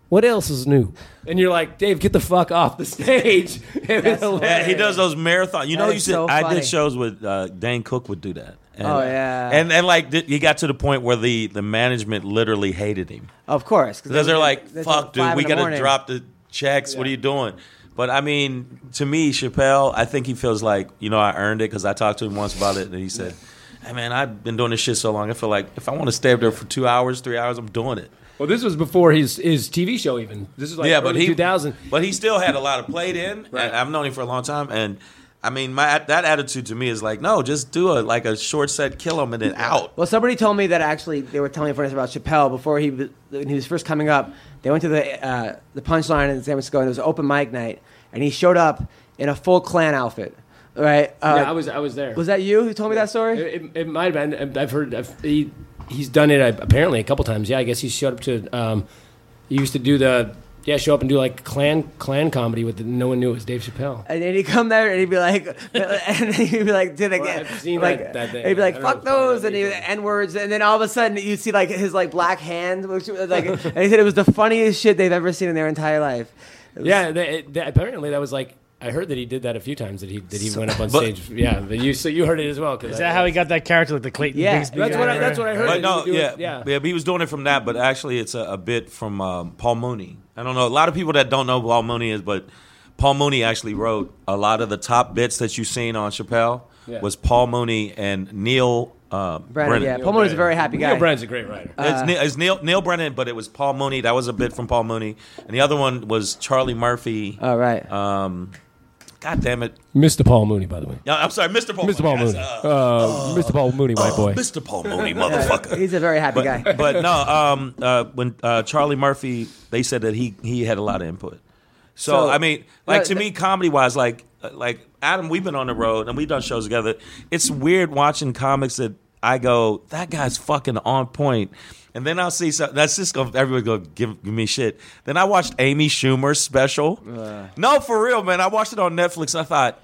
S6: what else is new?" And you're like, "Dave, get the fuck off the stage!" It was
S4: yeah,
S6: hilarious.
S4: he does those marathon. You
S3: That
S4: know,
S3: is
S4: you said
S3: so
S4: I
S3: funny.
S4: did shows with uh, Dane Cook would do that. And,
S3: Oh, yeah.
S4: and and like th- he got to the point where the the management literally hated him
S3: of course,
S4: because they're like,
S3: that's
S4: "Fuck, dude,
S3: five
S4: we
S3: in the
S4: got to
S3: morning."
S4: drop the checks. What are you doing?" But I mean, to me, Chappelle, I think he feels like you know I earned it because I talked to him once about it, and he said, "Hey, man, I've been doing this shit so long. I feel like if I want to stay up there for two hours, three hours, I'm doing it."
S6: Well, this was before his his TV show, even. This is like
S4: yeah, but he
S6: two thousand.
S4: But he still had a lot of played in.
S6: Right.
S4: And I've known him for a long time, and I mean, my that attitude to me is like, no, just do a like a short set, kill him, and then out.
S3: Well, somebody told me that actually they were telling me friends about Chappelle before he was- when he was first coming up. They went to the uh, the punchline in San Francisco and there was an open mic night, and he showed up in a full Klan outfit. Right? Uh,
S6: yeah, I was I was there.
S3: Was that you who told me that story?
S6: It, it, it might have been. I've heard I've, he he's done it uh, apparently a couple times. Yeah, I guess he showed up to. Um, he used to do the yeah show up and do like clan clan comedy with the, no one knew it was Dave Chappelle.
S3: And then he'd come there and he'd be like, and then he'd be like, did it
S6: Well,
S3: again.
S6: I've seen
S3: like,
S6: that- that thing.
S3: He'd be
S6: I
S3: like,
S6: don't know
S3: fuck
S6: if I know
S3: those,
S6: that
S3: and he
S6: either.
S3: n words, and then all of a sudden you see like his like black hand, which was like, and he said it was the funniest shit they've ever seen in their entire life. It was-
S6: Yeah, they, it- they- apparently that was like I heard that he did that a few times. That he that he went up on
S4: But-
S6: stage. Yeah, but you so you heard it as well. Cause
S5: Is that how he got that character, like the Clayton
S3: Yeah,
S5: Bigsby?
S6: That's
S5: guy,
S6: what I,
S5: right?
S6: that's what I
S4: But
S6: heard. that he
S4: no,
S6: was doing-
S4: yeah, yeah, but he was doing it from that. But actually, it's a, a bit from um, Paul Mooney. I don't know a lot of people that don't know who Paul Mooney is, but Paul Mooney actually wrote a lot of the top bits that you've seen on Chappelle.
S6: Yeah.
S4: Was Paul Mooney and Neil uh,
S3: Brennan,
S4: Brennan?
S3: yeah. Paul Mooney's a very happy guy.
S6: Neil Brennan's a great writer.
S4: It's, Neil, it's Neil Neil Brennan, but it was Paul Mooney. That was a bit from Paul Mooney, and the other one was Charlie Murphy.
S3: All right.
S4: Um, God damn it!
S6: Mr. Paul Mooney, by the way.
S4: No, I'm sorry, Mr. Paul.
S6: Mr. Paul
S4: Mooney.
S6: Mooney.
S4: That's,
S6: Uh,
S4: uh,
S3: oh.
S6: Mr. Paul Mooney, white boy.
S4: Mr. Paul Mooney, motherfucker.
S3: He's a very happy guy.
S4: But, but no, um, uh, when uh, Charlie Murphy, they said that he he had a lot of input. So,
S3: So-
S4: I mean, like
S3: No,
S4: to me, comedy wise, like uh, like Adam, we've been on the road and we've done shows together. It's weird watching comics that I go, that guy's fucking on point. And then I'll see something that's just gonna everyone gonna give, give me shit. Then I watched Amy Schumer's special. No, for real, man. I watched it on Netflix. I thought,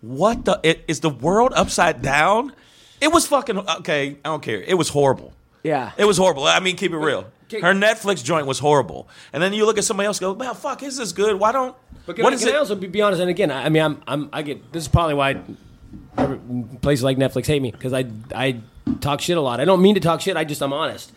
S4: what the it, is the world upside down? It was fucking okay. I don't care. It was horrible.
S3: yeah.
S4: It was horrible. I mean, keep it real. Her Netflix joint was horrible. And then you look at somebody else, and go, well, fuck, is this good? Why don't?
S6: But can,
S4: what
S6: I,
S4: is
S6: can I
S4: it?
S6: also be, be honest? And again, I, I mean, I'm, I'm, I get this is probably why every- places like Netflix hate me because I, I talk shit a lot. I don't mean to talk shit. I just I'm honest.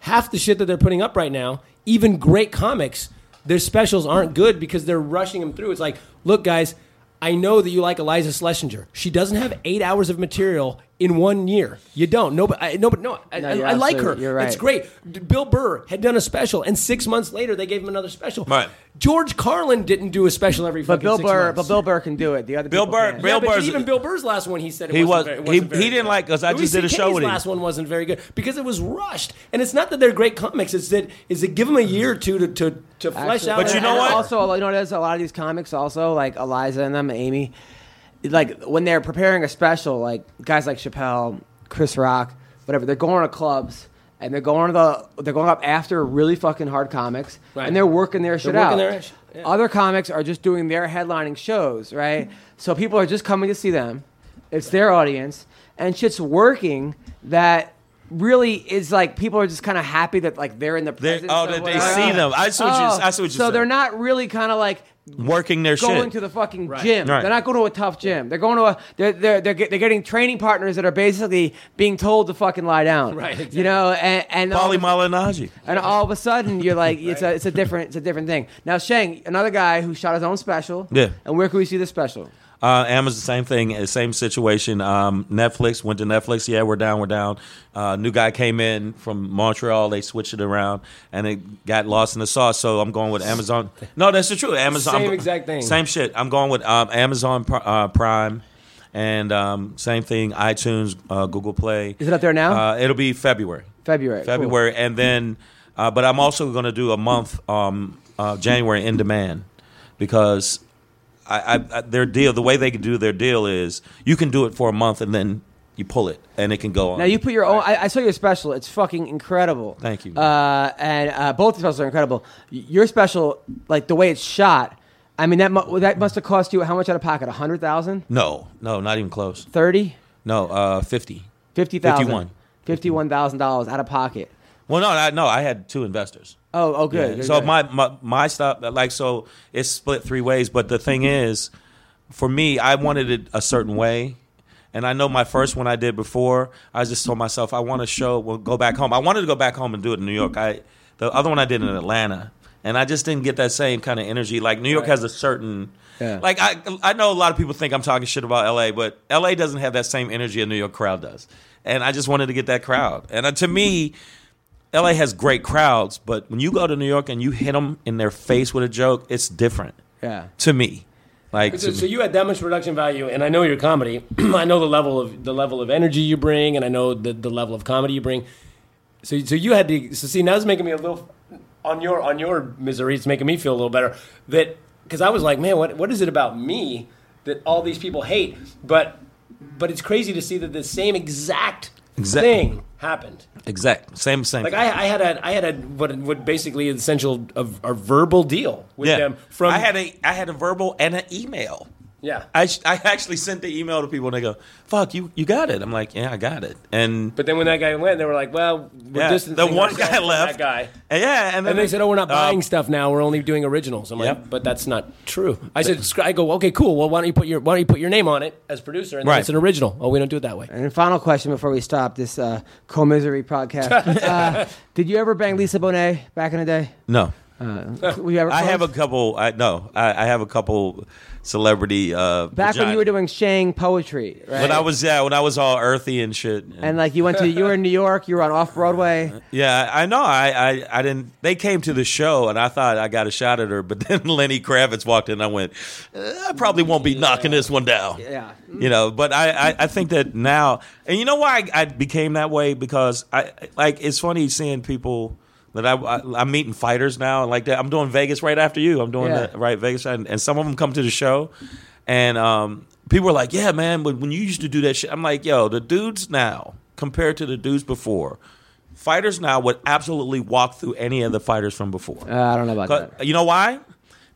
S6: Half the shit that they're putting up right now, even great comics, their specials aren't good because they're rushing them through. It's like, look, guys, I know that you like Eliza Schlesinger. She doesn't have eight hours of material in one year. You don't. No, but I, no, but no. I,
S3: No,
S6: I,
S3: you're
S6: I like her.
S3: absolutely- you're right.
S6: It's great. D- Bill Burr had done a special, and six months later they gave him another special.
S4: Right.
S6: George Carlin didn't do a special every.
S3: But
S6: fucking
S3: Bill
S6: six
S3: Burr,
S6: months.
S3: but Bill Burr can do it. The other
S4: Bill
S3: people
S4: Burr-
S3: can't.
S4: Bill-
S6: Yeah, but
S4: Burr's-
S6: even Bill Burr's last one, he said it
S4: He
S6: wasn't
S4: was-
S6: very-
S4: he-
S6: wasn't very
S4: he didn't
S6: good.
S4: like us. I
S6: Louis
S4: just did a show
S6: CK's
S4: with him.
S6: last one wasn't very good because it was rushed, and it's not that they're great comics. It's that is that give them a year or two to to, to flesh
S3: Actually-
S6: out.
S4: But you
S6: and-
S4: know
S3: and
S4: what?
S3: Also, you know what it is? A lot of these comics, also like Eliza and them, Amy, like when they're preparing a special, like guys like Chappelle, Chris Rock, whatever, they're going to clubs and they're going to the they're going up after really fucking hard comics
S6: Right.
S3: and they're working their shit
S6: working
S3: out.
S6: their ass- yeah.
S3: Other comics are just doing their headlining shows, right? so people are just coming to see them. It's their audience, and shit's working that. Really is like people are just kind of happy that like they're in the
S4: They're-
S3: presence.
S4: oh,
S3: of
S4: that they
S3: whatever.
S4: see them. I see what you-
S3: Oh,
S4: I see what you
S3: So
S4: said.
S3: they're not really kind of like
S4: working their
S3: going
S4: shit.
S3: to the fucking gym.
S4: Right.
S3: They're not going to a tough gym. They're going to a they're they're they're, get, they're getting training partners that are basically being told to fucking lie down.
S6: Right, exactly.
S3: You know, and and all,
S4: Polly
S3: of,
S4: Malinaji.
S3: and all of a sudden you're like it's a it's a different it's a different thing. Now Shang, another guy who shot his own special.
S4: Yeah.
S3: And where can we see this special?
S4: Uh, Amazon, same thing, uh, same situation. Um, Netflix went to Netflix. Yeah, we're down, we're down. Uh, new guy came in from Montreal. They switched it around, and it got lost in the sauce. So I'm going with Amazon. No, that's the truth. Amazon,
S6: Same
S4: I'm-
S6: exact thing.
S4: Same shit. I'm going with um, Amazon Pri- uh, Prime, and um, same thing. iTunes, uh, Google Play.
S3: Is it up there now?
S4: Uh, it'll be February.
S3: February. Cool.
S4: February, and then, uh, but I'm also going to do a month, um, uh, January in demand, because I, I, I their deal, the way they can do their deal is you can do it for a month and then you pull it and it can go on.
S3: Now you put your own. I, I saw your special. It's fucking incredible.
S4: Thank you.
S3: Uh, and uh, both the specials are incredible. Y- Your special, like the way it's shot. I mean that mu- that must have cost you how much out of pocket? A hundred thousand?
S4: no, no, not even close.
S3: Thirty?
S4: No, uh, fifty.
S3: Fifty thousand?
S4: 51.
S3: Fifty-one thousand dollars out of pocket.
S4: Well, no, I, no, I had two investors.
S3: Oh, oh, good.
S4: Yeah.
S3: good,
S4: So
S3: good.
S4: my, my my stuff like so it's split three ways. But the thing is, for me, I wanted it a certain way, and I know my first one I did before. I just told myself I want to show. Well, go back home. I wanted to go back home and do it in New York. I the other one I did in Atlanta, and I just didn't get that same kind of energy. Like New York has a certain.
S3: Yeah.
S4: Like I, I know a lot of people think I'm talking shit about LA, but LA doesn't have that same energy a New York crowd does, and I just wanted to get that crowd. And uh, to me, LA has great crowds, but when you go to New York and you hit them in their face with a joke, it's different.
S3: Yeah.
S4: To me, like
S6: So,
S4: to-
S6: so you had that much production value, and I know your comedy. I know the level of the level of energy you bring, and I know the, the level of comedy you bring. So, so you had to. So see, now it's making me a little on your on your misery. It's making me feel a little better that because I was like, man, what what is it about me that all these people hate? But but it's crazy to see that the same exact
S4: Exact-
S6: thing happened.
S4: exact same same.
S6: Like
S4: thing.
S6: I, I had a I had a what what basically essential a, a verbal deal with them from
S4: I had a I had a verbal and an email.
S6: yeah.
S4: I sh- I actually sent the email to people and they go, "Fuck you, you got it." I'm like, "Yeah, I got it." And
S6: But then when that guy went, they were like, "Well, we're
S4: yeah,
S6: distancing
S4: the one
S6: ourselves
S4: guy
S6: from
S4: left.
S6: That guy.
S4: And yeah, and then
S6: And they said, "Oh, we're not
S4: uh,
S6: buying stuff now. We're only doing originals." I'm
S4: Yep.
S6: like, "But that's not true." I said, "Scri- "I go, okay, cool. Well, why don't you put your why don't you put your name on it as producer, and then
S4: Right.
S6: it's an original." Oh, we don't do it that way.
S3: And final question before we stop this uh, co-misery podcast. uh, did you ever bang Lisa Bonet back in the day?
S4: no.
S3: Uh, were you ever
S4: I have a
S3: close?
S4: couple. I no. I, I have a couple celebrity. Uh,
S3: back when
S4: vagina-
S3: you were doing Shang poetry, right?
S4: When I was yeah, when I was all earthy and shit.
S3: and like you went to you were in New York, you were on Off Broadway.
S4: Yeah, I I know. I, I, I didn't. They came to the show, and I thought I got a shot at her, but then Lenny Kravitz walked in. and I went, "Eh, I probably won't be knocking this one down.
S3: Yeah. Mm-hmm.
S4: you know. But I, I, I think that now, and you know why I, I became that way because I like it's funny seeing people that I, I am meeting fighters now and like that. I'm doing Vegas right after you. I'm doing
S3: Yeah.
S4: the, right Vegas, and, and some of them come to the show, and um, people are like, "Yeah, man, but when you used to do that shit," I'm like, "Yo, the dudes now compared to the dudes before." Fighters now would absolutely walk through any of the fighters from before.
S3: Uh, I don't know about that.
S4: But you know why?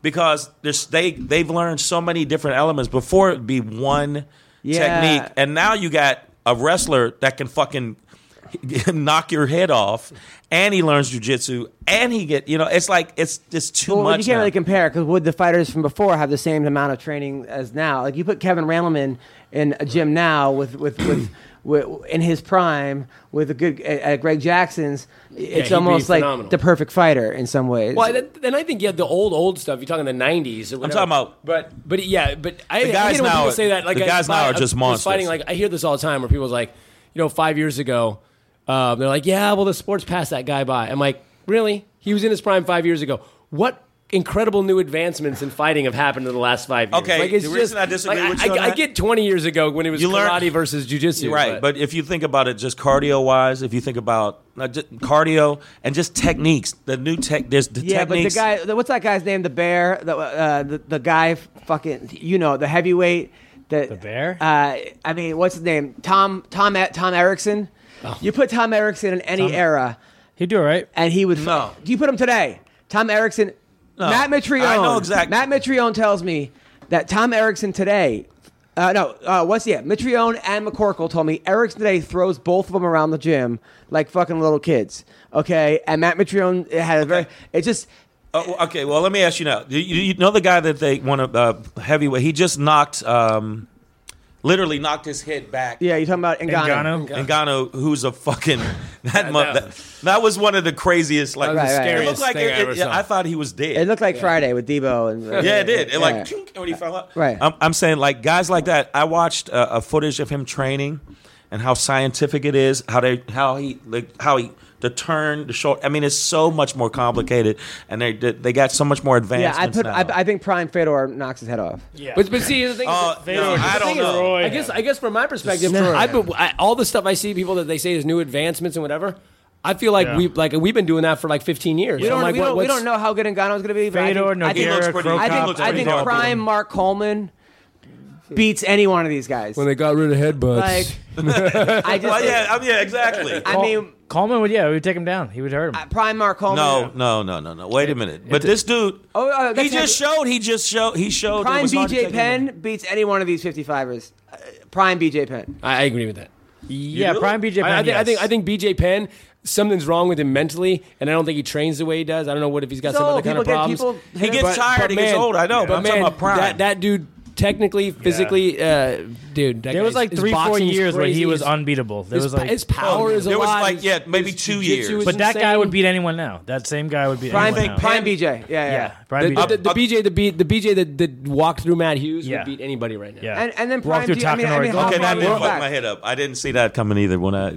S4: Because there's, they they've learned so many different elements. Before it'd be one
S3: Yeah.
S4: technique, and now you got a wrestler that can fucking knock your head off, and he learns jujitsu, and he get you know it's like it's just too
S3: Well,
S4: much.
S3: you can't
S4: now.
S3: really compare because would the fighters from before have the same amount of training as now? Like you put Kevin Randleman in a gym now with with with wi- in his prime with a good at, at Greg Jackson's. It's
S6: he'd be
S3: almost like
S6: phenomenal.
S3: the perfect fighter in some ways.
S6: Well, then- then I think you had the old old stuff. You're talking the '90s. Or whatever.
S4: talking about-
S6: but but yeah, but I,
S4: The
S6: I
S4: guys
S6: hate it when
S4: now
S6: people
S4: are-
S6: say that. Like
S4: the
S6: I
S4: guys now
S6: fi-
S4: are
S6: I
S4: just
S6: was
S4: monsters.
S6: Fighting like I hear this all the time, where people's like, you know, five years ago, um, they're like, yeah, well, the sports passed that guy by. I'm like, really? He was in his prime five years ago. What? Incredible new advancements in fighting have happened in the last five years.
S4: Okay,
S6: like it's
S4: the
S6: just,
S4: reason I disagree
S6: like,
S4: with
S6: I,
S4: you on
S6: I, I
S4: that-
S6: get 20 years ago when it was
S4: You learn-
S6: karate versus jujitsu,
S4: right. But if you think about it, just cardio wise, if you think about not just cardio and just techniques, the new tech, there's the
S3: yeah,
S4: techniques.
S3: but the guy, the, what's that guy's name? The bear, the, uh, the the guy, f- fucking, you know, the heavyweight. The,
S5: The bear?
S3: Uh, I mean, what's his name? Tom Tom E, Tom Erickson. You put Tom Erickson in any era,
S5: He'd do all right.
S3: and he would.
S4: No.
S3: Do you put him today? Tom Erickson. Matt Mitrione.
S4: I know exact-
S3: Matt Mitrione tells me that Tom Erickson today. Uh, no, uh, what's yeah? Mitrione and McCorkle told me Erickson today throws both of them around the gym like fucking little kids. Okay, and Matt Mitrione had a very. It just.
S4: Oh, well, okay, well, let me ask you now. You, you you know the guy that they want to uh, heavyweight? He just knocked, um, literally knocked his head back.
S3: Yeah, you're talking about Ngannou.
S5: Ngannou?
S4: Engano, who's a fucking that, mu- that that was one of the craziest. Like,
S3: That was the Right, right.
S4: it looked
S6: scariest
S4: like
S6: thing I
S4: it-
S6: ever
S4: it-
S6: saw.
S4: I thought he was dead.
S3: It looked like Friday with Debo and
S4: yeah, it did. It
S3: Yeah.
S4: like tink, when he fell out.
S3: Right.
S4: I'm, I'm saying like guys like that. I watched uh, a footage of him training and how scientific it is. How they how he like how he the turn the short. I mean, it's so much more complicated, and they they- they got so much more
S3: yeah.
S4: advanced.
S3: I put.
S4: Now.
S3: I, I think Prime Fedor knocks his head off.
S5: Yeah.
S6: But, but see, the thing is,
S4: Uh,
S5: They
S4: no,
S5: would
S4: I don't
S5: destroy
S4: know.
S6: I
S5: him.
S6: guess I guess from my perspective,
S3: Destroy
S6: I,
S3: him.
S6: I, all the stuff I see people that they say is new advancements and whatever. I feel like
S5: Yeah.
S6: we like we've been doing that for like 15 years.
S3: We don't.
S6: I'm like,
S3: we,
S6: what-
S3: don't we
S6: what's-
S3: don't know how good Ngannou's going to be. but I
S5: Fedor,
S3: think- I think-
S4: he looks
S5: Nogueira,
S4: pretty-
S5: Krokop.
S3: I
S4: He
S3: think,
S4: looks
S3: I
S4: pretty
S3: think
S4: dark.
S3: Prime Mark Coleman beats any one of these guys.
S6: when they got rid of headbutts.
S3: Like, I just.
S4: Well, yeah, I mean, yeah, exactly.
S3: I mean,
S5: Coleman would, yeah, we would take him down. He would hurt him.
S3: Prime Mark Coleman.
S4: No, no, no, no, no. Wait a minute. But this dude,
S3: Oh, uh,
S4: he
S3: that's
S4: just showed. He just showed. He showed. it
S3: Prime
S4: was hard to
S3: BJ
S4: take him
S3: Penn
S4: down.
S3: beats any one of these 55ers. Uh, Prime BJ Penn.
S4: Oh,
S6: I, I agree with that.
S5: yeah, Prime BJ Penn.
S6: I, I, think, I
S5: yes.
S6: think I think BJ Penn something's wrong with him mentally, and I don't think he trains the way he does. I don't know what if he's got some
S3: So
S6: other kind of
S3: people get-
S6: problems.
S3: people-
S4: He gets tired. he gets old. I know. But,
S6: But
S4: I'm
S6: man,
S4: talking about Prime.
S6: that that dude technically, physically, uh, dude, that
S5: there was
S6: guy's-
S5: like
S6: his
S5: three, four
S6: boxing's
S5: years where he
S6: crazy.
S5: was
S6: His-
S5: unbeatable. There
S6: His,
S5: was like,
S6: his power is a
S4: There was
S6: lot.
S4: like,
S6: His-
S4: yeah, maybe
S6: his
S4: two
S6: jiu-jitsu
S4: years.
S6: is
S5: but that guy
S6: insane.
S5: would beat anyone now. That same guy would beat
S3: Prime,
S5: anyone now.
S3: Prime BJ. Yeah, yeah.
S5: yeah,
S6: The,
S5: Prime BJ.
S6: the, the
S4: Up-
S6: BJ, the beat, the BJ that, that walked through Matt Hughes
S5: Yeah.
S6: would beat anybody right now.
S5: yeah.
S3: And, and then
S5: Walk
S3: Prime
S5: through
S3: G- I mean, I mean,
S5: Takanori.
S3: how
S4: Okay,
S3: far
S4: that
S3: we
S4: did
S3: go
S4: fuck
S3: back?
S4: my head up. I didn't see that coming either. When I,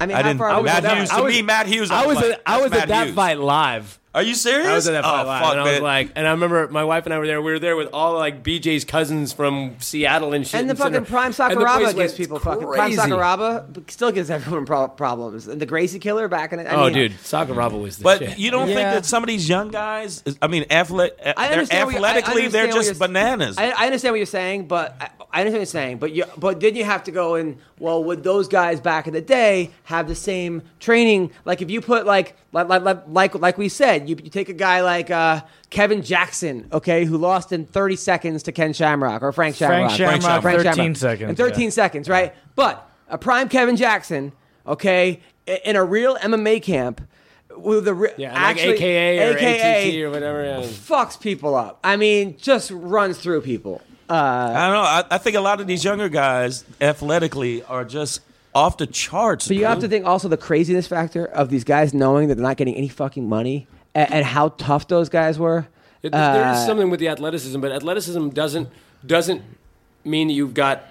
S3: I mean, how
S4: didn't.
S3: far are we
S4: Matt
S3: going
S4: Hughes
S3: back?
S4: to
S6: I was-
S4: me, Matt Hughes.
S6: I was
S4: like,
S6: at, I was
S4: that's Matt
S6: at that
S4: Hughes.
S6: fight live.
S4: Are you serious?
S6: I was at that fight
S4: oh,
S6: live,
S4: Fuck,
S6: and I was
S4: man.
S6: like, and I remember my wife and I were there. We were there with all like BJ's cousins from Seattle and shit.
S3: And the fucking
S6: Center.
S3: Prime
S6: And the place
S3: Sakuraba gives
S6: went
S3: people
S6: crazy.
S3: fucking. Prime Sakuraba still gives everyone pro- problems. And the Gracie Killer back in it. I
S6: Oh,
S3: mean,
S6: dude, Sakuraba was the
S4: but
S6: shit.
S4: you don't think
S3: Yeah.
S4: that some of these young guys? I mean, athlete,
S3: I
S4: they're
S3: understand. what you- I- I
S4: athletically, they're
S3: understand what
S4: just
S3: you're-
S4: bananas.
S3: I, I understand what you're saying, but I, I understand what you're saying. But you, but then you have to go and well, would those guys back in the day have the same training? Like if you put like like like like, like we said, you, you take a guy like uh, Kevin Jackson, okay, who lost in 30 seconds to Ken Shamrock or Frank Shamrock.
S5: Frank Shamrock,
S4: Frank
S5: 13 seconds.
S3: In 13
S5: yeah.
S3: seconds, right? But a prime Kevin Jackson, okay, i- in a real MMA camp with the re-
S6: yeah, like
S3: actually,
S6: AKA or ATT
S3: AKA
S6: or whatever. yeah.
S3: fucks people up. I mean, just runs through people.
S4: I don't know. I, I think a lot of these younger guys, athletically, are just off the charts.
S3: But you have to think also the craziness factor of these guys knowing that they're not getting any fucking money and, and how tough those guys were.
S6: It- there
S3: Uh,
S6: is something with the athleticism, but athleticism doesn't doesn't mean that you've got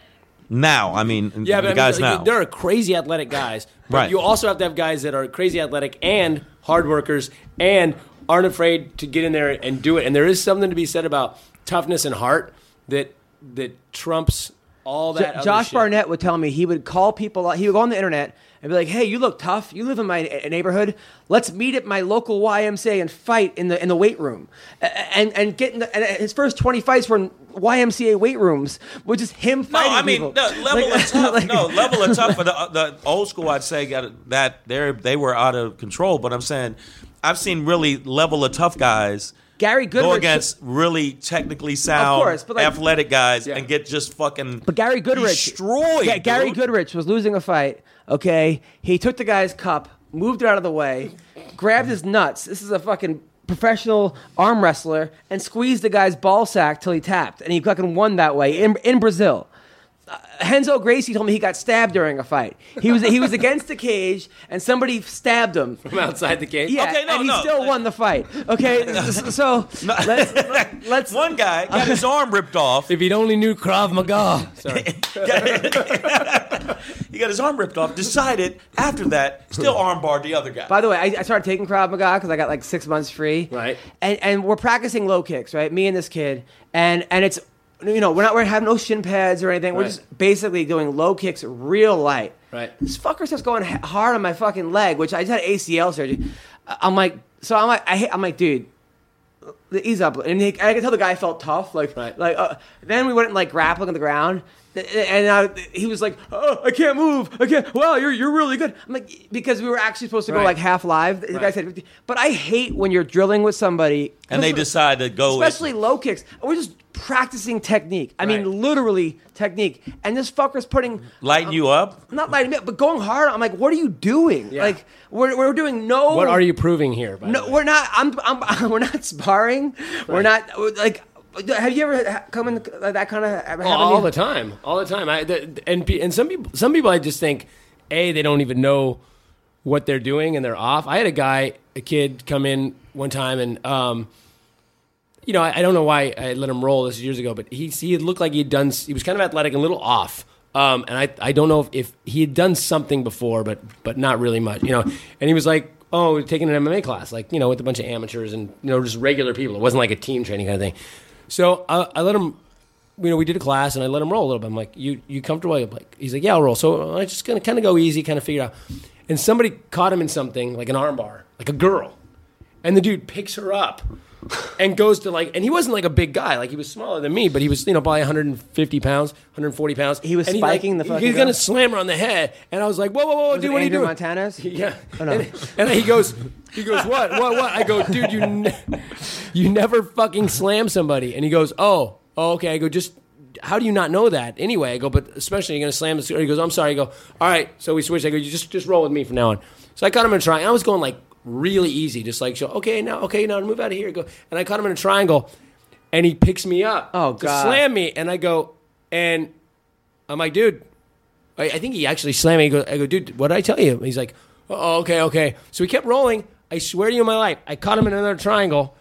S4: now. I mean,
S6: Yeah, but
S4: the
S6: I mean,
S4: guys
S6: like,
S4: now.
S6: there are crazy athletic guys. But
S4: Right.
S6: You also have to have guys that are crazy athletic and hard workers and aren't afraid to get in there and do it. And there is something to be said about toughness and heart that that trumps all that.
S3: Jo-
S6: other
S3: Josh
S6: shit.
S3: Barnett would tell me he would call people. He would go on the internet and be like, "Hey, you look tough. You live in my a- neighborhood. Let's meet at my local YMCA and fight in the in the weight room." A- a- And and get in the, and his first twenty fights were in YMCA weight rooms, which is him
S4: No,
S3: fighting
S4: I mean,
S3: people.
S4: no, level
S3: Like-
S4: of tough.
S3: like-
S4: no, level of tough. For the, the old school, I'd say got that they they were out of control. But I'm saying, I've seen really level of tough guys
S3: Gary Goodrich.
S4: go against really technically sound,
S3: course, but like-
S4: athletic guys
S6: Yeah.
S4: and get just fucking.
S3: But Gary Goodrich
S4: destroyed.
S3: Yeah, Gary
S4: dude.
S3: Goodrich was losing a fight. Okay, he took the guy's cup, moved it out of the way, grabbed his nuts. This is a fucking professional arm wrestler, and squeezed the guy's ball sack till he tapped, and he fucking won that way in in Brazil. Uh, Henzo Gracie told me he got stabbed during a fight. He was he was against the cage and somebody stabbed him.
S6: From outside the cage.
S3: Yeah,
S4: Okay, no,
S3: and he
S4: no.
S3: still won the fight. Okay, s- so let's let's
S4: One guy got his arm ripped off.
S6: If he'd only knew Krav Maga. Sorry.
S4: He got his arm ripped off. Decided after that, still arm barred the other guy.
S3: By the way, I, I started taking Krav Maga because I got like six months free.
S6: Right.
S3: And and we're practicing low kicks, right? Me and this kid, and and it's you know we're not we're having no shin pads or anything. We're
S6: Right.
S3: just basically doing low kicks real light.
S6: Right.
S3: This fucker starts going h- hard on my fucking leg, which I just had ACL surgery. I- I'm like, so I'm like, I hate, I'm like, dude. Ease up, and he, I could tell the guy felt tough. Like,
S6: Right.
S3: like uh, then we went and like grappling on the ground, and I, he was like, "Oh, I can't move. I can't. Wow, you're you're really good." I'm like, because we were actually supposed to go
S6: Right.
S3: like half live. The guy
S6: Right.
S3: said, 50. but I hate when you're drilling with somebody
S4: and they
S3: especially-
S4: decide to go.
S3: especially low kicks. We're just practicing technique. I
S6: Right.
S3: mean, literally technique. And this fucker's putting
S4: lighten you up.
S3: not lighting me up, but going hard. I'm like, what are you doing? Like, we're, we're doing no.
S6: What are you proving here? By the
S3: No,
S6: way?
S3: we're not. I'm. I'm we're not sparring. We're not like. Have you ever ha- come in like that kind of?
S6: Oh, all the time, all the time. I the, and pe- and some people, some people, I just think, a they don't even know what they're doing and they're off. I had a guy, a kid, come in one time and um, you know, I, I don't know why I let him roll this is years ago, but he he had looked like he'd done. He was kind of athletic and a little off. Um, and I, I don't know if, if he had done something before, but but not really much, you know. And he was like, oh, we're taking an MMA class, like you know, with a bunch of amateurs and you know, just regular people. It wasn't like a team training kind of thing. So I, I let him you know, we did a class and I let him roll a little bit. I'm like, you, you comfortable? I'm like, he's like, yeah, I'll roll. So I'm just going to kind of go easy, kind of figure it out. And somebody caught him in something like an armbar, like a girl. And the dude picks her up and goes to like, and he wasn't like a big guy. Like he was smaller than me, but he was, you know, probably 150 pounds, 140 pounds.
S3: He was
S6: And
S3: spiking the fucking
S6: He's going
S3: girl?
S6: to slam her on the head. And I was like, whoa, whoa, whoa, dude, what are you
S3: Andrew
S6: doing?
S3: Montana's? Oh,
S6: Yeah.
S3: no.
S6: And, and he goes, he goes, what, what, what? I go, dude, you, ne- you never fucking slam somebody. And he goes, oh, oh, okay. I go, just how do you not know that? Anyway, I go, but especially you're gonna slam this. He goes, I'm sorry. I go, all right. So we switch. I go, you just just roll with me from now on. So I caught him in a triangle. I was going like really easy, just like, so okay, now, okay, now move out of here. Go, and I caught him in a triangle, and he picks me up.
S3: Oh,
S6: to
S3: God.
S6: slam me, and I go, and I'm like, dude, I, I think he actually slammed me. He goes, I go, dude, what did I tell you? He's like, oh, okay, okay. So he kept rolling. I swear to you, in my life, I caught him in another triangle,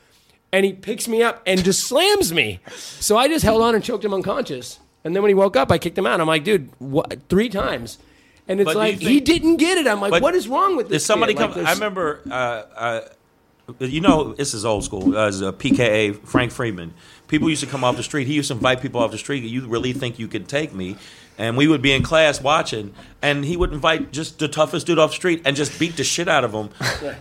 S6: and he picks me up and just slams me. So I just held on and choked him unconscious. And then when he woke up, I kicked him out. I'm like, dude, what? Three times. And it's
S4: But do you
S6: like
S4: think-
S6: he didn't get it. I'm like,
S4: But
S6: what is wrong with this?
S4: Did somebody
S6: kid?
S4: come?
S6: Like, there's-
S4: I remember. Uh, uh, you know, this is old school. As a PKA, Frank Friedman. People used to come off the street. He used to invite people off the street. You really think you could take me? And we would be in class watching, and he would invite just the toughest dude off the street and just beat the shit out of him,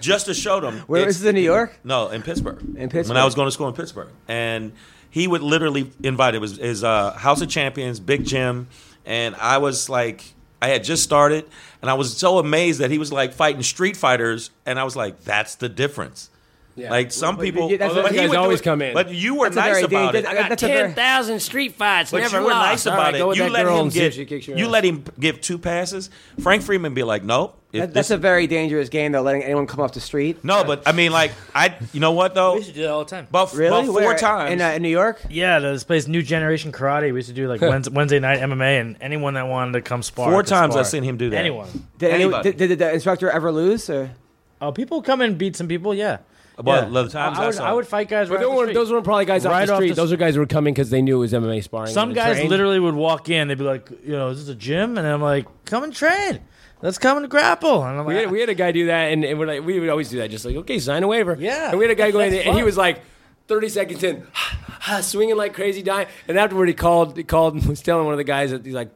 S4: just to show them.
S3: Where
S4: it's-
S3: is this in New York?
S4: No, in Pittsburgh.
S3: In Pittsburgh.
S4: When I was going to school in Pittsburgh, and he would literally invite. It was his uh, House of Champions, Big Jim, and I was like, I had just started, and I was so amazed that he was like fighting street fighters, and I was like, that's the difference. Like some
S3: But
S4: people,
S3: you- that's
S6: what
S4: he
S6: guys
S4: would do
S6: always
S4: it-
S6: come in.
S4: But you were
S3: That's a
S4: nice
S3: very
S4: about
S3: dangerous-
S4: it.
S3: I got- that's a very-
S6: 10,000 street fights.
S4: But
S6: never
S4: you were
S6: lost.
S4: nice
S6: All
S4: about
S6: right, go
S4: it.
S6: with
S4: You
S6: that
S4: let
S6: girl
S4: him
S6: and see if
S4: give.
S6: she kicks your
S4: You
S6: ass.
S4: let him give two passes. Frank Freeman be like, no. if
S3: That, that's
S4: this-
S3: a very dangerous game though, letting anyone come off the street.
S4: no, but I mean, like, I. You know what though?
S5: We should do that all the time.
S4: About,
S3: Really?
S4: about four
S3: Where?
S4: times.
S3: in, uh, in New York.
S5: yeah, this place, New Generation Karate. We used to do like Wednesday, Wednesday night MMA, and anyone that wanted to come spar.
S4: Four
S5: could
S4: times
S5: spar.
S4: I've seen him do that.
S5: Anyone.
S3: Did, any,
S4: Anybody.
S3: did, did the instructor ever lose? Or
S5: Oh, people come and beat some people. Yeah.
S4: Well,
S5: yeah.
S4: the times
S5: I, I
S4: I
S5: would,
S4: saw
S5: I
S4: it.
S5: would fight guys.
S6: But
S5: right
S6: they
S5: off the
S6: weren't,
S5: street.
S6: those weren't probably guys
S5: Right
S6: off the
S5: off
S6: street.
S5: the
S6: those
S5: s-
S6: are guys who were coming because they knew it was MMA sparring.
S5: Some
S6: and to
S5: guys
S6: train.
S5: literally would walk in. They'd be like, you know, is this a gym? And I'm like, come and train. Let's come and grapple. And I'm
S6: We
S5: like,
S6: had, we had a guy do that, and, and we're like, we would always do that. Just like, okay, sign a waiver.
S5: Yeah.
S6: And we had a guy go in,
S5: That's
S6: and he
S5: fun.
S6: was like, 30 seconds in, swinging like crazy, dying. And afterward, he called, he called and was telling one of the guys that he's like,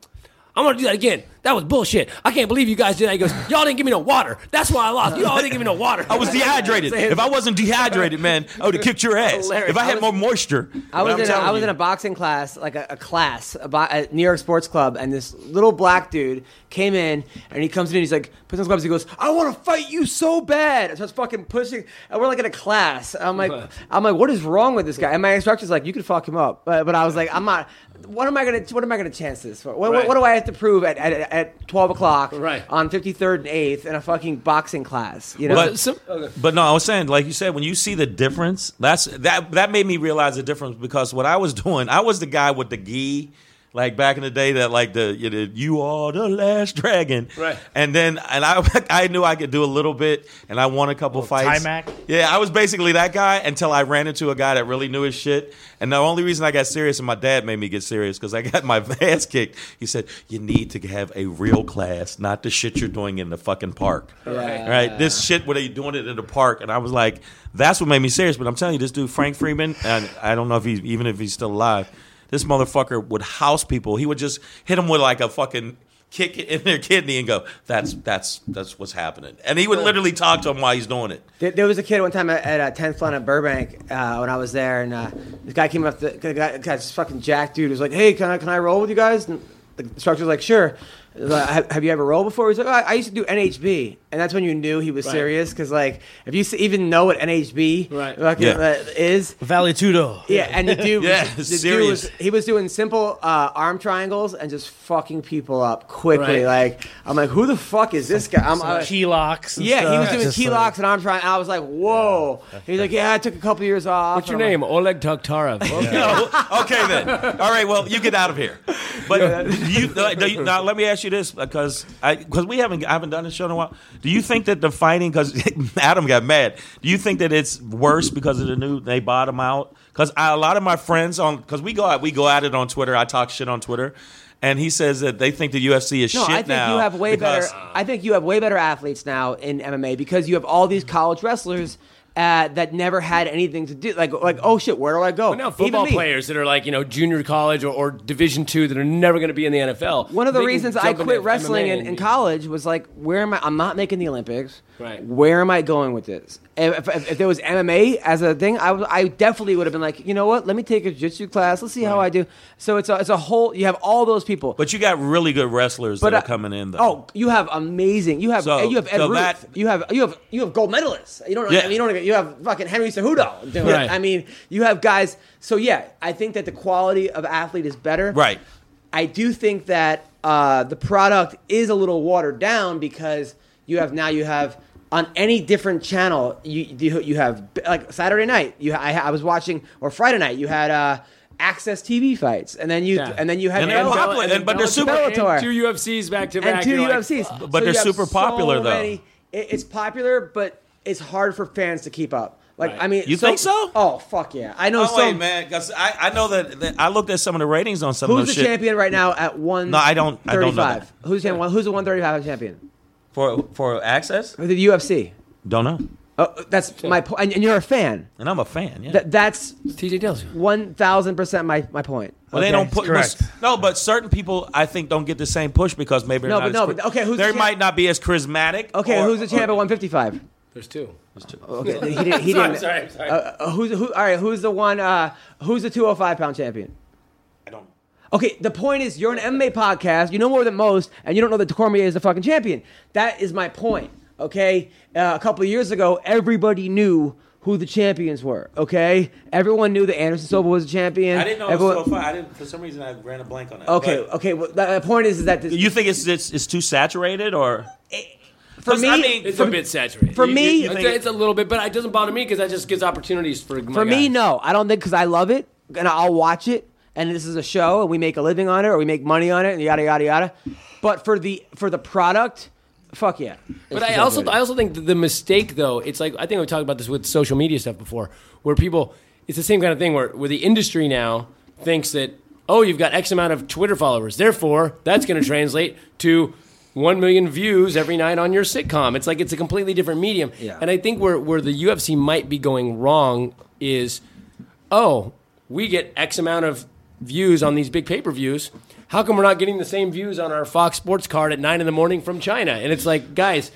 S6: I'm gonna do that again. That was bullshit. I can't believe you guys did that. He goes, y'all didn't give me no water. That's why I lost. Y'all didn't give me no water.
S4: I was dehydrated. if I wasn't dehydrated, man, I would have kicked your ass.
S3: Hilarious.
S4: If I
S3: I
S4: had
S3: was-
S4: more moisture,
S3: I was
S4: But I'm
S3: in a,
S4: telling
S3: I was
S4: you.
S3: in a boxing class, like a, a class, a, bo- at New York Sports Club, and this little black dude came in, and he comes in, he's like, puts on his gloves, he goes, "I want to fight you so bad," and starts fucking pushing, and we're like in a class. I'm like, I'm like, what is wrong with this guy? And my instructor's like, you could fuck him up, but, but I was like, I'm not. What am I gonna? What am I gonna chance this for? What,
S6: Right.
S3: what, what do I have to prove at, at, at 12 o'clock
S6: Right.
S3: on 53rd and 8th in a fucking boxing class? You know,
S4: But, but no, I was saying, like you said, when you see the difference, that's that that made me realize the difference because what I was doing, I was the guy with the gi, like back in the day that like the you, know, you are the last dragon,
S6: Right.
S4: And then and I I knew I could do a little bit, and I won a couple fights.
S5: Timac?
S4: Yeah, I was basically that guy until I ran into a guy that really knew his shit. And the only reason I got serious, and my dad made me get serious because I got my ass kicked. He said, "You need to have a real class, not the shit you're doing in the fucking park."
S6: Yeah.
S4: Right? This shit, what are you doing it in the park? And I was like, "That's what made me serious." But I'm telling you, this dude Frank Freeman, and I don't know if he even if he's still alive. This motherfucker would house people. He would just hit them with like a fucking kick in their kidney and go, "That's that's that's what's happening." And he would literally talk to him while he's doing it.
S3: There, there was a kid one time at, at uh, 10th Planet at Burbank uh, when I was there, and uh, this guy came up. The guy, guy, this fucking jack dude was like, "Hey, can I can I roll with you guys?" And the instructor was like, "Sure." He was like, have, have you ever rolled before? He's like, oh, I, I used to do NHB, and that's when you knew he was serious because, like, if you s- even know what NHB
S6: Right.
S3: fucking,
S4: Yeah.
S3: uh, is,
S5: Valetudo.
S3: yeah, and the dude,
S4: Yeah,
S3: was, the dude
S4: serious.
S3: was he was doing simple uh, arm triangles and just fucking people up quickly. Like, I'm like, who the fuck is this guy? I'm I-
S5: Key locks. and
S3: yeah, he was
S5: stuff,
S3: doing
S5: just
S3: key
S5: like-
S3: locks and arm trying. I was like, whoa. He's like, yeah, I took a couple years off.
S6: What's your
S3: And I'm
S6: name? Oleg Taktarov. Okay.
S4: Oh, okay then. All right. Well, you get out of here. But do you, like, do you- now let me ask you this because I because we haven't I haven't done this show in a while. Do you think that the fighting because Adam got mad? Do you think that it's worse because of the new they bottom out? Because a lot of my friends on because we go out we go at it on Twitter. I talk shit on Twitter, and he says that they think the UFC is
S3: No,
S4: shit
S3: I think
S4: now.
S3: you have way better.
S4: because-
S3: I think you have way better athletes now in MMA because you have all these college wrestlers uh, that never had anything to do. Like, like, oh shit, where do I go?
S6: But now
S3: Even
S6: football
S3: me.
S6: players that are like you know junior college or, or Division two that are never going to be in the NFL.
S3: One of the
S6: they can
S3: reasons I
S6: jump into
S3: quit wrestling
S6: MMA
S3: in,
S6: and-
S3: in college was like, where am I? I'm not making the Olympics.
S6: Right.
S3: Where am I going with this? If, if, if there was MMA as a thing, I, w- I definitely would have been like, you know what? Let me take a jiu-jitsu class. Let's see how I do. So it's a, it's a whole. You have all those people.
S4: but you got really good wrestlers that
S3: But,
S4: are
S3: uh,
S4: coming in though.
S3: Oh, you have amazing. You have
S4: So-
S3: you have Ed
S4: so
S3: Ruth.
S4: that-
S3: you have you have you have gold medalists. You don't.
S4: Yeah.
S3: I mean, you don't. You have fucking Henry Cejudo. doing it.
S6: Right.
S3: I mean, you have guys. So yeah, I think that the quality of athlete is better.
S4: Right.
S3: I do think that uh, the product is a little watered down because you have now you have on any different channel you you, you have like Saturday night you I, I was watching or Friday night you had uh, access TV fights and then you
S6: Yeah.
S3: and then you had
S4: And they're
S3: Bell-
S4: popular, and- but they're
S6: Bellator
S4: super-
S3: Bellator.
S6: and two UFCs back to back.
S3: and two
S6: you're like,
S3: UFCs.
S4: but they're
S3: you have
S4: super popular, though.
S3: it- it's popular, but it's hard for fans to keep up. Like
S6: Right.
S3: I mean,
S4: You think so?
S3: Oh fuck yeah! I know.
S4: Oh,
S3: some,
S4: wait, man, because I, I know that, that I looked at some of the ratings on some of
S3: Who's
S4: those
S3: the
S4: shit.
S3: champion right now at one?
S4: No, I don't- I don't know that.
S3: Thirty-five. Who's the one? Who's the one thirty-five champion?
S4: for for access?
S3: For the UFC.
S4: Don't know.
S3: Oh, that's my point. And, and you're a fan.
S4: And I'm a fan. Yeah.
S3: That, that's
S6: TJ Dills.
S3: one thousand percent my my point.
S4: Well, they don't put
S5: correct.
S4: but- no, but certain people I think don't get the same push because maybe
S3: No,
S4: they're
S3: but
S4: not
S3: no,
S4: as,
S3: but okay, who's
S4: they
S3: the champ-
S4: might not be as charismatic.
S3: Okay,
S4: or-
S3: who's the champ at one fifty-five?
S6: There's two.
S3: Okay, he didn't. He
S6: Sorry,
S3: didn't.
S6: sorry, sorry.
S3: Uh, who's who? All right, who's the one? Uh, who's the two hundred five pound champion?
S4: I don't.
S3: Okay, the point is you're an MMA podcast, you know more than most, and you don't know that Cormier is the fucking champion. That is my point. Okay, uh, a couple of years ago, everybody knew who the champions were. Okay, everyone knew that Anderson Silva was a champion.
S4: I didn't know
S3: Everyone-
S4: it was so far. I didn't for some reason I ran a blank on that.
S3: Okay,
S4: But
S3: okay. Well, the the point is, is that this,
S4: you think it's, it's it's too saturated or
S3: for me,
S4: I mean,
S6: It's
S4: for,
S6: a bit saturated.
S3: for
S6: You-
S3: me-
S6: you- it's, it's a little bit, but it doesn't bother me because that just gives opportunities for my
S3: for me,
S6: guys.
S3: no, I don't think because I love it and I'll watch it, and this is a show, and we make a living on it, or we make money on it, and yada yada yada. But for the for the product, fuck yeah.
S6: But I also I also think that the mistake though it's like I think we talked about this with social media stuff before where people it's the same kind of thing where where the industry now thinks that oh you've got X amount of Twitter followers therefore that's going to translate to one million views every night on your sitcom it's like it's a completely different medium
S3: Yeah.
S6: and I think where where the UFC might be going wrong is oh we get X amount of views on these big pay per views. How come we're not getting the same views on our Fox Sports card at nine in the morning from China? And it's like, guys,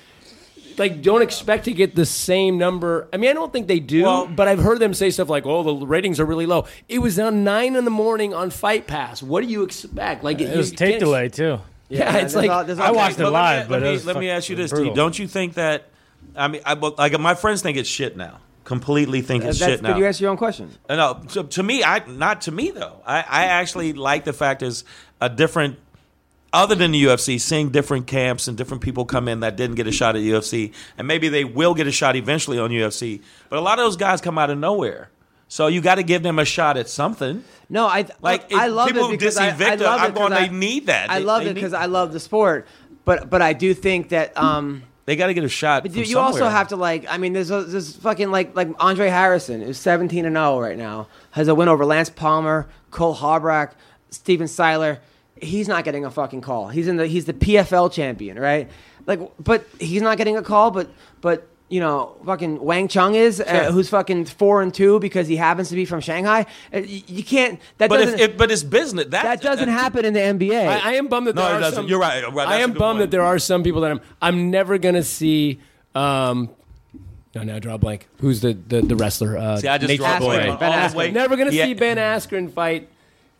S6: like don't expect to get the same number. I mean, I don't think they do,
S4: Well-
S6: but I've heard them say stuff like, "Oh, the ratings are really low." It was on nine in the morning on Fight Pass. What do you expect? Like
S5: It was
S6: you
S5: take
S6: can't-
S5: delay too.
S6: Yeah, it's like
S5: I watched it
S4: but let me-
S5: live,
S4: Let
S5: but
S4: me,
S5: it was
S4: let me
S5: fucking
S4: ask you this,
S5: brutal.
S4: T. Don't you think that? I mean, I well, like my friends think it's shit now. Completely think it's
S3: Uh, That's,
S4: shit now.
S3: could you answer your own question?
S4: Uh, No, to, to me, I not to me though. I, I actually like the fact is a different, other than the UFC, seeing different camps and different people come in that didn't get a shot at UFC, and maybe they will get a shot eventually on UFC. But a lot of those guys come out of nowhere. So you got to give them a shot at something.
S3: No, I
S4: Like,
S3: I
S4: if
S3: love
S4: people
S3: it
S4: who
S3: because
S4: dissing
S3: I, I
S4: Victor,
S3: love
S4: I'm
S3: it 'cause
S4: going,
S3: I-
S4: they need that.
S3: I
S4: They-
S3: love
S4: they
S3: it
S4: need
S3: because
S4: that.
S3: I love the sport, but but I do think that um,
S4: They got to get a shot.
S3: but
S4: from
S3: you, you also
S4: somewhere.
S3: have to like. I mean, there's a, there's fucking like like Andre Harrison who's 17 and 0 right now has a win over Lance Palmer, Cole Harbrack, Steven Seiler. He's not getting a fucking call. He's in the he's the PFL champion, right? Like, but he's not getting a call. But but you know, fucking Wang Chung is uh, who's fucking four and two because he happens to be from Shanghai. Uh, You, you can't. That
S4: But
S3: doesn't.
S4: if, if but it's business. That,
S3: that doesn't happen in the NBA.
S6: I, I am bummed that
S4: No,
S6: there
S4: it
S6: are
S4: doesn't.
S6: some.
S4: You're right. Right,
S6: I
S4: that's
S6: am
S4: a good
S6: bummed
S4: point.
S6: that there are some people that I'm. I'm never gonna see. Um, no, now I draw a blank. Who's the the, the wrestler? Uh,
S4: See, I just
S6: Nate
S4: draw a blank.
S6: Askren.
S4: Ben
S6: All the
S4: Askren.
S6: way- Never gonna
S4: Yeah.
S6: see Ben Askren fight.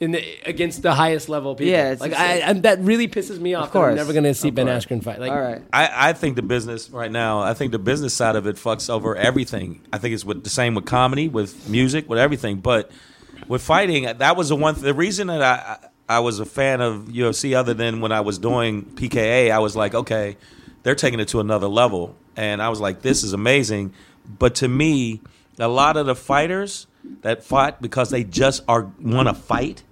S6: In the, against the highest level people,
S3: Yeah, it's-
S6: like
S3: it's-
S6: I, and that really pisses me off.
S3: Of
S6: that I'm
S3: course.
S6: never going to see
S3: Of
S6: Ben
S3: course.
S6: Askren fight. Like,
S3: All right.
S4: I, I think the business right now, I think the business side of it fucks over everything. I think it's with the same with comedy, with music, with everything. But with fighting, that was the one. the reason that I I was a fan of UFC, other than when I was doing PKA, I was like, okay, they're taking it to another level, and I was like, this is amazing. But to me, a lot of the fighters that fought because they just are want to fight,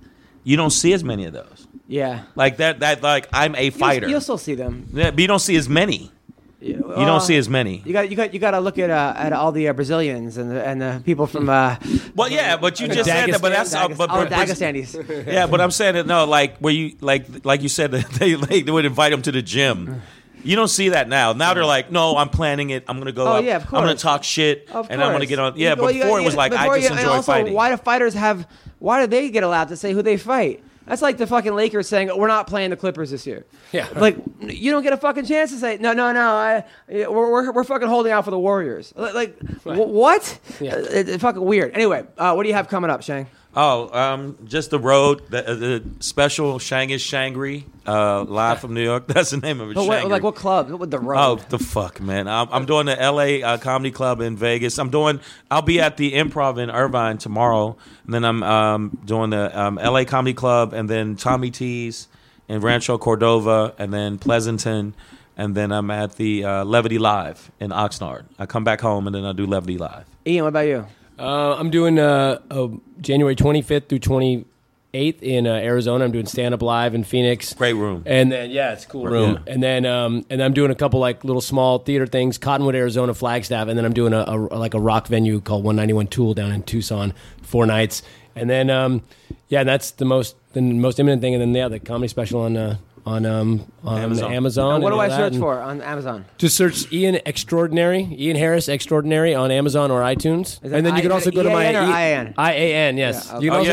S4: you don't see as many of those.
S3: yeah.
S4: Like that, that like I'm a
S3: You'll-
S4: fighter.
S3: You'll, still see them.
S4: Yeah, but you don't see as many. You don't see as many.
S3: uh, You got you got you got to look at uh, at all the uh, Brazilians and the, and the people from. Uh,
S4: Well, yeah, but you just said that. But that's uh,
S3: Dagestan-
S4: but,
S3: oh,
S4: but-
S3: Dagestanis.
S4: yeah, but I'm saying that no, like where you like like you said that they like, they would invite them to the
S3: Mm.
S4: gym. You don't see that now. Now they're like, no, I'm planning it. I'm gonna go.
S3: Oh,
S4: up.
S3: yeah, of
S4: I'm gonna
S3: course.
S4: talk shit,
S3: Of
S4: and I'm gonna
S3: course.
S4: get on. Yeah,
S3: Well, you-
S4: before it was
S3: you-
S4: like I
S3: before
S4: just
S3: you-
S4: enjoy
S3: and also,
S4: fighting.
S3: Why do fighters have? Why do they get allowed to say who they fight? That's like the fucking Lakers saying we're not playing the Clippers this year.
S6: Yeah.
S3: like you don't get a fucking chance to say no, no, no. I, we're, we're, we're fucking holding out for the Warriors. Like, like wh- what?
S6: Yeah.
S3: Uh, it- it's fucking weird. Anyway, uh, what do you have coming up, Shang?
S4: Oh, um, just the road. The, uh, the special Shang is Shangri, uh, live from New York. That's the name of it.
S3: But what,
S4: Shangri.
S3: like what club? What the road?
S4: Oh the fuck, man! I'm, I'm doing the L.A. Uh, Comedy Club in Vegas. I'm doing. I'll be at the Improv in Irvine tomorrow, and then I'm um, doing the um, L.A. Comedy Club, and then Tommy T's in Rancho Cordova, and then Pleasanton, and then I'm at the uh, Levity Live in Oxnard. I come back home, and then I do Levity Live.
S3: Ian, what about you?
S6: Uh, I'm doing uh, uh, January 25th through 28th in uh, Arizona. I'm doing stand up live in Phoenix.
S4: Great room.
S6: And then yeah, it's a cool room. And then um, and I'm doing a couple like little small theater things, Cottonwood, Arizona, Flagstaff, and then I'm doing a, a like a rock venue called 191 Tool down in Tucson, four nights. And then um, yeah, that's the most the most imminent thing. And then yeah, the comedy special on uh, on um, on
S4: Amazon.
S6: Amazon.
S3: And what do
S6: and all
S3: I
S6: that.
S3: search
S6: And-
S3: for on Amazon?
S6: just search Ian Extraordinary, Ian Harris Extraordinary on Amazon or iTunes.
S3: Is
S6: and then
S3: it
S6: you can
S3: I-
S6: also go to my
S3: EAN or
S6: E-
S3: IAN?
S6: IAN, yes.
S3: Yeah, okay.
S6: You can
S4: Oh,
S6: also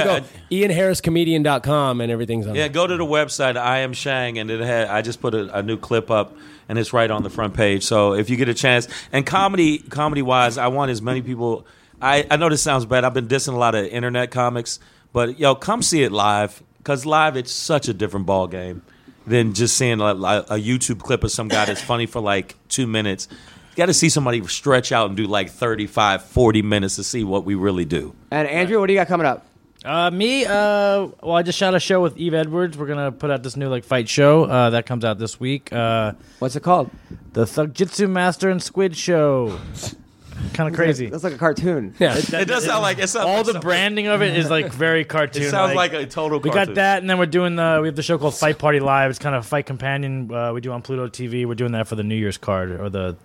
S4: yeah.
S6: go IanHarrisComedian.com and everything's on
S4: Yeah,
S6: there.
S4: go to the website I am Shang, and it had I just put a, a new clip up, and it's right on the front page. So if you get a chance, and comedy comedy wise, I want as many people. I I know this sounds bad. I've been dissing a lot of internet comics, but yo, come see it live because live it's such a different ball game than just seeing a, a YouTube clip of some guy that's funny for like two minutes. You got to see somebody stretch out and do like 35, 40 minutes to see what we really do.
S3: And Andrew, what do you got coming up?
S5: Uh, me, uh, well, I just shot a show with Eve Edwards. We're gonna put out this new like fight show uh, that comes out this week. Uh,
S3: What's it called?
S5: the Thug Jitsu Master and Squid Show. kind of crazy.
S3: That's like a cartoon.
S6: Yeah.
S4: It does sound like it's
S5: All the branding of it is like very cartoon.
S4: It sounds like, a total.
S5: We
S4: cartoon.
S5: got that, and then we're doing the. We have the show called Fight Party Live. It's kind of a fight companion uh, we do on Pluto TV. We're doing that for the New Year's card or the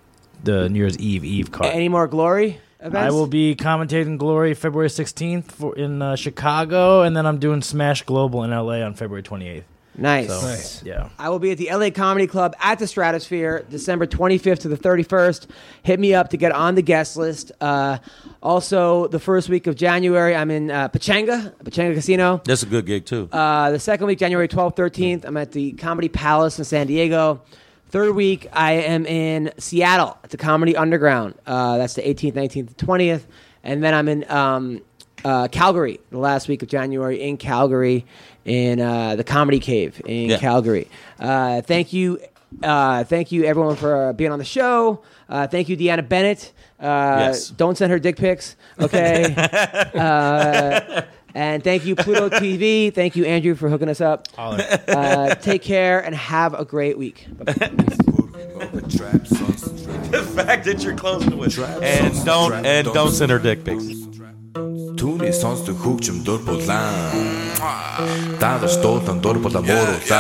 S5: the New Year's Eve Eve card.
S3: Any more glory events?
S5: I will be commentating Glory February 16th for, in uh, Chicago, and then I'm doing Smash Global in LA on February 28th.
S3: Nice.
S5: So, yeah.
S3: I will be at the LA Comedy Club at the Stratosphere December 25th to the 31st. Hit me up to get on the guest list. Uh, also, the first week of January, I'm in uh, Pachanga, Pachanga Casino.
S4: That's a good gig too.
S3: Uh, the second week, January 12th, 13th, I'm at the Comedy Palace in San Diego. Third week, I am in Seattle at the Comedy Underground. Uh, that's the 18th, 19th, 20th. And then I'm in um, uh, Calgary, the last week of January in Calgary, in uh, the Comedy Cave in
S4: Yeah.
S3: Calgary. Uh, thank you. Uh, thank you, everyone, for uh, being on the show. Uh, thank you, Deanna Bennett. Uh,
S4: Yes.
S3: Don't send her dick pics, okay? Uh, And thank you, Pluto TV. Thank you, Andrew, for hooking us up. Uh, take care and have a great week.
S4: the fact that you're closing with and don't and don't send her dick pics.
S1: Tún í sonstu húkjum dörrbólan Daður stóðan dörrbólan morúta